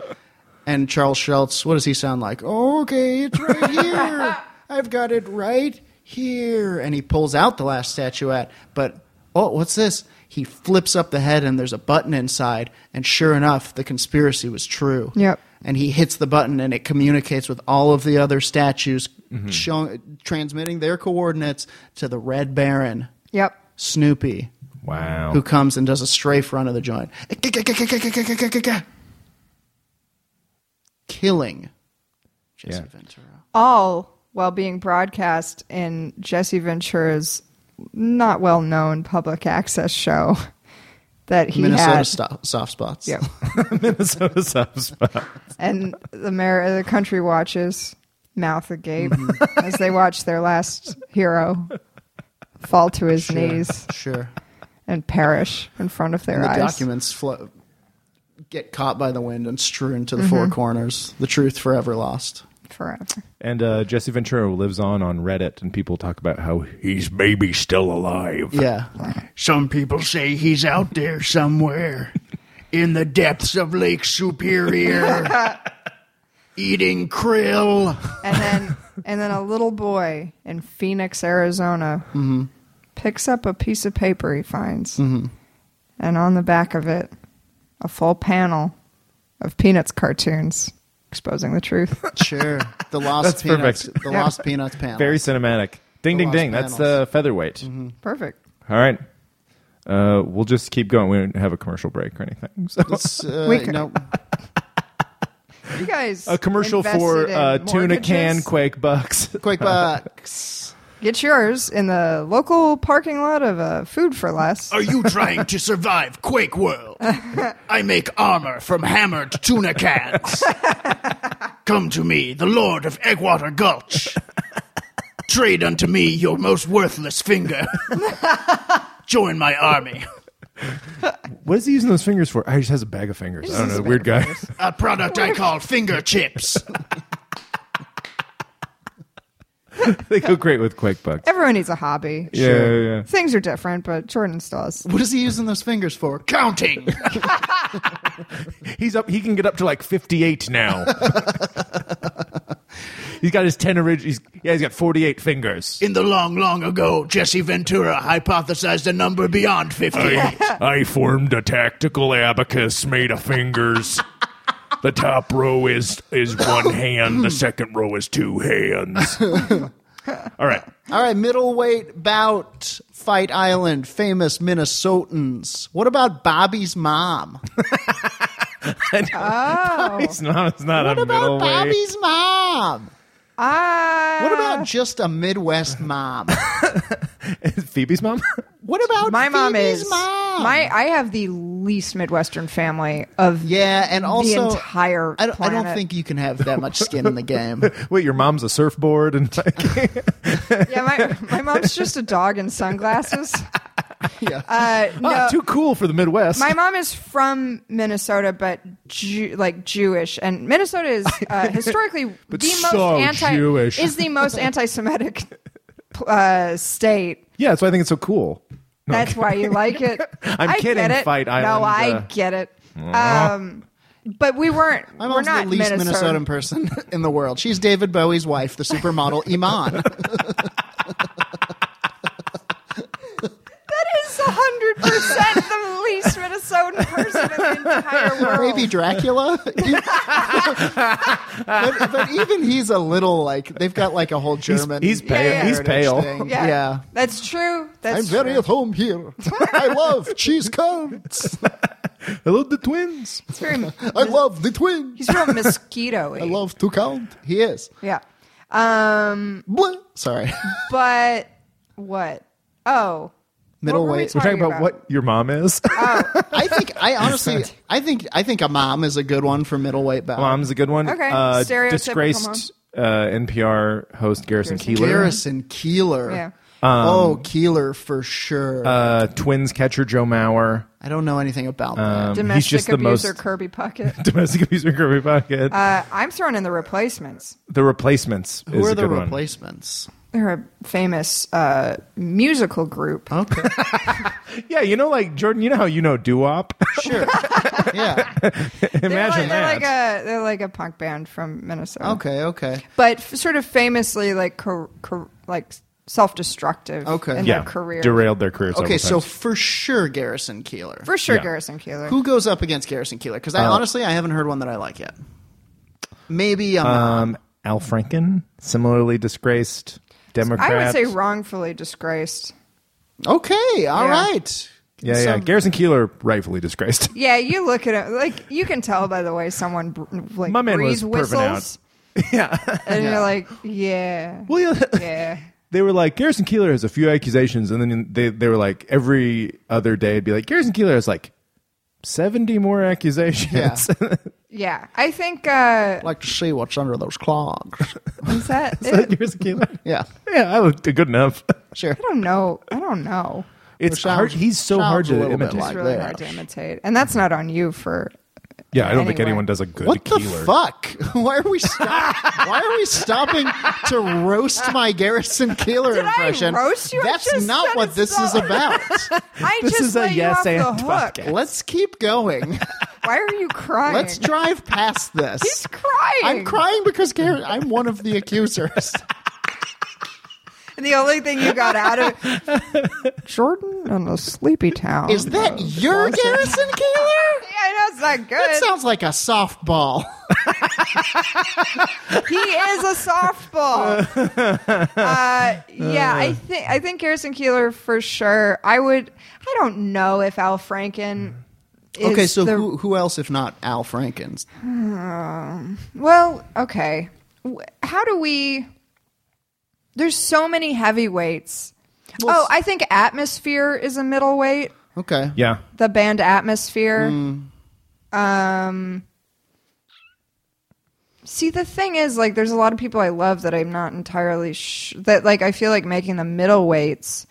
Speaker 1: and Charles Schultz, what does he sound like? Okay, it's right here. I've got it right here. And he pulls out the last statuette, but oh, what's this? He flips up the head and there's a button inside, and sure enough, the conspiracy was true.
Speaker 2: Yep.
Speaker 1: And he hits the button and it communicates with all of the other statues,
Speaker 3: Mm-hmm.
Speaker 1: showing, transmitting their coordinates to the Red Baron,
Speaker 2: Yep.
Speaker 1: Snoopy,
Speaker 3: Wow.
Speaker 1: who comes and does a strafe run of the joint, killing Jesse
Speaker 3: Yeah.
Speaker 1: Ventura.
Speaker 2: All while being broadcast in Jesse Ventura's not well known public access show that he
Speaker 1: Minnesota
Speaker 2: had.
Speaker 1: sto- soft spots.
Speaker 2: Yep.
Speaker 3: Minnesota soft spot.
Speaker 2: and the Mar- the country watches mouth agape
Speaker 1: Mm-hmm.
Speaker 2: as they watch their last hero fall to his knees
Speaker 1: Sure.
Speaker 2: and perish in front of their
Speaker 1: And the
Speaker 2: eyes.
Speaker 1: documents flow, get caught by the wind and strewn to the four corners. The truth forever lost.
Speaker 2: Forever.
Speaker 3: And uh, Jesse Ventura lives on on Reddit, and people talk about how
Speaker 4: He's maybe still alive.
Speaker 1: Yeah.
Speaker 4: Some people say he's out there somewhere in the depths of Lake Superior eating krill.
Speaker 2: And then and then a little boy in Phoenix, Arizona
Speaker 1: Mm-hmm.
Speaker 2: picks up a piece of paper he finds. And on the back of it, a full panel of Peanuts cartoons exposing the truth.
Speaker 1: Sure. The lost
Speaker 3: That's
Speaker 1: peanuts.
Speaker 3: perfect.
Speaker 1: The lost peanuts panel.
Speaker 3: very cinematic. Ding,
Speaker 1: The lost
Speaker 3: ding,
Speaker 1: Mm-hmm.
Speaker 3: ding. That's
Speaker 1: panels.
Speaker 3: uh, featherweight.
Speaker 2: Perfect.
Speaker 3: All right. Uh, we'll just keep going. We don't have a commercial break or anything. So.
Speaker 1: It's, uh,
Speaker 2: We can-
Speaker 1: no,
Speaker 2: You guys
Speaker 3: A commercial for
Speaker 2: invested in
Speaker 3: uh, tuna can
Speaker 2: mortgages?
Speaker 3: Quake Bucks.
Speaker 1: quick uh, bucks.
Speaker 2: Get yours in the local parking lot of uh, Food for Less.
Speaker 4: Are you trying to survive Quake World? I make armor from hammered tuna cans. Come to me, the Lord of Eggwater Gulch. Trade unto me your most worthless finger. Join my army.
Speaker 3: What is he using those fingers for? Oh, he just has a bag of fingers. I don't know. Weird guy.
Speaker 4: A product I call finger chips.
Speaker 3: they go great with Quake Bucks.
Speaker 2: Everyone needs a hobby.
Speaker 3: Yeah, yeah, yeah.
Speaker 2: Things are different, but Jordan still has.
Speaker 1: What is he using those fingers for?
Speaker 4: Counting.
Speaker 3: He's up. He can get up to like fifty-eight now. he's got his ten orig- he's Yeah, he's got forty-eight fingers.
Speaker 4: In the long, long ago, Jesse Ventura hypothesized a number beyond 58.
Speaker 3: I formed a tactical abacus made of fingers.
Speaker 6: The top row is is one hand. The second row is two hands.
Speaker 3: All right.
Speaker 1: All right, middleweight bout, Fight Island, famous Minnesotans. What about Bobby's mom?
Speaker 2: Oh.
Speaker 3: It's not. It's not
Speaker 1: What
Speaker 3: a
Speaker 1: about
Speaker 3: middleweight.
Speaker 1: Bobby's mom?
Speaker 2: Ah,
Speaker 1: What about just a Midwest mom?
Speaker 3: Phoebe's mom.
Speaker 1: What about
Speaker 2: my mom
Speaker 1: Phoebe's
Speaker 2: is
Speaker 1: mom?
Speaker 2: my. I have the least Midwestern family of
Speaker 1: yeah, and also
Speaker 2: entire
Speaker 1: I don't, I don't
Speaker 2: planet.
Speaker 1: think you can have that much skin in the game.
Speaker 3: Wait, your mom's a surfboard and like,
Speaker 2: yeah. My, my mom's just a dog in sunglasses.
Speaker 1: Yeah.
Speaker 2: Uh, no,
Speaker 3: Ah, too cool for the Midwest.
Speaker 2: my mom is from Minnesota, but Jew, like Jewish, and Minnesota is uh, historically
Speaker 3: But
Speaker 2: the
Speaker 3: so
Speaker 2: most anti
Speaker 3: Jewish.
Speaker 2: is the most anti-Semitic uh, state.
Speaker 3: yeah, that's why I think it's so cool.
Speaker 2: That's why you like it.
Speaker 3: I'm
Speaker 2: I
Speaker 3: kidding,
Speaker 2: Get it.
Speaker 3: Fight Island,
Speaker 2: No, I
Speaker 3: uh,
Speaker 2: get it. Um, but we weren't.
Speaker 1: My
Speaker 2: we're
Speaker 1: mom's
Speaker 2: not
Speaker 1: the least
Speaker 2: Minnesota.
Speaker 1: Minnesotan person in the world. She's David Bowie's wife, the supermodel Iman.
Speaker 2: That is hundred percent the least Minnesotan person in the entire world.
Speaker 1: Maybe Dracula. but, but even he's a little like they've got like a whole German.
Speaker 3: he's pale-
Speaker 2: Yeah, yeah.
Speaker 3: he's pale.
Speaker 1: thing.
Speaker 2: Yeah,
Speaker 1: Yeah.
Speaker 2: that's true. That's
Speaker 1: I'm very
Speaker 2: true.
Speaker 1: at home here. I love cheese curds.
Speaker 3: Hello, the twins.
Speaker 2: It's very.
Speaker 1: I love the twins.
Speaker 2: He's real mosquito.
Speaker 1: I love to count. He is.
Speaker 2: Yeah. Um.
Speaker 1: Blah. Sorry.
Speaker 2: But what? Oh.
Speaker 1: Middle
Speaker 2: were we
Speaker 1: weight.
Speaker 3: We're talking
Speaker 2: Talking
Speaker 3: about what your mom is.
Speaker 2: Oh,
Speaker 1: I think I honestly I think I think a mom is a good one for middleweight bout.
Speaker 3: Mom's a good one.
Speaker 2: Okay,
Speaker 3: Uh,
Speaker 2: stereotypical
Speaker 3: disgraced uh, NPR host Garrison Keeler.
Speaker 1: Garrison Keeler.
Speaker 2: Yeah.
Speaker 3: Um,
Speaker 1: oh, Keeler for sure.
Speaker 3: Uh, twins catcher Joe Mauer.
Speaker 1: I don't know anything about
Speaker 3: uh,
Speaker 1: that.
Speaker 2: Domestic
Speaker 3: just the
Speaker 2: abuser
Speaker 3: most-
Speaker 2: Kirby Puckett.
Speaker 3: Domestic abuser Kirby Pocket.
Speaker 2: Uh, I'm throwing in the replacements.
Speaker 3: the replacements.
Speaker 1: Who
Speaker 3: is
Speaker 1: are
Speaker 3: a
Speaker 1: the
Speaker 3: good one.
Speaker 1: replacements?
Speaker 2: They're a famous uh, musical group.
Speaker 3: Oh,
Speaker 1: Okay,
Speaker 3: Yeah, you know, like Jordan, you know how you know doo wop.
Speaker 1: sure. yeah.
Speaker 2: they're like, They're
Speaker 3: Imagine that.
Speaker 2: like a they're like a punk band from Minnesota.
Speaker 1: Okay. Okay.
Speaker 2: but f- sort of famously like car- car- like self destructive.
Speaker 1: Okay.
Speaker 2: in
Speaker 3: yeah,
Speaker 2: their career.
Speaker 3: derailed their career.
Speaker 1: Okay. So
Speaker 3: several times.
Speaker 1: for sure, Garrison Keeler.
Speaker 2: For sure,
Speaker 3: Yeah.
Speaker 2: Garrison Keeler.
Speaker 1: Who goes up against Garrison Keeler? Because
Speaker 2: Uh,
Speaker 1: I honestly I haven't heard one that I like yet. Maybe I'm not.
Speaker 3: um, Al Franken, similarly disgraced Democrat.
Speaker 2: I would say wrongfully disgraced.
Speaker 1: okay. all right.
Speaker 2: Uh, yeah.
Speaker 3: Yeah, yeah. Garrison Keeler, rightfully disgraced.
Speaker 2: Yeah, you look at it like you can tell by the way someone br- like
Speaker 3: My man
Speaker 2: breathes
Speaker 3: was perving
Speaker 2: whistles. Yeah, and you're like, yeah,
Speaker 3: Well, yeah,
Speaker 2: yeah.
Speaker 3: they were like Garrison Keeler has a few accusations, and then they they were like every other day it'd be like Garrison Keeler has like seventy more accusations.
Speaker 2: Yeah, I think uh,
Speaker 1: I'd like to see what's under those clogs.
Speaker 2: is that it?
Speaker 3: Garrison Keeler.
Speaker 1: yeah.
Speaker 3: Yeah, I looked good enough.
Speaker 1: Sure.
Speaker 2: I don't know. I don't know.
Speaker 3: It's
Speaker 1: sounds-
Speaker 3: hard. He's so
Speaker 1: sounds
Speaker 3: hard
Speaker 1: a
Speaker 3: to
Speaker 1: little bit
Speaker 3: imitate.
Speaker 2: It's
Speaker 1: Like
Speaker 2: really
Speaker 1: that.
Speaker 2: hard to imitate, and that's not on you for.
Speaker 3: yeah, I don't think
Speaker 2: Anyway.
Speaker 3: anyone does a good
Speaker 1: What the
Speaker 3: Keeler.
Speaker 1: fuck? Why are we stop- Why are we stopping to roast my Garrison Keeler
Speaker 2: Did I
Speaker 1: impression?
Speaker 2: roast you? I
Speaker 1: That's
Speaker 2: just
Speaker 1: not
Speaker 2: said
Speaker 1: what
Speaker 2: it's
Speaker 1: this is
Speaker 2: not-
Speaker 1: about.
Speaker 2: I
Speaker 3: This
Speaker 2: just
Speaker 3: is a
Speaker 2: let you
Speaker 3: yes
Speaker 2: off the
Speaker 3: and
Speaker 2: hook.
Speaker 3: podcast.
Speaker 1: Let's keep going.
Speaker 2: Why are you crying?
Speaker 1: Let's drive past this.
Speaker 2: He's crying. Oh,
Speaker 1: I'm crying because Gar- I'm one of the accusers.
Speaker 2: And the only thing you got out of Jordan and the Sleepy Town
Speaker 1: Is that your Garrison Keeler?
Speaker 2: Yeah, I know it's not good.
Speaker 1: That sounds like a softball.
Speaker 2: he is a softball. uh, yeah, I think I think Garrison Keeler for sure. I would. I don't know if Al Franken. Is
Speaker 1: okay, so
Speaker 2: the-
Speaker 1: who, who else if not Al Franken?
Speaker 2: well, okay. W- How do we? There's so many heavyweights. oh, I think Atmosphere is a middleweight.
Speaker 1: Okay.
Speaker 3: Yeah,
Speaker 2: the band atmosphere.
Speaker 3: Mm.
Speaker 2: Um, see, the thing is, like, there's a lot of people I love that I'm not entirely sh- that like I feel like making the middleweights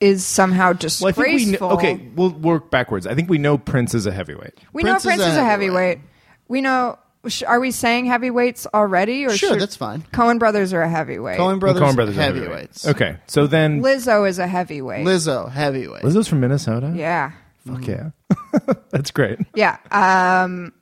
Speaker 2: is somehow
Speaker 3: well, I
Speaker 2: disgraceful.
Speaker 3: think we know, okay. We'll work backwards. I think we know Prince is a heavyweight.
Speaker 2: We
Speaker 1: Prince is
Speaker 2: know Prince
Speaker 1: a
Speaker 2: is a
Speaker 1: heavyweight.
Speaker 2: heavyweight. We know. Sh- are we saying heavyweights already? Or
Speaker 1: Sure,
Speaker 2: should-
Speaker 1: that's fine.
Speaker 2: Cohen Brothers are a heavyweight.
Speaker 1: Cohen Brothers,
Speaker 3: Coen Brothers are
Speaker 1: heavyweights.
Speaker 3: Okay, so then
Speaker 2: Lizzo is a heavyweight.
Speaker 1: Lizzo, heavyweight.
Speaker 3: Lizzo's from Minnesota.
Speaker 2: yeah,
Speaker 3: Fuck yeah, that's great.
Speaker 2: yeah. Um,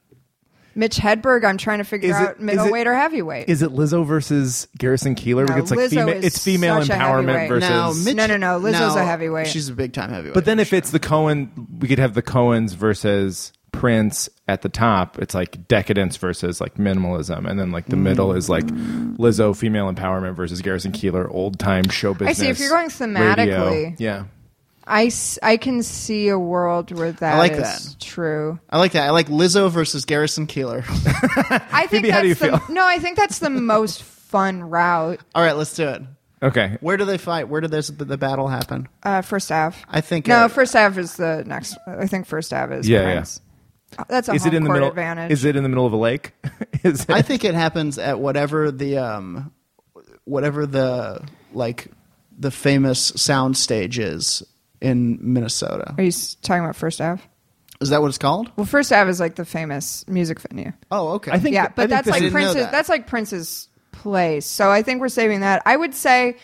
Speaker 2: Mitch Hedberg. I'm trying to figure
Speaker 3: Is it-
Speaker 2: out
Speaker 3: is it-
Speaker 2: middleweight or heavyweight.
Speaker 3: Is it Lizzo versus Garrison Keeler?
Speaker 2: No,
Speaker 3: it's like
Speaker 2: Lizzo
Speaker 3: female,
Speaker 2: is
Speaker 3: it's female
Speaker 2: such a
Speaker 3: empowerment
Speaker 2: heavyweight.
Speaker 3: versus.
Speaker 1: Now, Mitch-
Speaker 2: No, no, no, Lizzo's a heavyweight.
Speaker 1: She's a big time heavyweight.
Speaker 3: but then if it's the Cohen, we could have the Cohens versus Prince at the top. It's like decadence versus like minimalism, and then like the middle is like Lizzo female empowerment versus Garrison Keeler old time show
Speaker 2: I
Speaker 3: business.
Speaker 2: see. If you're going
Speaker 3: radio.
Speaker 2: thematically,
Speaker 3: yeah.
Speaker 2: I, s- I can see a world where that
Speaker 1: I like
Speaker 2: is
Speaker 1: that.
Speaker 2: true.
Speaker 1: I like that. I like Lizzo versus Garrison Keeler.
Speaker 2: I think
Speaker 3: Phoebe,
Speaker 2: that's
Speaker 3: how do you
Speaker 2: the
Speaker 3: feel?
Speaker 2: no. I think that's the most fun route.
Speaker 1: All right, let's do it.
Speaker 3: Okay.
Speaker 1: Where do they fight? Where did this, the battle happen?
Speaker 2: Uh, first half.
Speaker 1: I think,
Speaker 2: no.
Speaker 1: uh,
Speaker 2: first half is the next. I think first half is
Speaker 3: Yeah,
Speaker 2: Prince. That's a
Speaker 3: Is
Speaker 2: home
Speaker 3: it in the
Speaker 2: court
Speaker 3: middle?
Speaker 2: advantage.
Speaker 3: Is it in the middle of a lake? is it,
Speaker 1: I think it happens at whatever the um, whatever the like the famous sound stage is in Minnesota.
Speaker 2: Are you s- talking about first half?
Speaker 1: Is that what it's called?
Speaker 2: Well, first half is like the famous music venue.
Speaker 1: Oh, okay.
Speaker 3: I think-
Speaker 2: Yeah, but
Speaker 3: I
Speaker 2: that's
Speaker 3: this
Speaker 1: is-
Speaker 2: like
Speaker 1: I didn't know
Speaker 2: Prince's.
Speaker 1: that.
Speaker 2: That's like Prince's place. So I think we're saving that. I would say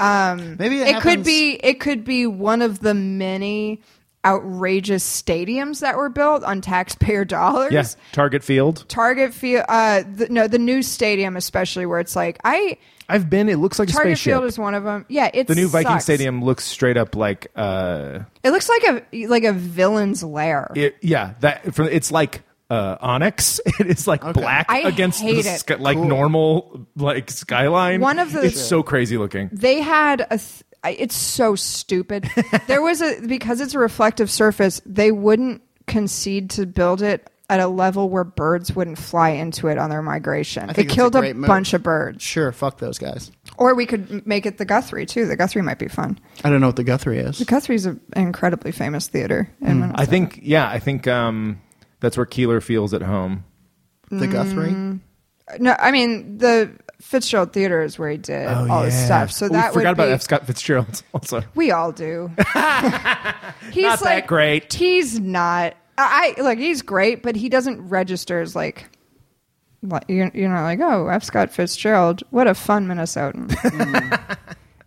Speaker 2: um,
Speaker 1: maybe it,
Speaker 2: it could
Speaker 1: happens-
Speaker 2: be it could be one of the many outrageous stadiums that were built on taxpayer dollars.
Speaker 3: yeah. Target Field.
Speaker 2: Target Field, uh, the, no, the new stadium especially, where it's like I
Speaker 3: I've been. It looks like a
Speaker 2: Target
Speaker 3: spaceship.
Speaker 2: Field is one of them. Yeah, it's
Speaker 3: the new Viking Stadium looks straight up like uh
Speaker 2: It looks like a like a villain's lair.
Speaker 3: it, yeah that for, it's like uh onyx it is like black
Speaker 2: I
Speaker 3: against the
Speaker 2: hate it.
Speaker 3: sky- like normal like skyline
Speaker 2: One of the-
Speaker 3: it's so crazy looking
Speaker 2: they had a th- I- it's so stupid there was a because it's a reflective surface they wouldn't concede to build it at a level where birds wouldn't fly into it on their migration
Speaker 1: think
Speaker 2: it
Speaker 1: that's a
Speaker 2: killed a,
Speaker 1: great move.
Speaker 2: bunch of birds
Speaker 1: Sure, fuck those guys.
Speaker 2: or we could m- make it the guthrie too the guthrie might be fun
Speaker 1: I don't know what the Guthrie is.
Speaker 2: the guthrie's an incredibly famous theater in Minnesota.
Speaker 3: Mm, i think yeah i think um
Speaker 2: Mm,
Speaker 3: that's where keeler feels at home
Speaker 1: The Guthrie.
Speaker 2: no i mean the Fitzgerald Theater is where he did all his stuff. So
Speaker 3: Oh, we
Speaker 2: that
Speaker 3: forgot
Speaker 2: would
Speaker 3: about
Speaker 2: be,
Speaker 3: F. Scott Fitzgerald also.
Speaker 2: We all do. he's
Speaker 3: Not that
Speaker 2: like
Speaker 3: great.
Speaker 2: He's not. I I- look. He's great, but he doesn't register as like. like- You're, you're not like oh F Scott Fitzgerald. What a fun Minnesotan.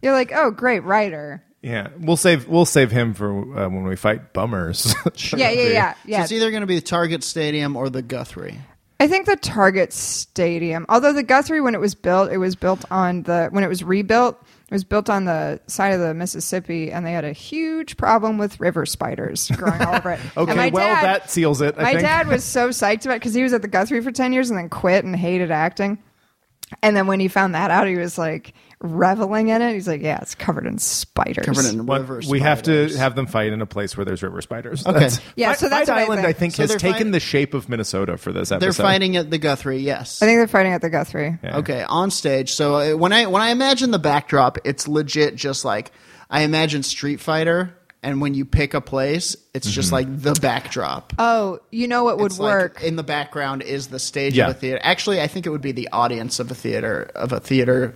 Speaker 2: you're like oh great writer.
Speaker 3: Yeah, we'll save we'll save him for uh, when we fight bummers.
Speaker 2: Yeah yeah yeah yeah.
Speaker 1: So it's either going to be the Target Stadium or the Guthrie.
Speaker 2: I think the Target Stadium, although the Guthrie, when it was built, it was built on the when it was rebuilt, it was built on the side of the Mississippi, and they had a huge problem with river spiders growing all over it. And
Speaker 3: Okay,
Speaker 2: my
Speaker 3: well
Speaker 2: dad-
Speaker 3: that seals it. I
Speaker 2: my
Speaker 3: think.
Speaker 2: dad was so psyched about it because he was at the Guthrie for ten years and then quit and hated acting. And then when he found that out, he was like reveling in it. He's like, "Yeah, it's covered in spiders."
Speaker 1: Covered in
Speaker 3: But
Speaker 1: river
Speaker 3: we have to
Speaker 1: spiders.
Speaker 3: have them fight in a place where there's river spiders.
Speaker 1: Okay.
Speaker 2: Yeah,
Speaker 3: Fi-
Speaker 2: so that's what
Speaker 3: Fight
Speaker 2: I
Speaker 3: Island.
Speaker 2: think.
Speaker 3: I think
Speaker 1: So
Speaker 3: has
Speaker 1: they're
Speaker 3: taken
Speaker 1: fight-
Speaker 3: the shape of Minnesota for this episode.
Speaker 1: They're fighting at the Guthrie, yes.
Speaker 2: I think they're fighting at the Guthrie.
Speaker 1: Okay, on stage. So uh, when I when I imagine the backdrop, it's legit. Just like I imagine Street Fighter, and when you pick a place, it's just
Speaker 3: Mm-hmm.
Speaker 1: like the backdrop.
Speaker 2: Oh, you know what would
Speaker 1: It's like
Speaker 2: work?
Speaker 1: in the background is the stage
Speaker 3: Yeah.
Speaker 1: of a theater. Actually, I think it would be the audience of a theater of a theater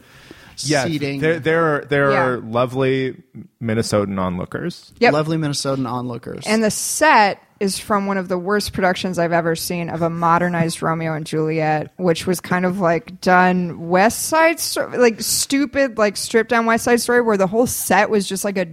Speaker 3: Yeah,
Speaker 1: seating.
Speaker 3: There, there are there
Speaker 2: Yeah.
Speaker 3: are lovely Minnesotan onlookers.
Speaker 2: Yep.
Speaker 1: Lovely Minnesotan onlookers.
Speaker 2: And the set is from one of the worst productions I've ever seen of a modernized Romeo and Juliet, which was kind of like done West Side, Sto- like stupid, like stripped down West Side Story, where the whole set was just like a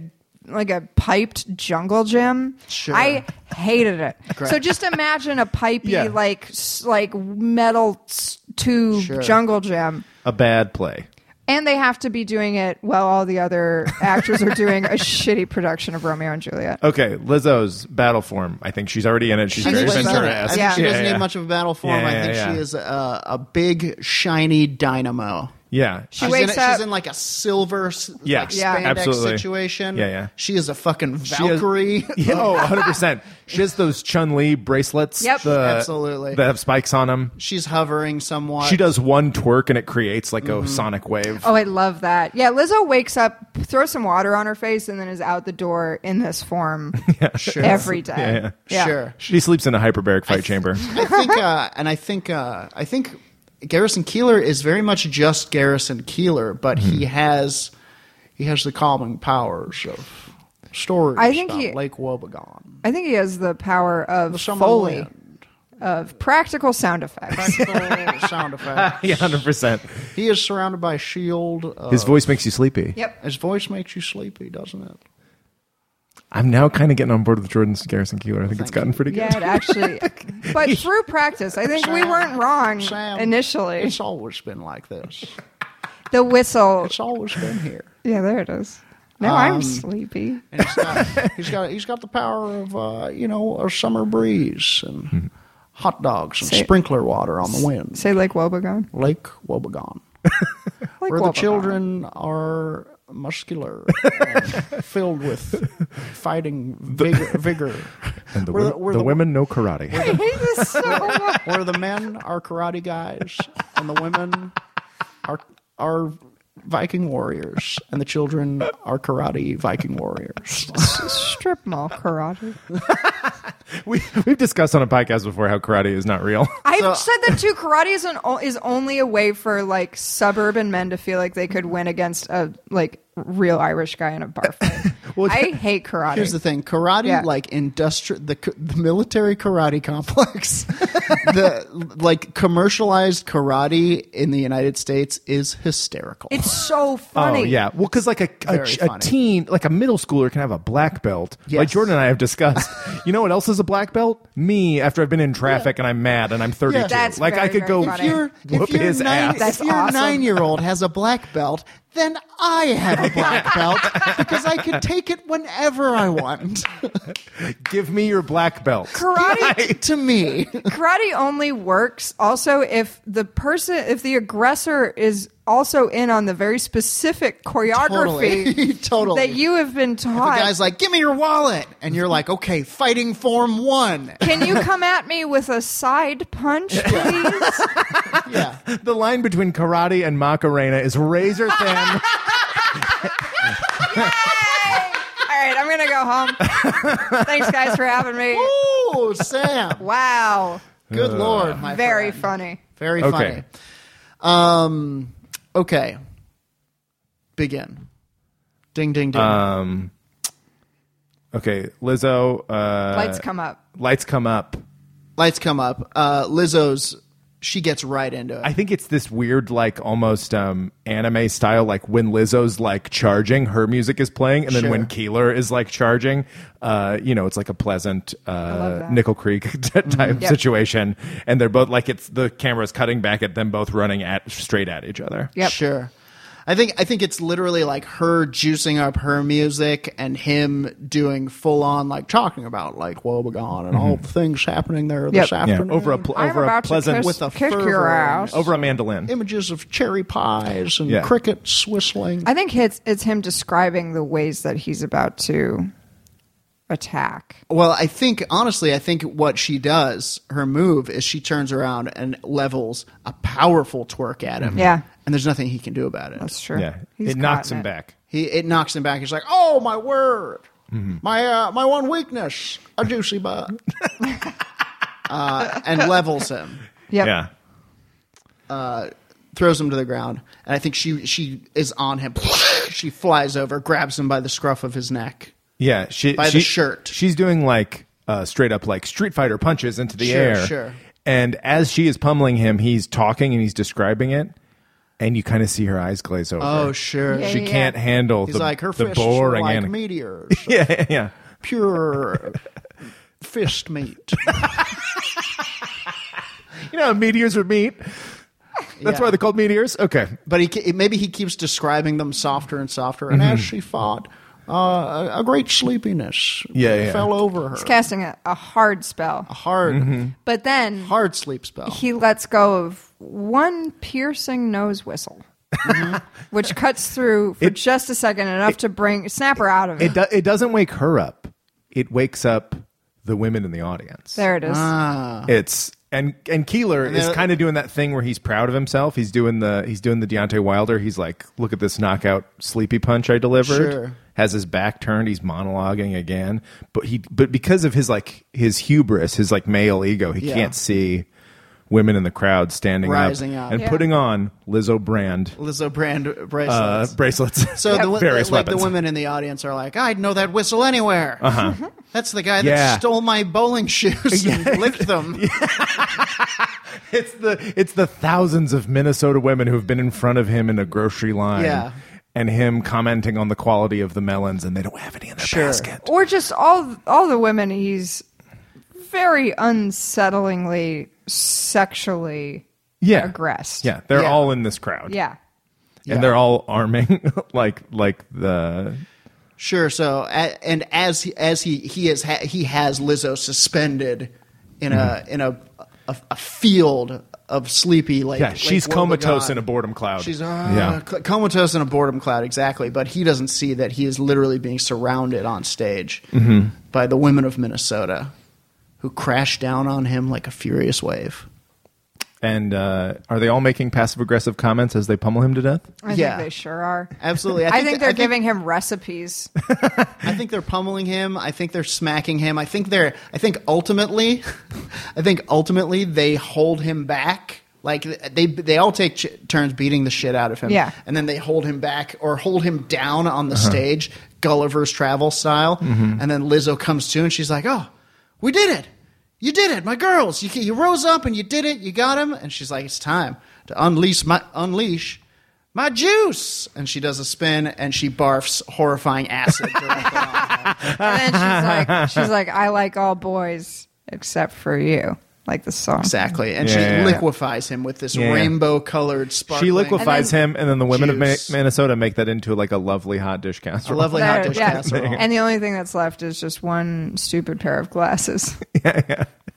Speaker 2: like a piped jungle gym.
Speaker 1: Sure.
Speaker 2: I hated it. So just imagine a pipey
Speaker 3: Yeah.
Speaker 2: like s- like metal s- tube
Speaker 1: Sure.
Speaker 2: jungle gym.
Speaker 3: A bad play.
Speaker 2: And they have to be doing it while all the other actors are doing a shitty production of Romeo and Juliet.
Speaker 3: Okay, Lizzo's battle form. I think she's already in it. She's
Speaker 1: I
Speaker 3: very
Speaker 1: think she's done it.
Speaker 3: Ventura
Speaker 1: I think
Speaker 2: Yeah.
Speaker 1: she doesn't
Speaker 3: Yeah, yeah.
Speaker 1: need much of a battle form.
Speaker 3: Yeah,
Speaker 1: I think
Speaker 3: yeah, yeah.
Speaker 1: she is a, a big, shiny dynamo.
Speaker 3: Yeah.
Speaker 2: She
Speaker 1: she's,
Speaker 2: wakes
Speaker 1: in, a-
Speaker 2: up-
Speaker 1: she's in like a silver s-
Speaker 3: Yeah,
Speaker 1: like
Speaker 3: Yeah.
Speaker 1: spandex
Speaker 3: absolutely.
Speaker 1: situation.
Speaker 3: Yeah, yeah.
Speaker 1: She is a fucking
Speaker 3: She has-
Speaker 1: Valkyrie.
Speaker 3: Yeah, oh, 100%. She has those Chun Li bracelets.
Speaker 2: Yep.
Speaker 3: the-
Speaker 1: Absolutely.
Speaker 3: That have spikes on them.
Speaker 1: she's hovering somewhat.
Speaker 3: She does one twerk and it creates like
Speaker 1: Mm-hmm.
Speaker 3: a sonic wave.
Speaker 2: Oh, I love that. Yeah, Lizzo wakes up, throws some water on her face, and then is out the door in this form
Speaker 1: Sure.
Speaker 2: every day.
Speaker 3: yeah.
Speaker 1: Sure.
Speaker 3: She sleeps in a hyperbaric fight chamber.
Speaker 1: I think, uh, and I think, uh, I think Garrison Keeler is very much just Garrison Keeler, but
Speaker 3: Mm-hmm.
Speaker 1: he has he has the calming powers of stories.
Speaker 2: I think
Speaker 1: about
Speaker 2: he-
Speaker 1: Lake Wobegon.
Speaker 2: I think he has the power of Foley, of practical sound effects.
Speaker 1: sound effect.
Speaker 3: Yeah, 100%.
Speaker 1: He is surrounded by shield. Uh,
Speaker 3: His voice makes you sleepy.
Speaker 2: yep.
Speaker 1: his voice makes you sleepy, doesn't it?
Speaker 3: I'm now kind of getting on board with Jordan's Garrison Keeler. I think it's gotten pretty good.
Speaker 2: Yeah, it actually. But through practice, I think we weren't wrong
Speaker 1: Sam,
Speaker 2: Mm. initially.
Speaker 1: It's always been like this.
Speaker 2: The whistle.
Speaker 1: It's always been here.
Speaker 2: Yeah, there it is. Now I'm sleepy.
Speaker 1: Um, And he's got, he's got he's got the power of uh, you know a summer breeze and hot dogs and
Speaker 2: Say-
Speaker 1: sprinkler water on the wind.
Speaker 2: Say like Wobegon.
Speaker 1: Lake Wobegon,
Speaker 2: Like
Speaker 1: where the
Speaker 2: Wobegon.
Speaker 1: children are muscular, and filled with fighting vigor. vigor.
Speaker 3: And the,
Speaker 1: Where
Speaker 3: wo-
Speaker 1: the- where
Speaker 3: the
Speaker 1: the-
Speaker 3: women know karate.
Speaker 2: I hate this so much.
Speaker 1: Where the men are karate guys and the women are are Viking warriors and the children are karate Viking warriors.
Speaker 2: Strip mall karate.
Speaker 3: we, we've discussed on a podcast before how karate is not real.
Speaker 2: I've said that too. Karate is an o- is only a way for like suburban men to feel like they could win against a like real Irish guy in a bar fight. I hate karate.
Speaker 1: Here's the thing: karate,
Speaker 2: Yeah.
Speaker 1: like industrial, the, c- the military karate complex, the like commercialized karate in the United States is hysterical.
Speaker 2: it's so funny.
Speaker 3: Oh yeah, well, because like a, a,
Speaker 1: Very
Speaker 3: a
Speaker 1: funny.
Speaker 3: teen, like a middle schooler, can have a black belt. Like
Speaker 1: Yes.
Speaker 3: Jordan and I have discussed. you know what else is a black belt? Me after I've been in traffic and I'm mad and I'm 32.
Speaker 2: That's
Speaker 3: like I
Speaker 2: very,
Speaker 3: could
Speaker 2: very
Speaker 3: go
Speaker 2: funny.
Speaker 1: if your
Speaker 3: whoop
Speaker 1: if your
Speaker 3: his
Speaker 1: nine,
Speaker 3: ass.
Speaker 2: That's
Speaker 1: if your
Speaker 2: awesome.
Speaker 1: nine year old has a black belt, then I have a black belt because I can take it whenever I want.
Speaker 3: Give me your black belt.
Speaker 2: Karate
Speaker 1: to me,
Speaker 2: karate only works also if the person if the aggressor is also in on the very specific choreography
Speaker 1: totally, totally.
Speaker 2: that you have been
Speaker 1: the
Speaker 2: taught.
Speaker 1: guy's like, "Give me your wallet," and you're like, "Okay, fighting form one."
Speaker 2: Can you come at me with a side punch, please?
Speaker 1: Yeah.
Speaker 3: The line between karate and macarena is razor thin.
Speaker 2: All right, I'm gonna go home. Thanks, guys, for having me.
Speaker 1: Oh, Sam.
Speaker 2: Wow,
Speaker 1: Good lord, my
Speaker 2: very
Speaker 1: friend.
Speaker 2: funny.
Speaker 1: very
Speaker 3: Okay.
Speaker 1: funny. Um, Okay. Begin. Ding ding ding.
Speaker 3: Um, okay, Lizzo. Uh,
Speaker 2: Lights come up.
Speaker 3: Lights come up.
Speaker 1: Lights come up. Uh, Lizzo's she gets right into it.
Speaker 3: I think it's this weird, like almost um, anime style, like when Lizzo's like charging, her music is playing, and then
Speaker 1: Sure.
Speaker 3: when Keeler is like charging, uh, you know, it's like a pleasant uh,
Speaker 2: that. Mm-hmm.
Speaker 3: Nickel Creek type
Speaker 2: Yep.
Speaker 3: situation, and they're both like it's the camera's cutting back at them both running at straight at each other.
Speaker 2: Yep.
Speaker 1: Sure. I think I think it's literally like her juicing up her music and him doing full on like talking about like woebegone and all the things happening there this
Speaker 2: Yep.
Speaker 3: Mm-hmm. Yeah,
Speaker 1: afternoon.
Speaker 3: over a pl-
Speaker 2: I'm
Speaker 3: over a
Speaker 2: about to
Speaker 3: pleasant
Speaker 2: kiss-
Speaker 1: with a
Speaker 2: kick
Speaker 1: fervor
Speaker 2: your
Speaker 1: and-
Speaker 2: ass.
Speaker 3: over a mandolin.
Speaker 1: images of cherry pies and
Speaker 3: Yeah.
Speaker 1: crickets whistling.
Speaker 2: I think it's it's him describing the ways that he's about to attack.
Speaker 1: Well, I think honestly, I think what she does, her move is she turns around and levels a powerful twerk at him.
Speaker 2: Mm-hmm. Yeah.
Speaker 1: and there's nothing he can do about it.
Speaker 2: That's true.
Speaker 3: Yeah,
Speaker 2: He's
Speaker 3: it knocks
Speaker 2: gotten
Speaker 3: him
Speaker 2: it.
Speaker 3: back.
Speaker 1: He it knocks him back. He's like, "Oh my word,
Speaker 3: Mm-hmm.
Speaker 1: my uh, my one weakness, a juicy butt," uh, and levels him,
Speaker 2: Yep.
Speaker 3: Yeah.
Speaker 1: throws him to the ground, and I think she she is on him. she flies over, grabs him by the scruff of his neck.
Speaker 3: Yeah, she
Speaker 1: By the
Speaker 3: she-
Speaker 1: shirt.
Speaker 3: She's doing like uh, straight up like Street Fighter punches into the
Speaker 1: Sure,
Speaker 3: air.
Speaker 1: sure.
Speaker 3: And as she is pummeling him, he's talking and he's describing it, and you kind of see her eyes glaze over.
Speaker 1: Oh, sure.
Speaker 3: she can't handle
Speaker 1: He's
Speaker 3: the,
Speaker 1: like her
Speaker 3: the
Speaker 1: fists
Speaker 3: boring
Speaker 1: are like
Speaker 3: ane-
Speaker 1: meteors,
Speaker 3: Yeah, yeah.
Speaker 1: pure fist meat.
Speaker 3: You know, how meteors would meet. That's
Speaker 1: Yeah.
Speaker 3: why they're called meteors. Okay,
Speaker 1: but he ke- maybe he keeps describing them softer and softer. And
Speaker 3: Mm-hmm.
Speaker 1: as she fought, uh, a- a great sleepiness
Speaker 3: Yeah, yeah.
Speaker 1: fell over her.
Speaker 2: He's casting a, a hard spell.
Speaker 1: Hard,
Speaker 3: mm-hmm.
Speaker 2: But then
Speaker 1: hard sleep spell.
Speaker 2: he lets go of one piercing nose whistle,
Speaker 3: Mm-hmm.
Speaker 2: which cuts through for just a second, enough to bring Snapper out of it.
Speaker 3: it do- it doesn't wake her up. It wakes up the women in the audience.
Speaker 2: there it is.
Speaker 3: It's and and Keeler is
Speaker 1: they're-
Speaker 3: kind of doing that thing where he's proud of himself. He's doing the he's doing the Deontay Wilder. He's like, look at this knockout sleepy punch I delivered.
Speaker 1: Sure.
Speaker 3: Has his back turned. He's monologuing again, but he but because of his like his hubris, his like male ego, he
Speaker 1: Yeah.
Speaker 3: can't see women in the crowd standing
Speaker 1: Rising up.
Speaker 3: and
Speaker 2: Yeah.
Speaker 3: putting on Lizzo brand
Speaker 1: Lizzo brand
Speaker 3: uh,
Speaker 1: bracelets.
Speaker 3: bracelets.
Speaker 1: so the, wo-
Speaker 3: various
Speaker 1: like the
Speaker 3: weapons.
Speaker 1: women in the audience are like, I'd know that whistle anywhere. That's the guy that
Speaker 3: Uh-huh. Yeah.
Speaker 1: stole my bowling shoes and licked them.
Speaker 3: it's the it's the thousands of Minnesota women who've been in front of him in a grocery line.
Speaker 1: Yeah.
Speaker 3: And him commenting on the quality of the melons, and they don't have any in their
Speaker 1: Sure.
Speaker 3: basket.
Speaker 2: or just all all the women he's very unsettlingly sexually
Speaker 3: Yeah,
Speaker 2: aggressed.
Speaker 3: Yeah, they're
Speaker 1: Yeah.
Speaker 3: all in this crowd.
Speaker 2: yeah.
Speaker 3: and they're all arming like like the
Speaker 1: Sure. So a- and as he, as he he is ha- he has Lizzo suspended in
Speaker 3: Mm-hmm.
Speaker 1: a in a, a a field of sleepy like
Speaker 3: yeah.
Speaker 1: like
Speaker 3: she's
Speaker 1: woebegone.
Speaker 3: comatose in a boredom cloud.
Speaker 1: She's uh,
Speaker 3: yeah.
Speaker 1: co- comatose in a boredom cloud exactly, but he doesn't see that he is literally being surrounded on stage by the women of Minnesota who crash down on him like a furious wave.
Speaker 3: And uh, are they all making passive aggressive comments as they pummel him to death?
Speaker 2: I
Speaker 1: Yeah.
Speaker 2: think they sure are.
Speaker 1: Absolutely. I
Speaker 2: I
Speaker 1: think
Speaker 2: think,
Speaker 1: th-
Speaker 2: they're
Speaker 1: I think-
Speaker 2: giving him recipes.
Speaker 1: I think they're pummeling him. I think they're smacking him. I think they're. I think ultimately, I think ultimately they hold him back. Like they they all take ch- turns beating the shit out of him.
Speaker 2: Yeah.
Speaker 1: and then they hold him back or hold him down on the
Speaker 3: Uh-huh.
Speaker 1: stage, Gulliver's Travel style.
Speaker 3: Mm-hmm.
Speaker 1: And then Lizzo comes to and she's like, "Oh, we did it! You did it, my girls! You you rose up and you did it! You got him!" And she's like, "It's time to unleash my unleash." My juice, and she does a spin, and she barfs horrifying acid. directly on him.
Speaker 2: and then she's like she's like, I like all boys except for you. Like the song.
Speaker 1: Exactly. And
Speaker 3: Yeah, yeah,
Speaker 1: she
Speaker 3: yeah.
Speaker 1: liquefies him with this
Speaker 3: Yeah.
Speaker 1: rainbow colored sparkling.
Speaker 3: She liquefies
Speaker 2: And then-
Speaker 3: him, and then the women
Speaker 1: Juice.
Speaker 3: of Ma- Minnesota make that into like a lovely hot dish casserole.
Speaker 1: A lovely hot
Speaker 2: There,
Speaker 1: dish
Speaker 2: yeah.
Speaker 1: casserole.
Speaker 2: And the only thing that's left is just one stupid pair of glasses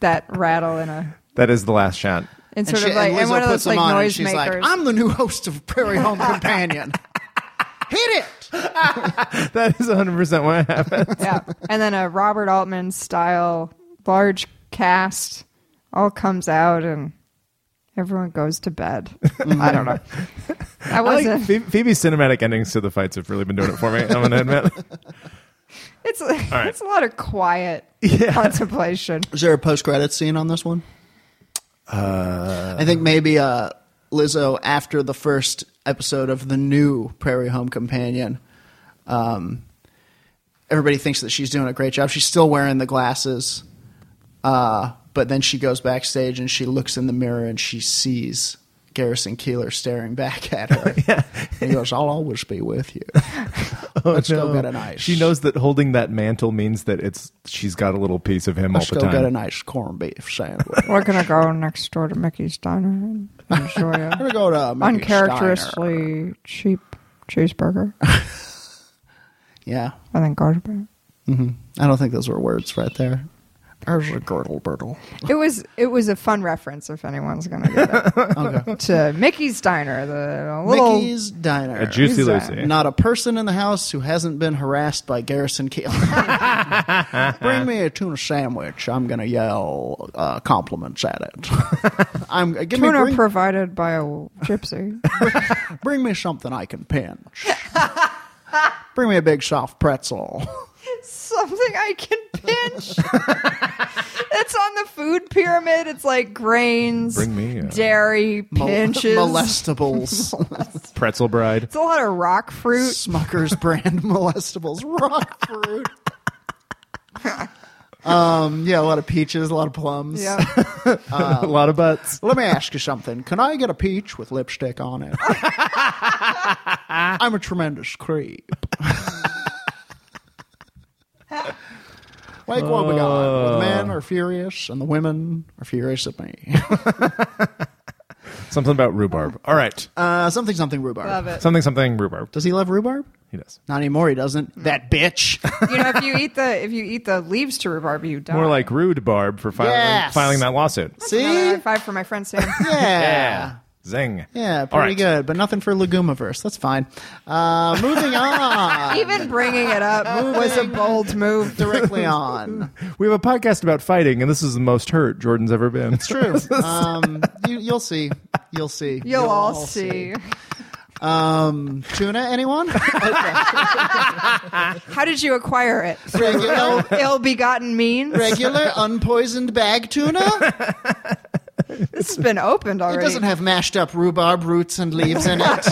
Speaker 2: that rattle in a
Speaker 3: that is the last shot.
Speaker 2: in sort
Speaker 1: she-
Speaker 2: of like
Speaker 1: and
Speaker 2: in one
Speaker 1: Lizzo
Speaker 2: of
Speaker 1: puts
Speaker 2: those like
Speaker 1: him on, and
Speaker 2: noise
Speaker 1: she's
Speaker 2: makers.
Speaker 1: like, I'm the new host of Prairie Home Companion. Hit it!
Speaker 3: That is 100 percent what happened.
Speaker 2: yeah. And then a Robert Altman style large cast all comes out and everyone goes to bed. I don't know. That
Speaker 3: I like
Speaker 2: wasn't
Speaker 3: Phoebe- Phoebe's cinematic endings to the fights have really been doing it for me. I'm gonna admit.
Speaker 2: it's it's a lot of quiet contemplation.
Speaker 1: Is there a post credit scene on this one? I think maybe uh, Lizzo after the first episode of the new Prairie Home Companion. Um, everybody thinks that she's doing a great job. She's still wearing the glasses, uh, but then she goes backstage and she looks in the mirror and she sees Garrison Keeler staring back at her. And he goes, "I'll always be with you." Let's go get an ice.
Speaker 3: Oh, She knows that holding that mantle means that it's she's got a little piece of him
Speaker 1: Let's
Speaker 3: all
Speaker 1: go
Speaker 3: the time.
Speaker 1: get a nice corned beef sandwich.
Speaker 2: We're gonna go next door to Mickey's Diner and enjoy
Speaker 1: We're
Speaker 2: a
Speaker 1: gonna go to Mickey Steiner.
Speaker 2: uncharacteristically cheap cheeseburger
Speaker 1: Yeah,
Speaker 2: and then go to bed.
Speaker 1: I don't think those were words right there. There's a girdle birdle.
Speaker 2: It was it was a fun reference if anyone's gonna get it
Speaker 1: Okay.
Speaker 2: to Mickey's Diner, the little
Speaker 1: Mickey's Diner.
Speaker 3: a juicy
Speaker 2: He's, uh,
Speaker 3: Lucy.
Speaker 1: Not a person in the house who hasn't been harassed by Garrison Keeler. Bring me a tuna sandwich. I'm gonna yell uh, compliments at it. I'm give me
Speaker 2: tuna
Speaker 1: bring,
Speaker 2: provided by a gypsy.
Speaker 1: bring me something I can pinch. bring me a big soft pretzel.
Speaker 2: Something I can pinch. it's on the food pyramid. It's like grains,
Speaker 3: Bring me uh, a-
Speaker 2: dairy,
Speaker 1: Mol-
Speaker 2: pinches.
Speaker 1: molestables.
Speaker 3: Pretzel bride.
Speaker 2: It's a lot of rock fruit.
Speaker 1: Smucker's brand molestables. Rock fruit. um, yeah, a lot of peaches, a lot of plums.
Speaker 2: Yeah.
Speaker 3: a lot of butts.
Speaker 1: Let me ask you something. Can I get a peach with lipstick on it? I'm a tremendous creep. like what we
Speaker 2: Uh.
Speaker 1: got. The men are furious and the women are furious at me.
Speaker 3: Something about rhubarb. All right.
Speaker 1: Uh, something, something rhubarb.
Speaker 2: Love it.
Speaker 3: Something something rhubarb.
Speaker 1: Does he love rhubarb?
Speaker 3: He does.
Speaker 1: Not anymore. He doesn't. That bitch.
Speaker 2: You know, if you eat the if you eat the leaves to rhubarb, you die.
Speaker 3: More like rude barb for filing
Speaker 1: Yes.
Speaker 3: filing that lawsuit.
Speaker 1: See?
Speaker 2: Another high
Speaker 1: Yeah.
Speaker 2: five for my friend Sam.
Speaker 1: Yeah.
Speaker 3: Zing.
Speaker 1: pretty good, but nothing for Legumiverse. That's fine. Uh, moving on.
Speaker 2: Even bringing it up was a bold move.
Speaker 1: Directly on.
Speaker 3: We have a podcast about fighting, and this is the most hurt Jordan's ever been. It's
Speaker 1: True. Um, you, you'll see. You'll see.
Speaker 2: You'll all see.
Speaker 1: Um, tuna, anyone?
Speaker 2: How did you acquire it?
Speaker 1: regular,
Speaker 2: Ill-begotten means.
Speaker 1: regular unpoisoned bag tuna.
Speaker 2: This has been opened
Speaker 1: It
Speaker 2: already.
Speaker 1: doesn't have mashed up rhubarb roots and leaves in it.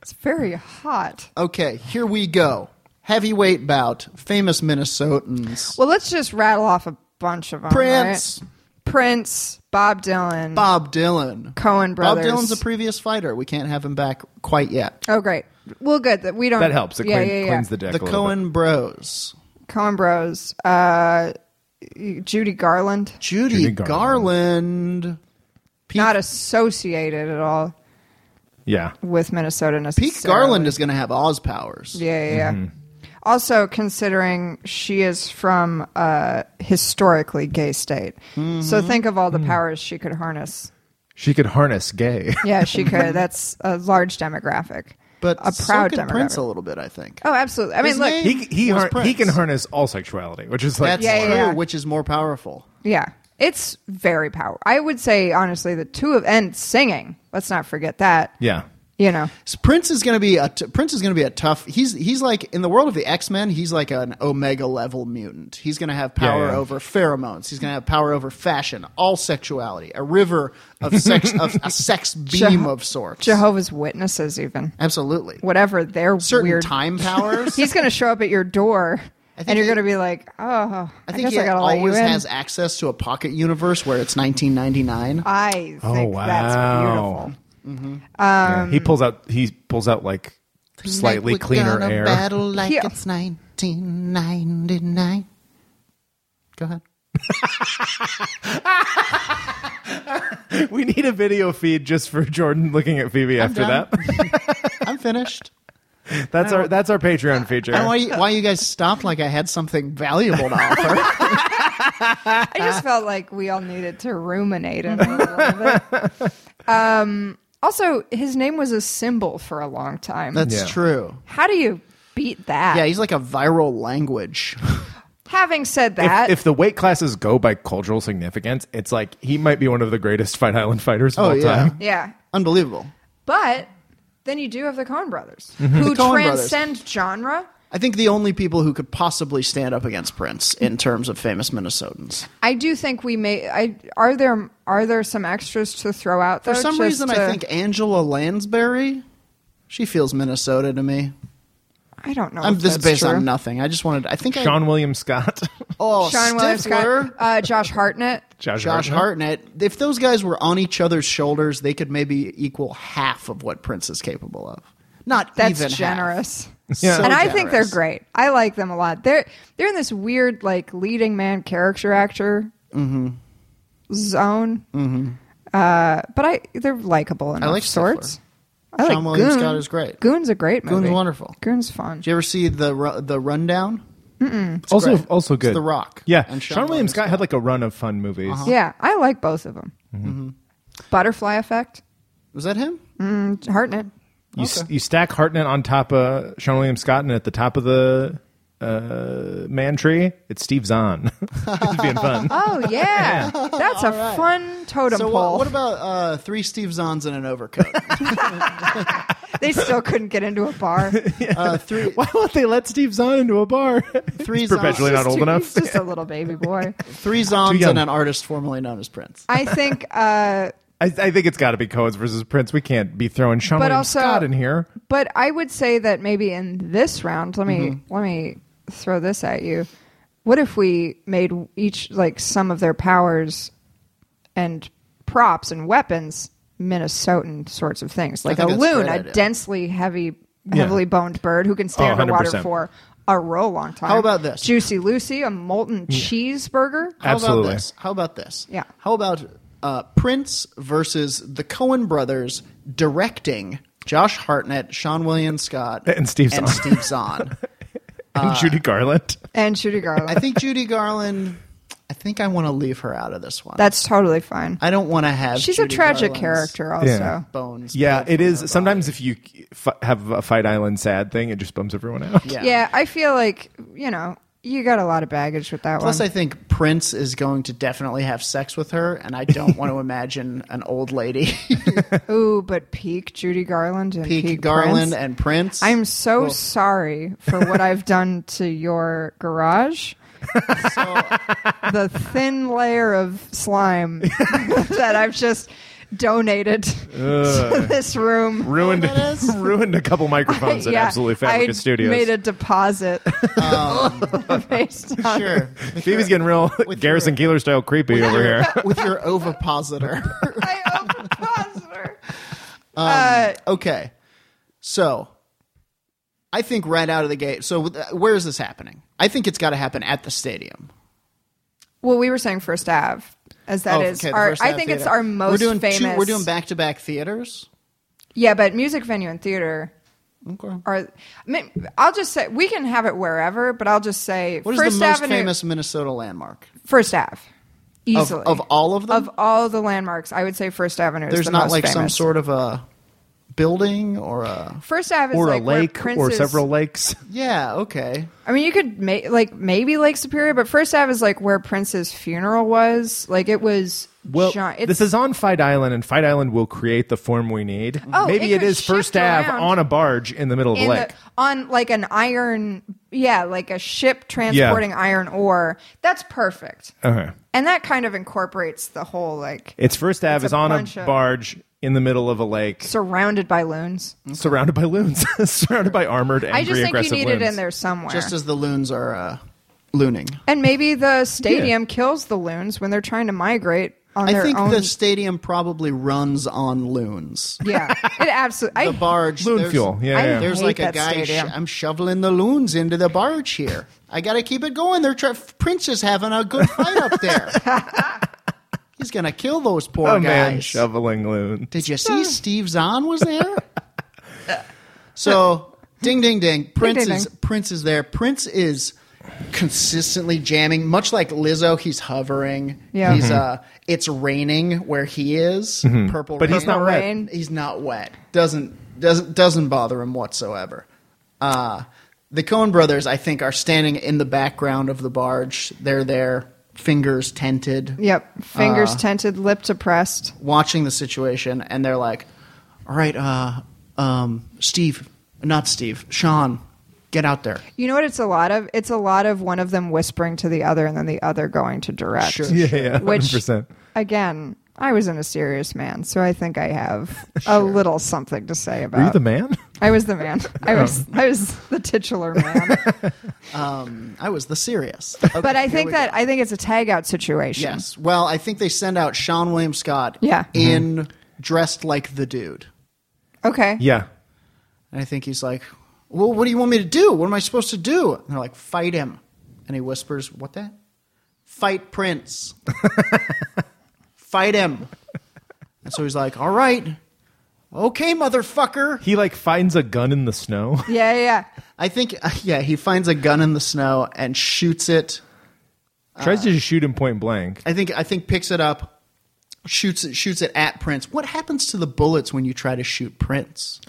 Speaker 2: It's very hot.
Speaker 1: Okay, here we go. Heavyweight bout, famous Minnesotans.
Speaker 2: Well, let's just rattle off a bunch of them.
Speaker 1: Prince,
Speaker 2: right? Prince, Bob Dylan,
Speaker 1: Bob Dylan,
Speaker 2: Cohen brothers.
Speaker 1: Bob Dylan's a previous fighter. We can't have him back quite yet.
Speaker 2: oh, great. Well, good that we don't.
Speaker 3: That helps. It
Speaker 2: yeah,
Speaker 3: clean-
Speaker 2: yeah, yeah.
Speaker 3: cleans the deck.
Speaker 1: The
Speaker 3: a little bit.
Speaker 1: Cohen Bros.
Speaker 2: Cohen Bros. Uh, Judy Garland,
Speaker 1: Judy,
Speaker 3: Judy
Speaker 1: Garland.
Speaker 2: not associated at all
Speaker 3: Yeah.
Speaker 2: with Minnesota necessarily.
Speaker 1: Pete Garland Mm-hmm. is going to have Oz powers.
Speaker 2: Yeah, yeah. yeah. Also, considering she is from a historically gay state, so
Speaker 1: Mm-hmm.
Speaker 2: think of all
Speaker 1: Mm.
Speaker 2: the powers she could harness.
Speaker 3: She could harness gay.
Speaker 2: Yeah, she could. That's a large demographic.
Speaker 1: But
Speaker 2: a proud
Speaker 1: so can
Speaker 2: demographic.
Speaker 1: Prince a little bit, I think.
Speaker 2: Oh, absolutely. I mean,
Speaker 1: His
Speaker 2: look.
Speaker 1: name-
Speaker 3: he he,
Speaker 1: Was
Speaker 3: har- he
Speaker 1: Prince.
Speaker 3: can harness all sexuality, which is like
Speaker 1: That's
Speaker 2: Yeah, yeah,
Speaker 1: true,
Speaker 2: yeah.
Speaker 1: which is more powerful.
Speaker 2: Yeah. It's very powerful. I would say, honestly, the two of, and singing. Let's not forget that.
Speaker 3: yeah.
Speaker 2: You know,
Speaker 1: So Prince is going to be a t- Prince is going to be a tough. He's he's like in the world of the X Men. He's like an Omega level mutant. He's going to have power
Speaker 3: Yeah, yeah.
Speaker 1: over pheromones. He's going to have power over fashion, all sexuality, a river of sex of a sex beam
Speaker 2: Jeho-
Speaker 1: of sorts.
Speaker 2: Jehovah's Witnesses, even.
Speaker 1: Absolutely,
Speaker 2: Whatever their
Speaker 1: certain
Speaker 2: weird.
Speaker 1: time powers.
Speaker 2: He's going to show up at your door
Speaker 1: think
Speaker 2: and you're
Speaker 1: he-
Speaker 2: going to be like, oh, I,
Speaker 1: I think
Speaker 2: guess
Speaker 1: he
Speaker 2: I got to let you
Speaker 1: always
Speaker 2: in.
Speaker 1: has access to a pocket universe where it's 1999.
Speaker 2: I think
Speaker 3: Oh
Speaker 2: that's
Speaker 3: wow.
Speaker 2: beautiful.
Speaker 3: Yeah,
Speaker 1: Um,
Speaker 3: he pulls out he pulls out like slightly
Speaker 1: Like we're
Speaker 3: cleaner
Speaker 1: gonna
Speaker 3: air.
Speaker 1: Battle like
Speaker 2: He-
Speaker 1: it's 1999. Go ahead.
Speaker 3: We need a video feed just for Jordan looking at Phoebe after
Speaker 1: done.
Speaker 3: that.
Speaker 1: I'm finished.
Speaker 3: That's our that's our Patreon feature.
Speaker 1: I don't know why you, why you guys stopped like I had something valuable to offer.
Speaker 2: I just felt like we all needed to ruminate on it a little bit. Um, also, his name was a symbol for a long time.
Speaker 1: That's
Speaker 3: Yeah.
Speaker 1: true.
Speaker 2: How do you beat that?
Speaker 1: Yeah, he's like a viral language.
Speaker 2: Having said
Speaker 3: if,
Speaker 2: that,
Speaker 3: if the weight classes go by cultural significance, it's like he might be one of the greatest Fight Island fighters of
Speaker 1: Oh,
Speaker 3: all
Speaker 1: yeah.
Speaker 3: time.
Speaker 2: yeah,
Speaker 1: Unbelievable.
Speaker 2: but then you do have the Coen Brothers, who
Speaker 1: Mm-hmm. Coen Brothers.
Speaker 2: transcend genre
Speaker 1: I think the only people who could possibly stand up against Prince in terms of famous Minnesotans.
Speaker 2: I do think we may. I are there are there some extras to throw out?
Speaker 1: For
Speaker 2: though,
Speaker 1: some
Speaker 2: just
Speaker 1: reason,
Speaker 2: to-
Speaker 1: I think Angela Lansbury. She feels Minnesota to me.
Speaker 2: I don't know.
Speaker 1: I'm
Speaker 2: if
Speaker 1: this is
Speaker 2: that's
Speaker 1: based
Speaker 2: true.
Speaker 1: on nothing. I just wanted. I think I,
Speaker 3: Sean William Scott,
Speaker 1: Oh,
Speaker 2: Sean Williams
Speaker 1: Stifler,
Speaker 2: Scott, uh, Josh Hartnett.
Speaker 3: Josh,
Speaker 1: Josh
Speaker 3: Hartnett.
Speaker 1: Hartnett. If those guys were on each other's shoulders, they could maybe equal half of what Prince is capable of. Not
Speaker 2: That's
Speaker 1: even half.
Speaker 2: generous.
Speaker 1: So
Speaker 2: and I think they're
Speaker 1: generous.
Speaker 2: great. I like them a lot. They're they're in this weird like leading man character actor
Speaker 1: Mm-hmm.
Speaker 2: zone. Mm-hmm. Uh, but I they're likable enough.
Speaker 1: like
Speaker 2: sorts.
Speaker 1: Stifler.
Speaker 2: I
Speaker 1: Sean
Speaker 2: like
Speaker 1: William
Speaker 2: Goon.
Speaker 1: Scott is great.
Speaker 2: Goon's a great movie.
Speaker 1: Goon's wonderful.
Speaker 2: Goon's fun.
Speaker 1: Did you ever see the ru- the rundown?
Speaker 3: Also,
Speaker 1: great.
Speaker 3: also
Speaker 1: It's
Speaker 3: good.
Speaker 1: The Rock
Speaker 3: Yeah,
Speaker 1: and
Speaker 3: Sean,
Speaker 1: Sean
Speaker 3: William
Speaker 1: Williams Uh-huh.
Speaker 3: Scott had like a run of fun movies.
Speaker 2: Yeah, I like both of them.
Speaker 3: Mm-hmm.
Speaker 1: Mm-hmm.
Speaker 2: Butterfly Effect.
Speaker 1: Was that him?
Speaker 2: Hartnett.
Speaker 3: You, s you stack Hartnett on top of Sean William Scott, and at the top of the uh, man tree, it's Steve Zahn. it's being fun.
Speaker 2: Oh yeah, that's a fun totem
Speaker 1: So
Speaker 2: pole.
Speaker 1: what, what about uh, three Steve Zahns in an overcoat?
Speaker 2: they still couldn't get into a bar.
Speaker 1: uh, three
Speaker 3: Why won't they let Steve Zahn into a bar?
Speaker 1: three
Speaker 3: perpetually
Speaker 1: Zahns,
Speaker 3: not old
Speaker 2: Dude,
Speaker 3: enough.
Speaker 2: He's just a little baby boy.
Speaker 1: three Zahns
Speaker 3: young.
Speaker 1: and an artist formerly known as Prince.
Speaker 2: I think, uh,
Speaker 3: I, I think it's got to be Cohen's versus Prince. We can't be throwing Sean
Speaker 2: But
Speaker 3: William
Speaker 2: also-
Speaker 3: Scott in here.
Speaker 2: but I would say that maybe in this round, let me
Speaker 1: Mm-hmm.
Speaker 2: let me throw this at you. What if we made each like some of their powers and props and weapons Minnesotan sorts of things, like a
Speaker 1: think that's a
Speaker 2: loon,
Speaker 1: great
Speaker 2: a
Speaker 1: idea.
Speaker 2: densely heavy,
Speaker 3: Yeah.
Speaker 2: heavily boned bird who can stay
Speaker 3: Oh,
Speaker 2: underwater
Speaker 3: 100%.
Speaker 2: for a real long time.
Speaker 1: How about this?
Speaker 2: Juicy Lucy, a molten cheeseburger?
Speaker 1: How
Speaker 3: Absolutely.
Speaker 1: about this? How about this?
Speaker 2: Yeah.
Speaker 1: How about uh, Prince versus the Cohen brothers directing Josh Hartnett, Sean William Scott,
Speaker 3: And Steve
Speaker 1: and
Speaker 3: Zahn.
Speaker 1: Steve Zahn. uh,
Speaker 3: And Judy Garland.
Speaker 2: and Judy Garland.
Speaker 1: I think Judy Garland. I think I want to leave her out of this one.
Speaker 2: That's totally fine.
Speaker 1: I don't want to have.
Speaker 2: She's a
Speaker 1: Judy
Speaker 2: tragic
Speaker 1: Garland's
Speaker 2: character, also.
Speaker 3: Yeah.
Speaker 1: Bones.
Speaker 3: Yeah,
Speaker 1: pulled
Speaker 3: it
Speaker 1: from
Speaker 3: is.
Speaker 1: her
Speaker 3: Sometimes if you f- have a Fight Island sad thing, it just bums everyone out.
Speaker 1: body.
Speaker 2: Yeah. I feel like you know you got a lot of baggage with that
Speaker 1: Plus,
Speaker 2: one.
Speaker 1: I think Prince is going to definitely have sex with her, and I don't want to imagine an old lady,
Speaker 2: Ooh, but peak Judy Garland and peak,
Speaker 1: Peak Garland,
Speaker 2: Prince.
Speaker 1: and Prince.
Speaker 2: I'm so sorry for what I've done to your garage. the thin layer of slime that I've just donated to this room.
Speaker 3: Ruined, ruined a couple microphones at
Speaker 2: Yeah,
Speaker 3: Absolutely
Speaker 2: I
Speaker 3: Fabricate Studios.
Speaker 2: made a deposit based on
Speaker 1: sure
Speaker 3: Phoebe's getting real Garrison Keeler style creepy over here.
Speaker 1: with your ovipositor.
Speaker 2: I opened Posner.
Speaker 1: okay, so I think right out of the gate. So uh, where is this happening? I think it's got to happen at the stadium.
Speaker 2: Well, we were saying first Ave, as that
Speaker 1: Oh,
Speaker 2: is
Speaker 1: okay, the
Speaker 2: our.
Speaker 1: first
Speaker 2: I
Speaker 1: half
Speaker 2: think it's
Speaker 1: theater.
Speaker 2: our most
Speaker 1: we're doing two-
Speaker 2: famous.
Speaker 1: we're doing back to back theaters.
Speaker 2: yeah, but music venue and theater
Speaker 1: Okay.
Speaker 2: are. I mean, I'll just say we can have it wherever, but I'll just say
Speaker 1: What is
Speaker 2: First
Speaker 1: the most
Speaker 2: Avenue,
Speaker 1: famous Minnesota landmark
Speaker 2: First Ave,
Speaker 1: of,
Speaker 2: easily
Speaker 1: of all of them?
Speaker 2: Of all the landmarks. I would say First Avenue. is
Speaker 1: There's
Speaker 2: the
Speaker 1: not
Speaker 2: most
Speaker 1: like some
Speaker 2: famous.
Speaker 1: sort of a building or a
Speaker 2: First Ave is
Speaker 3: or
Speaker 2: like
Speaker 3: a
Speaker 2: where
Speaker 3: lake or
Speaker 2: Prince's-
Speaker 3: several lakes.
Speaker 1: yeah. Okay,
Speaker 2: I mean, you could make like maybe Lake Superior, but First Ave is like where Prince's funeral was. Like it was.
Speaker 3: Well,
Speaker 2: giant.
Speaker 3: this is on Fight Island, and Fight Island will create the form we need.
Speaker 2: Oh,
Speaker 3: Maybe
Speaker 2: it
Speaker 3: it
Speaker 2: could
Speaker 3: is First
Speaker 2: shift
Speaker 3: Ave
Speaker 2: around.
Speaker 3: on a barge in the middle of the
Speaker 2: in
Speaker 3: lake.
Speaker 2: the- on like an iron yeah like a ship transporting iron ore that's perfect
Speaker 3: Okay.
Speaker 2: and that kind of incorporates the whole like
Speaker 3: It's First Ave
Speaker 2: It's a
Speaker 3: is on
Speaker 2: bunch
Speaker 3: a
Speaker 2: of-
Speaker 3: barge in the middle of a lake,
Speaker 2: surrounded by loons
Speaker 1: Mm-hmm.
Speaker 3: surrounded by loons, surrounded by armored, angry,
Speaker 2: i just think you
Speaker 3: aggressive
Speaker 2: need
Speaker 3: loons.
Speaker 2: it in there somewhere
Speaker 1: just as the loons are uh, looning.
Speaker 2: and maybe the stadium kills the loons when they're trying to migrate on
Speaker 1: I
Speaker 2: their
Speaker 1: think
Speaker 2: own
Speaker 1: the stadium probably runs on loons.
Speaker 2: yeah it absolutely
Speaker 1: The barge
Speaker 3: Loon
Speaker 1: there's-
Speaker 3: fuel. Yeah,
Speaker 2: I
Speaker 3: yeah.
Speaker 1: There's
Speaker 2: hate
Speaker 1: like a
Speaker 2: that
Speaker 1: guy. Sh-
Speaker 2: stadium.
Speaker 1: I'm shoveling the loons into the barge here. I gotta keep it going. They're tra- Prince is having a good fight up there. He's gonna kill those poor
Speaker 3: a
Speaker 2: Oh,
Speaker 1: guys.
Speaker 3: Oh, man shoveling loon.
Speaker 1: Did you see Steve Zahn was there? so, ding, ding, ding. Prince
Speaker 2: ding,
Speaker 1: is
Speaker 2: ding.
Speaker 1: Prince is there. Prince is consistently jamming, much like Lizzo. He's hovering.
Speaker 2: Yeah. Mm-hmm.
Speaker 1: He's uh, it's raining where he is. Purple,
Speaker 3: Mm-hmm. But
Speaker 1: rain.
Speaker 3: he's not wet.
Speaker 2: Rain.
Speaker 1: He's not wet. Doesn't doesn't doesn't bother him whatsoever. Uh, the Cohen brothers, I think, are standing in the background of the barge. They're there, fingers tented
Speaker 2: yep fingers
Speaker 1: Uh.
Speaker 2: tented lip depressed
Speaker 1: watching the situation and they're like, "All right, uh, um, Steve, not Steve, Sean, Get out there.
Speaker 2: You know what it's a lot of? It's a lot of one of them whispering to the other and then the other going to direct.
Speaker 1: Sure.
Speaker 3: Yeah, yeah,
Speaker 2: Which-
Speaker 3: hundred percent.
Speaker 2: Again, I was in a serious man, so I think I have a little something to say about
Speaker 3: Were you the man? Oh.
Speaker 2: I was the man. I was I was the titular man.
Speaker 1: I was the serious.
Speaker 2: but I
Speaker 1: here
Speaker 2: think
Speaker 1: we go.
Speaker 2: that I think it's a tag out situation.
Speaker 1: Yes. Well, I think they send out Sean William Scott
Speaker 2: Yeah. Mm-hmm.
Speaker 1: in dressed like the dude.
Speaker 2: Okay.
Speaker 3: Yeah.
Speaker 1: And I think he's like, Well, what do you want me to do? What am I supposed to do? And they're like, Fight him. And he whispers, What that? Fight Prince. Fight him. And so he's like, All right. Okay, motherfucker.
Speaker 3: He like finds a gun in the snow.
Speaker 2: Yeah, yeah.
Speaker 1: I think, yeah, he finds a gun in the snow and shoots it.
Speaker 3: Tries to just shoot him point blank.
Speaker 1: I think, I think picks it up, shoots it, shoots it at Prince. What happens to the bullets when you try to shoot Prince?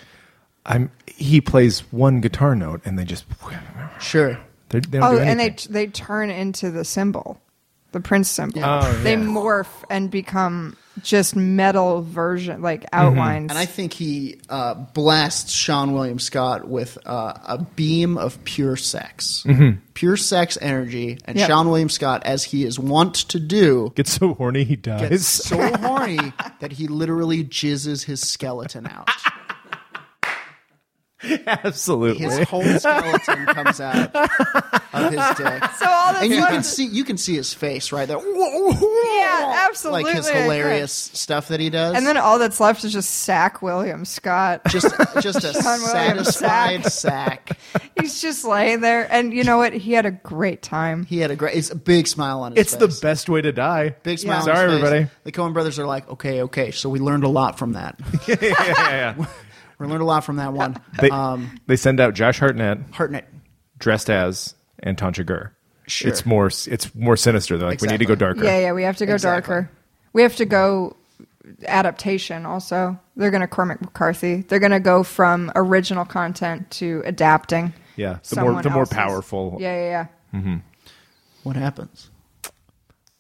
Speaker 3: I'm. He plays one guitar note, and they just.
Speaker 1: Sure.
Speaker 3: They, they don't
Speaker 2: Oh,
Speaker 3: do
Speaker 2: and they
Speaker 3: anything.
Speaker 2: they turn into the symbol, the prince symbol.
Speaker 3: Oh,
Speaker 2: they
Speaker 3: yeah.
Speaker 2: morph and become just metal version,
Speaker 3: Mm-hmm.
Speaker 2: like outlines.
Speaker 1: And I think he uh, blasts Sean William Scott with uh, a beam of pure sex, pure sex energy, and
Speaker 2: Yep.
Speaker 1: Sean William Scott, as he is wont to do,
Speaker 3: gets so horny he
Speaker 1: gets
Speaker 3: dies.
Speaker 1: so horny that he literally jizzes his skeleton out.
Speaker 3: Absolutely.
Speaker 1: His whole skeleton comes out of his dick.
Speaker 2: so all this
Speaker 1: And you
Speaker 2: was-
Speaker 1: can see you can see his face right there,
Speaker 2: yeah, absolutely.
Speaker 1: like his
Speaker 2: I agree.
Speaker 1: hilarious stuff that he does.
Speaker 2: And then all that's left is just Sack William Scott.
Speaker 1: just just a
Speaker 2: Sean William
Speaker 1: satisfied sack.
Speaker 2: He's just laying there, and you know what? He had a great time.
Speaker 1: He had a great, it's a big smile on his
Speaker 3: It's
Speaker 1: face.
Speaker 3: the best way to die.
Speaker 1: Big smile. on his
Speaker 3: Sorry,
Speaker 1: face.
Speaker 3: everybody.
Speaker 1: The Cohen brothers are like, okay, okay. So we learned a lot from that. we learned a lot from that one. Um,
Speaker 3: They, they send out Josh Hartnett
Speaker 1: Hartnett.
Speaker 3: dressed as Anton Chigurh.
Speaker 1: Sure.
Speaker 3: It's more. It's more sinister. They're like, we need to go
Speaker 1: Exactly.
Speaker 3: darker.
Speaker 2: Yeah, yeah. We have to go
Speaker 1: Exactly.
Speaker 2: darker. We have to go adaptation. Also, they're going to Cormac McCarthy. They're going to go from original content to adapting.
Speaker 3: Yeah, the
Speaker 2: someone
Speaker 3: more the more
Speaker 2: else's.
Speaker 3: powerful.
Speaker 2: Yeah, yeah, yeah.
Speaker 1: What happens?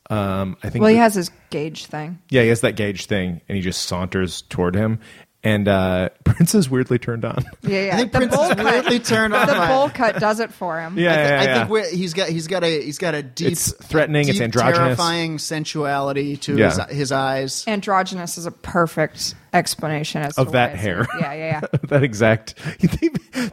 Speaker 3: Um, I think.
Speaker 2: Well, he
Speaker 3: that-
Speaker 2: has his gauge thing.
Speaker 3: Yeah, he has that gauge thing, and he just saunters toward him. And uh, Prince is weirdly turned on.
Speaker 2: Yeah, yeah.
Speaker 1: I think
Speaker 2: the
Speaker 1: Prince
Speaker 2: bowl
Speaker 1: is weirdly
Speaker 2: cut.
Speaker 1: turned on.
Speaker 2: the
Speaker 1: by it.
Speaker 2: bowl cut does it for him.
Speaker 3: Yeah,
Speaker 1: I, thi-
Speaker 3: yeah,
Speaker 1: I
Speaker 3: yeah.
Speaker 1: think we're, he's got he's got a he's got a deep,
Speaker 3: It's threatening, it's
Speaker 1: deep,
Speaker 3: androgynous.
Speaker 1: terrifying sensuality to
Speaker 3: Yeah.
Speaker 1: his, his eyes.
Speaker 2: Androgynous is a perfect explanation as
Speaker 3: Of
Speaker 2: to
Speaker 3: that
Speaker 2: why it's-
Speaker 3: hair.
Speaker 2: Yeah, yeah, yeah.
Speaker 3: that exact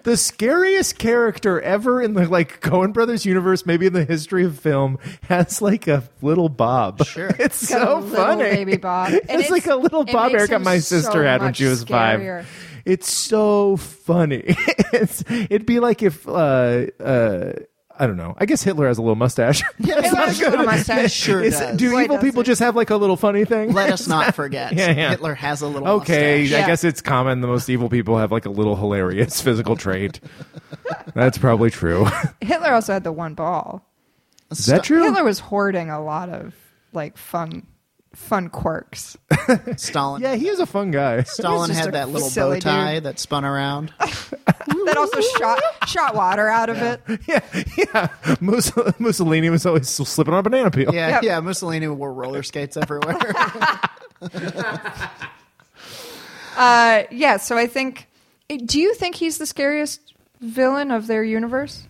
Speaker 3: the scariest character ever in the like Cohen Brothers universe, maybe in the history of film, has like a little Bob.
Speaker 1: Sure.
Speaker 3: it's
Speaker 2: Got a
Speaker 3: so
Speaker 2: little
Speaker 3: funny,
Speaker 2: baby Bob. And
Speaker 3: it's, like a little
Speaker 2: it
Speaker 3: Bob
Speaker 2: makes
Speaker 3: haircut
Speaker 2: him
Speaker 3: my sister
Speaker 2: so
Speaker 3: had when
Speaker 2: much
Speaker 3: she was
Speaker 2: scarier.
Speaker 3: five. It's so funny. it's, it'd be like if uh, uh, I don't know. I guess Hitler has a little mustache.
Speaker 2: Hitler has a little mustache.
Speaker 1: Sure
Speaker 3: Is-
Speaker 1: does.
Speaker 3: do
Speaker 2: Boy,
Speaker 3: evil
Speaker 2: does
Speaker 3: people
Speaker 2: it.
Speaker 3: just have like a little funny thing?
Speaker 1: Let us not forget.
Speaker 3: Yeah, yeah.
Speaker 1: Hitler has a little.
Speaker 3: Okay,
Speaker 1: mustache.
Speaker 3: I guess it's common. The most evil people have like a little hilarious physical trait. That's probably true.
Speaker 2: Hitler also had the one ball.
Speaker 3: Is that true?
Speaker 2: Hitler was hoarding a lot of like fun, fun quirks.
Speaker 1: Stalin.
Speaker 3: Yeah, he was a fun guy.
Speaker 1: Stalin
Speaker 2: just a
Speaker 1: had that little
Speaker 2: silly
Speaker 1: bow
Speaker 2: dude.
Speaker 1: tie that spun around.
Speaker 2: that also shot shot water out of it.
Speaker 3: yeah, yeah. Mussol- Mussolini was always slipping on a banana peel.
Speaker 1: Yeah,
Speaker 2: Yep.
Speaker 1: yeah. Mussolini wore roller skates everywhere.
Speaker 2: Uh, yeah. So I think. eh, Do you think he's the scariest villain of their universe?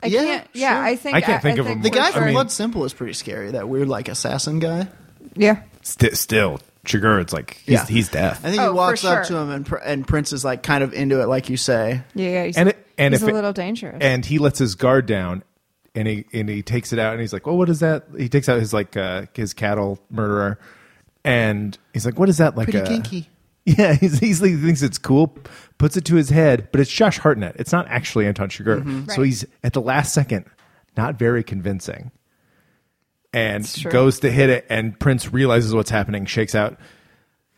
Speaker 2: I
Speaker 1: Yeah,
Speaker 2: can't. Yeah,
Speaker 1: sure.
Speaker 2: I think.
Speaker 3: I can't think of him
Speaker 1: The
Speaker 3: Or-
Speaker 1: guy
Speaker 3: I
Speaker 1: from
Speaker 3: mean-
Speaker 1: Blood Simple is pretty scary. That weird, like assassin guy.
Speaker 2: Yeah.
Speaker 3: Sti- still, Chigurh, it's like he's he's death.
Speaker 1: I think
Speaker 2: Oh,
Speaker 1: he
Speaker 2: for
Speaker 1: walks up
Speaker 2: sure.
Speaker 1: to him, and Pr- and Prince is like kind of into it, like you say.
Speaker 2: Yeah, yeah. He's,
Speaker 3: And it- and
Speaker 2: he's
Speaker 3: if
Speaker 2: a
Speaker 3: it-
Speaker 2: little dangerous.
Speaker 3: and he lets his guard down, and he and he takes it out, and he's like, "Well, what is that?" He takes out his like uh, his cattle murderer, and he's like, "What is that?" Like
Speaker 1: Pretty
Speaker 3: uh,
Speaker 1: kinky.
Speaker 3: Yeah, he's, he's like, he thinks it's cool, puts it to his head, but it's Josh Hartnett. It's not actually Anton Chigurh. So
Speaker 1: Mm-hmm.
Speaker 2: Right.
Speaker 3: he's at the last second, not very convincing, and
Speaker 2: true.
Speaker 3: goes to hit it, and Prince realizes what's happening, shakes out,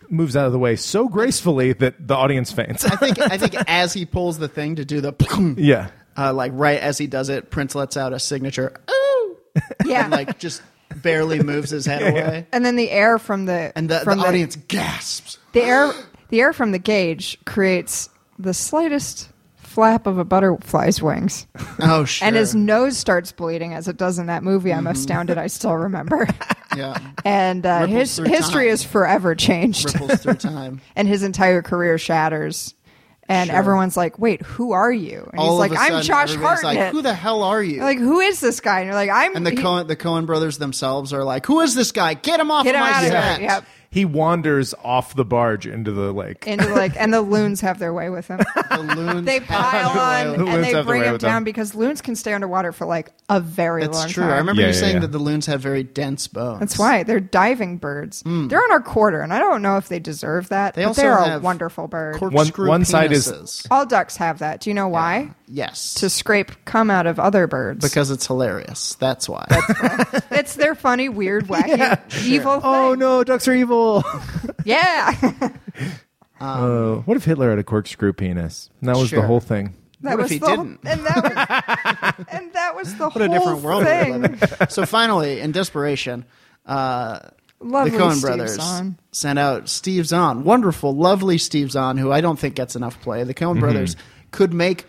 Speaker 3: moves out of the way so gracefully that the audience faints.
Speaker 1: I think I think as he pulls the thing to do the,
Speaker 3: yeah,
Speaker 1: uh, like right as he does it, Prince lets out a signature. Ooh,
Speaker 2: yeah.
Speaker 1: and like just barely moves his head away,
Speaker 2: and then the air from the
Speaker 1: and the, the
Speaker 2: from
Speaker 1: audience gasps.
Speaker 2: the air the air from the gauge creates the slightest flap of a butterfly's wings
Speaker 1: Oh sure. Mm-hmm.
Speaker 2: and his nose starts bleeding as it does in that movie i'm astounded i still remember
Speaker 1: yeah
Speaker 2: and uh,
Speaker 1: Ripples
Speaker 2: his
Speaker 1: through
Speaker 2: history
Speaker 1: time.
Speaker 2: is forever changed
Speaker 1: ripples through time.
Speaker 2: and his entire career shatters and everyone's like, "Wait, who are you?" And
Speaker 1: All of
Speaker 2: he's like,
Speaker 1: a sudden,
Speaker 2: "I'm Josh
Speaker 1: everybody's
Speaker 2: Hartnett."
Speaker 1: Like, who the hell are you?
Speaker 2: They're like, who is this guy? And you're like, "I'm."
Speaker 1: and the
Speaker 2: he-
Speaker 1: Cohen the Cohen brothers themselves are like, "Who is this guy? Get him off
Speaker 2: Get
Speaker 1: of
Speaker 2: him
Speaker 1: my
Speaker 2: out of
Speaker 1: set."
Speaker 2: here! Yep.
Speaker 3: He wanders off the barge into the lake.
Speaker 2: Into like, and the loons have their way with him.
Speaker 1: The loons
Speaker 2: They
Speaker 1: have their
Speaker 2: pile
Speaker 1: way
Speaker 2: on
Speaker 1: with
Speaker 3: The
Speaker 2: and they
Speaker 3: loons have their
Speaker 2: bring
Speaker 3: way
Speaker 2: him
Speaker 3: with
Speaker 2: down
Speaker 3: them.
Speaker 2: because loons can stay underwater for like a very long
Speaker 1: That's true.
Speaker 2: time.
Speaker 1: I remember
Speaker 3: Yeah,
Speaker 1: you
Speaker 3: yeah,
Speaker 1: saying
Speaker 3: yeah.
Speaker 1: that the loons have very dense bones.
Speaker 2: That's why they're diving birds. They're on our quarter, and I don't know if they deserve that.
Speaker 1: Hmm. They
Speaker 2: but
Speaker 1: also
Speaker 2: they're a
Speaker 1: have
Speaker 2: wonderful bird.
Speaker 3: One-
Speaker 1: Corkscrew
Speaker 3: one side is-
Speaker 1: penises.
Speaker 2: All ducks have that. Do you know why?
Speaker 1: yes,
Speaker 2: To scrape cum out of other birds.
Speaker 1: because it's hilarious. That's why.
Speaker 2: it's their funny, weird, wacky, evil. Thing.
Speaker 3: Oh no, ducks are evil.
Speaker 2: Yeah,
Speaker 3: Uh, what if Hitler had a corkscrew penis? And that was
Speaker 1: Sure.
Speaker 3: the whole thing.
Speaker 2: that
Speaker 1: if
Speaker 2: was
Speaker 1: he
Speaker 2: the whole-
Speaker 1: didn't?
Speaker 2: and that was, and that was the
Speaker 1: what a
Speaker 2: whole
Speaker 1: different world we
Speaker 2: thing.
Speaker 1: live in. So finally, in desperation, uh,
Speaker 2: Lovely
Speaker 1: the Cohen
Speaker 2: Steve
Speaker 1: brothers
Speaker 2: Zahn.
Speaker 1: sent out Steve Zahn, wonderful, lovely Steve Zahn, who I don't think gets enough play. The Cohen brothers could make.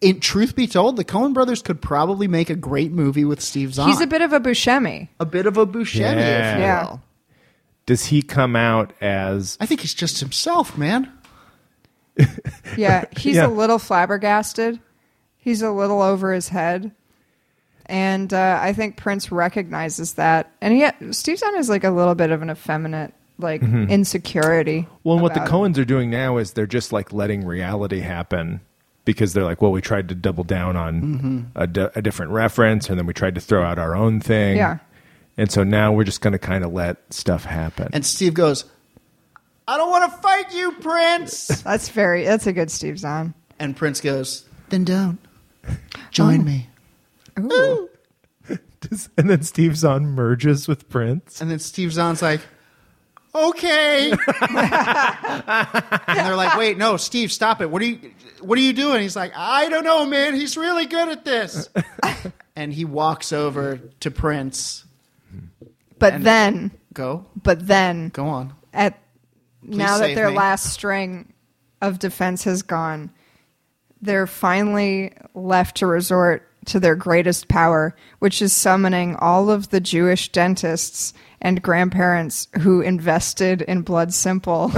Speaker 1: In truth be told, the Cohen brothers could probably make a great movie with Steve Zahn.
Speaker 2: He's a bit of a Buscemi.
Speaker 1: a bit of a Buscemi, if you
Speaker 2: Yeah.
Speaker 1: will.
Speaker 3: Does he come out as
Speaker 1: I think he's just himself, man.
Speaker 2: Yeah, he's
Speaker 3: Yeah.
Speaker 2: a little flabbergasted. He's a little over his head, and uh, I think Prince recognizes that. And yet, Steve Zahn is like a little bit of an effeminate, like
Speaker 1: Mm-hmm.
Speaker 2: insecurity.
Speaker 3: Well, and what the
Speaker 2: about-
Speaker 3: Cohens are doing now is they're just like letting reality happen because they're like, well, we tried to double down on
Speaker 2: Mm-hmm.
Speaker 3: a, di- a different reference, and then we tried to throw out our own thing.
Speaker 2: Yeah.
Speaker 3: And so now we're just going to kind of let stuff happen.
Speaker 1: And Steve goes, I don't want to fight you, Prince.
Speaker 2: That's very. That's a good Steve Zahn.
Speaker 1: and Prince goes, Then don't.
Speaker 2: Um,
Speaker 1: Join me.
Speaker 2: Ooh.
Speaker 3: Does- and then Steve Zahn merges with Prince.
Speaker 1: And then Steve Zahn's like, Okay. and they're like, Wait, no, Steve, stop it. What are you what are you doing? He's like, I don't know, man. He's really good at this. and he walks over to Prince.
Speaker 2: But then,
Speaker 1: Go.
Speaker 2: but then,
Speaker 1: Go on.
Speaker 2: at now that
Speaker 1: save
Speaker 2: their
Speaker 1: me.
Speaker 2: last string of defense has gone, they're finally left to resort to their greatest power, which is summoning all of the Jewish dentists and grandparents who invested in Blood Simple,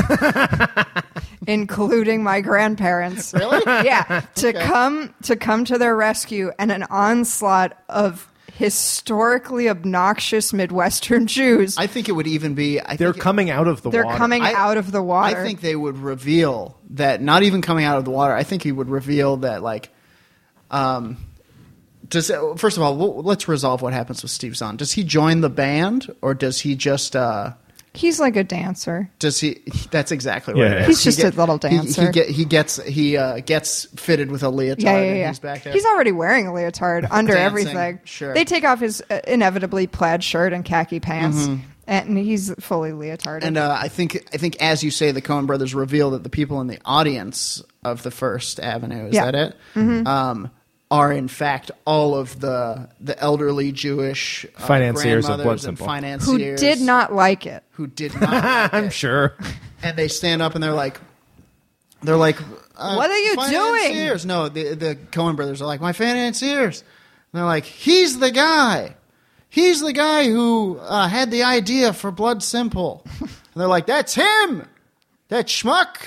Speaker 2: including my grandparents. Really? yeah. To come to come to their rescue and an onslaught of historically obnoxious Midwestern Jews.
Speaker 1: I think it would even be I
Speaker 3: They're
Speaker 1: think it-
Speaker 3: coming out of the
Speaker 2: They're
Speaker 3: water.
Speaker 2: coming
Speaker 1: I-
Speaker 2: out of the water.
Speaker 1: I think they would reveal that not even coming out of the water. I think he would reveal that like, um, does first of all we'll, let's resolve what happens with Steve Zahn. Does he join the band or does he just uh,
Speaker 2: he's like a dancer.
Speaker 1: does he? That's exactly right.
Speaker 3: Yeah, yeah.
Speaker 2: He's just a little
Speaker 1: he- He,
Speaker 2: dancer.
Speaker 1: get, he gets he uh, gets fitted with a leotard.
Speaker 2: Yeah, yeah,
Speaker 1: and
Speaker 2: yeah.
Speaker 1: He's back there.
Speaker 2: already wearing a leotard under
Speaker 1: Dancing,
Speaker 2: everything.
Speaker 1: sure.
Speaker 2: They take off his uh, inevitably plaid shirt and khaki pants, and he's fully leotarded.
Speaker 1: Mm-hmm. and uh, I think I think as you say, the Coen Brothers reveal that the people in the audience of the First Avenue is
Speaker 2: Yeah. Mm-hmm.
Speaker 1: that it um, are in fact all of the the elderly Jewish uh,
Speaker 3: Financiers of
Speaker 1: grandmothers
Speaker 3: Blood
Speaker 1: and
Speaker 3: Simple.
Speaker 2: who
Speaker 1: financiers
Speaker 2: did not like it.
Speaker 1: who did not,
Speaker 3: I'm sure.
Speaker 1: and they stand up and they're like. They're like, uh,
Speaker 2: What are you doing?
Speaker 1: financiers. No, the the Cohen brothers are like my financiers. And they're like, he's the guy. He's the guy who uh, had the idea for Blood Simple. And they're like, that's him. That schmuck.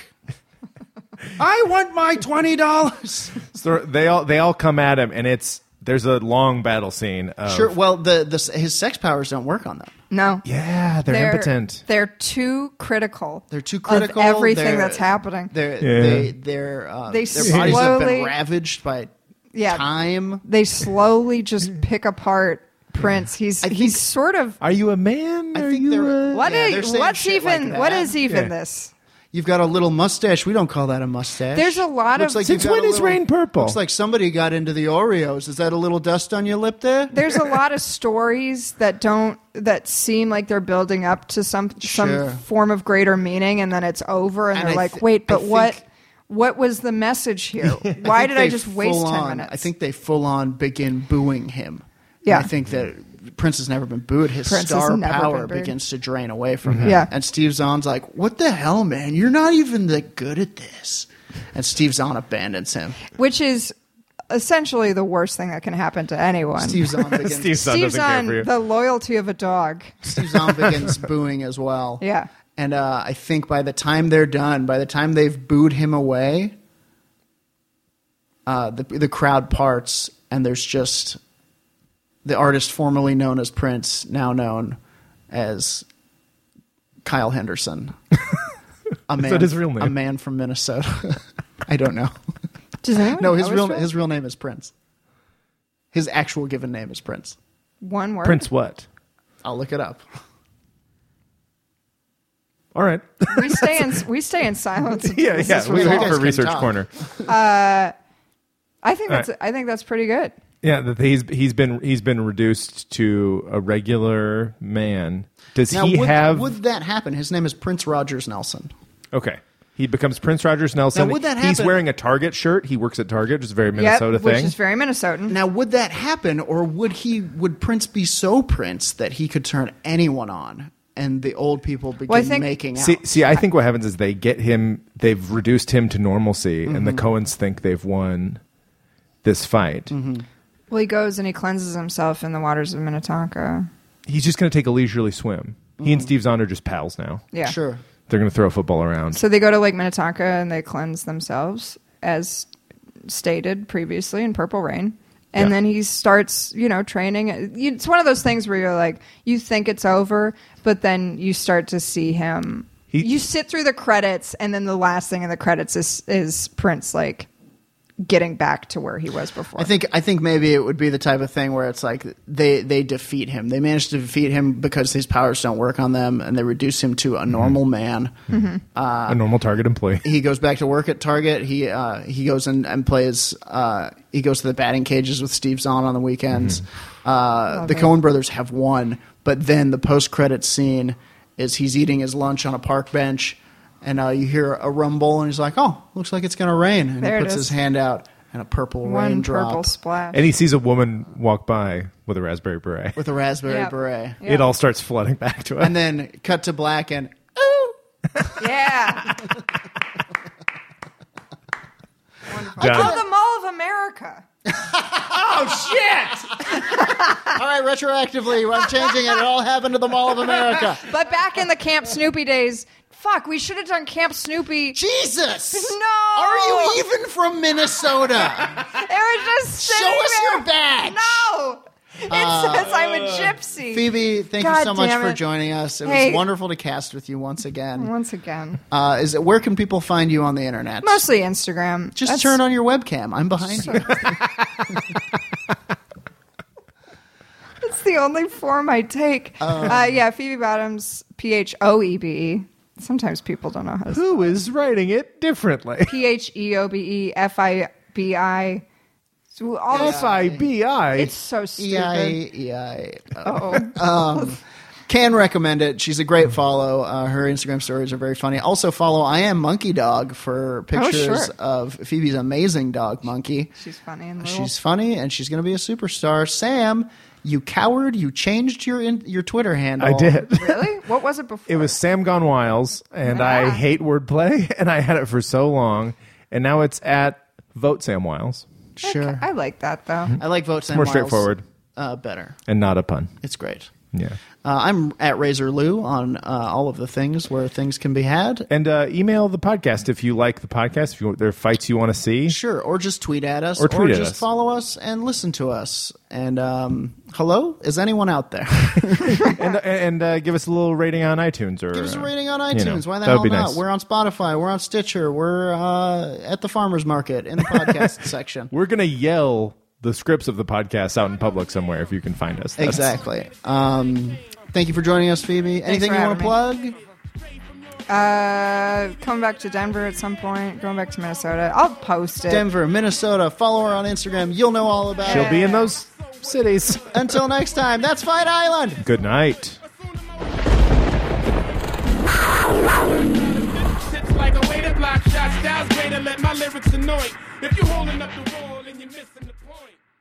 Speaker 1: I want my twenty dollars.
Speaker 3: So they all they all come at him, and it's there's a long battle scene. Of,
Speaker 1: Sure. Well, the, the his sex powers don't work on them.
Speaker 2: No.
Speaker 3: Yeah, they're, impotent.
Speaker 2: They're too critical.
Speaker 1: They're too critical.
Speaker 2: of everything
Speaker 1: They're-
Speaker 2: that's happening.
Speaker 1: They're,
Speaker 3: Yeah.
Speaker 1: they, they're, uh,
Speaker 2: They
Speaker 1: their bodies have
Speaker 2: slowly-
Speaker 1: been ravaged by
Speaker 2: Yeah.
Speaker 1: time.
Speaker 2: They slowly just pick apart Prince. He's he's sort of
Speaker 3: Are you a man?
Speaker 1: I
Speaker 3: Are
Speaker 1: think
Speaker 3: you
Speaker 1: they're-
Speaker 3: a-
Speaker 2: what
Speaker 1: Yeah, they're
Speaker 2: is
Speaker 1: saying
Speaker 2: what's
Speaker 1: shit like
Speaker 2: even
Speaker 1: that.
Speaker 2: what is even
Speaker 3: Yeah.
Speaker 2: this?
Speaker 1: You've got a little mustache. We don't call that a mustache.
Speaker 2: There's a lot of-
Speaker 1: you've
Speaker 3: Since
Speaker 1: got
Speaker 3: when
Speaker 1: a
Speaker 3: is rain purple?
Speaker 1: Looks like somebody got into the Oreos. Is that a little dust on your lip there?
Speaker 2: there's a lot of stories that don't that seem like they're building up to some
Speaker 1: Sure.
Speaker 2: some form of greater meaning and then it's over and,
Speaker 1: And
Speaker 2: they're
Speaker 1: I
Speaker 2: like
Speaker 1: thi-
Speaker 2: wait
Speaker 1: I
Speaker 2: but
Speaker 1: think-
Speaker 2: what what was the message here why
Speaker 1: think
Speaker 2: did i
Speaker 1: they
Speaker 2: just waste
Speaker 1: full
Speaker 2: 10
Speaker 1: on-
Speaker 2: minutes
Speaker 1: I think they full on begin booing him. And
Speaker 2: Yeah.
Speaker 1: I think that Prince has never been booed. His
Speaker 2: Prince has
Speaker 1: star
Speaker 2: never
Speaker 1: power
Speaker 2: been booed.
Speaker 1: begins to drain away from him.
Speaker 2: Yeah.
Speaker 1: And Steve Zahn's like, "What the hell, man? You're not even that good at this." And Steve Zahn abandons him.
Speaker 2: which is essentially the worst thing that can happen to anyone
Speaker 1: Steve Zahn begins.
Speaker 3: Steve Zahn
Speaker 2: Steve's
Speaker 3: doesn't care
Speaker 2: on
Speaker 3: for you.
Speaker 2: the loyalty of a dog
Speaker 1: Steve Zahn begins booing as well.
Speaker 2: Yeah.
Speaker 1: And uh, I think by the time they're done, by the time they've booed him away, uh, the the crowd parts, and there's just the artist formerly known as Prince, now known as Kyle Henderson. A man,
Speaker 3: that his real name?
Speaker 1: A man from Minnesota. I don't know.
Speaker 2: Does anyone
Speaker 1: No, his
Speaker 2: know
Speaker 1: real his real name is Prince. His actual given name is Prince.
Speaker 2: one word.
Speaker 3: Prince what?
Speaker 1: I'll look it up.
Speaker 3: All right.
Speaker 2: We stay in we stay in silence.
Speaker 3: yeah, yeah. We
Speaker 1: you
Speaker 3: wait
Speaker 1: guys
Speaker 3: for
Speaker 1: can
Speaker 3: research
Speaker 1: talk.
Speaker 3: corner.
Speaker 2: I think that's
Speaker 3: All
Speaker 2: I think that's pretty good.
Speaker 3: Yeah, that he's he's been he's been reduced to a regular man. Does
Speaker 1: Now,
Speaker 3: he
Speaker 1: would,
Speaker 3: have?
Speaker 1: would that happen? His name is Prince Rogers Nelson.
Speaker 3: okay, he becomes Prince Rogers Nelson.
Speaker 1: Now, would that
Speaker 3: He's
Speaker 1: happen-
Speaker 3: wearing a Target shirt. He works at Target, which is a very Minnesota
Speaker 2: which
Speaker 3: thing.
Speaker 2: is very Minnesotan.
Speaker 1: Now, would that happen, or would he? Would Prince be so Prince that he could turn anyone on, and the old people begin
Speaker 2: Well, I think-
Speaker 1: making out?
Speaker 3: See, see, I think what happens is they get him. They've reduced him to normalcy, and
Speaker 2: Mm-hmm.
Speaker 3: the Cohens think they've won this fight.
Speaker 2: Mm-hmm. Well, he goes and he cleanses himself in the waters of Minnetonka.
Speaker 3: He's just going to take a leisurely swim. He and Steve Zahn are just pals now.
Speaker 2: Mm-hmm. Yeah,
Speaker 1: Sure.
Speaker 3: They're going to throw a football around.
Speaker 2: So they go to Lake Minnetonka and they cleanse themselves, as stated previously in Purple Rain. And
Speaker 3: Yeah.
Speaker 2: then he starts, you know, training. You- It's one of those things where you're like, you think it's over, but then you start to see him.
Speaker 3: He-
Speaker 2: you sit through the credits, and then the last thing in the credits is is Prince like getting back to where he was before.
Speaker 1: I think I think maybe it would be the type of thing where it's like they they defeat him. They manage to defeat him because his powers don't work on them, and they reduce him to a
Speaker 3: Mm-hmm.
Speaker 1: normal man.
Speaker 3: a normal Target employee.
Speaker 1: He goes back to work at Target. He uh, he goes in and plays. Uh, he goes to the batting cages with Steve Zahn on the weekends.
Speaker 2: Mm-hmm.
Speaker 1: Uh, the Coen brothers have won, but then the post credit scene is he's eating his lunch on a park bench, and uh, you hear a rumble, and he's like, "Oh, looks like it's gonna rain," and
Speaker 2: There
Speaker 1: he
Speaker 2: it
Speaker 1: puts his
Speaker 2: is.
Speaker 1: hand out, and a purple rain
Speaker 2: one
Speaker 1: drop
Speaker 2: purple splash.
Speaker 3: And he sees a woman walk by with a raspberry beret.
Speaker 1: with a raspberry
Speaker 2: Yeah.
Speaker 1: beret.
Speaker 2: Yeah.
Speaker 3: It all starts flooding back to us.
Speaker 1: And then cut to black and
Speaker 2: yeah,
Speaker 3: John-
Speaker 2: oh, the Mall of America.
Speaker 1: Oh, all right, retroactively, I'm changing it. It all happened to the Mall of America.
Speaker 2: But back in the Camp Snoopy days, fuck, we should have done Camp Snoopy.
Speaker 1: Jesus!
Speaker 2: No!
Speaker 1: Are you even from Minnesota?
Speaker 2: They were just
Speaker 1: Show
Speaker 2: sitting
Speaker 1: us
Speaker 2: there.
Speaker 1: your badge.
Speaker 2: No, it says I'm a gypsy.
Speaker 1: Phoebe, thank you
Speaker 2: God
Speaker 1: so much
Speaker 2: damn
Speaker 1: for
Speaker 2: it.
Speaker 1: joining us. It
Speaker 2: Hey.
Speaker 1: was wonderful to cast with you once again.
Speaker 2: Once again,
Speaker 1: Uh, is it where can people find you on the internet?
Speaker 2: mostly Instagram.
Speaker 1: Just
Speaker 2: That's-
Speaker 1: turn on your webcam. I'm behind you.
Speaker 2: That's the only form I take.
Speaker 1: Oh.
Speaker 2: uh, yeah, Phoebe Bottoms, P H O E B E. Sometimes people don't know how to.
Speaker 3: Who is writing it differently?
Speaker 2: P H E O B E F I B I. All this.
Speaker 3: F I B I.
Speaker 2: It's
Speaker 1: E
Speaker 2: so stupid.
Speaker 1: E-I, E-I.
Speaker 2: Oh.
Speaker 1: Um, Can recommend it. She's a great follow. Uh, her Instagram stories are very funny. Also follow I am Monkey Dog for pictures
Speaker 2: Oh, sure.
Speaker 1: of Phoebe's amazing dog Monkey.
Speaker 2: She's funny and little.
Speaker 1: She's funny and she's going to be a superstar. Sam, you coward! You changed your in- your Twitter handle.
Speaker 3: I did.
Speaker 2: really? What was it before?
Speaker 3: It was Sam Gone Wiles, and I hate wordplay, and I had it for so long, and now it's at Vote Sam Wiles.
Speaker 1: Sure. Mm-hmm.
Speaker 2: I like that though.
Speaker 1: I like vote Sam.
Speaker 3: More
Speaker 1: Wiles,
Speaker 3: straightforward
Speaker 1: Uh, better.
Speaker 3: and not a pun.
Speaker 1: It's great.
Speaker 3: Yeah.
Speaker 1: Uh, I'm at Razor Lou on uh, all of the things where things can be had.
Speaker 3: And uh, email the podcast if you like the podcast. If you, there are fights you want to see,
Speaker 1: Sure, or just tweet at us,
Speaker 3: Or tweet at
Speaker 1: just
Speaker 3: us.
Speaker 1: follow us and listen to us. And um, hello, is anyone out there?
Speaker 3: and, and uh, give us a little rating on iTunes or
Speaker 1: Give us a
Speaker 3: uh,
Speaker 1: rating on
Speaker 3: you
Speaker 1: iTunes.
Speaker 3: know,
Speaker 1: Why the
Speaker 3: that would
Speaker 1: hell
Speaker 3: be
Speaker 1: not?
Speaker 3: nice.
Speaker 1: We're on Spotify. We're on Stitcher. We're uh, at the farmers market in the podcast section.
Speaker 3: We're gonna yell the scripts of the podcast out in public somewhere if you can find us. That's-
Speaker 1: Exactly. Um, thank you for joining us, Phoebe. Anything
Speaker 2: for
Speaker 1: you want to plug?
Speaker 2: having Uh, coming back to Denver at some point. Going back to Minnesota. I'll post it.
Speaker 1: Denver, Minnesota. Follow her on Instagram. You'll know all about
Speaker 3: She'll
Speaker 1: it.
Speaker 3: be in those cities.
Speaker 1: Until next time, that's Fight Island.
Speaker 3: Good night.
Speaker 7: Sits like a way to block shots. Styles way to let my lyrics annoy. If you holding up the wall and you're missing the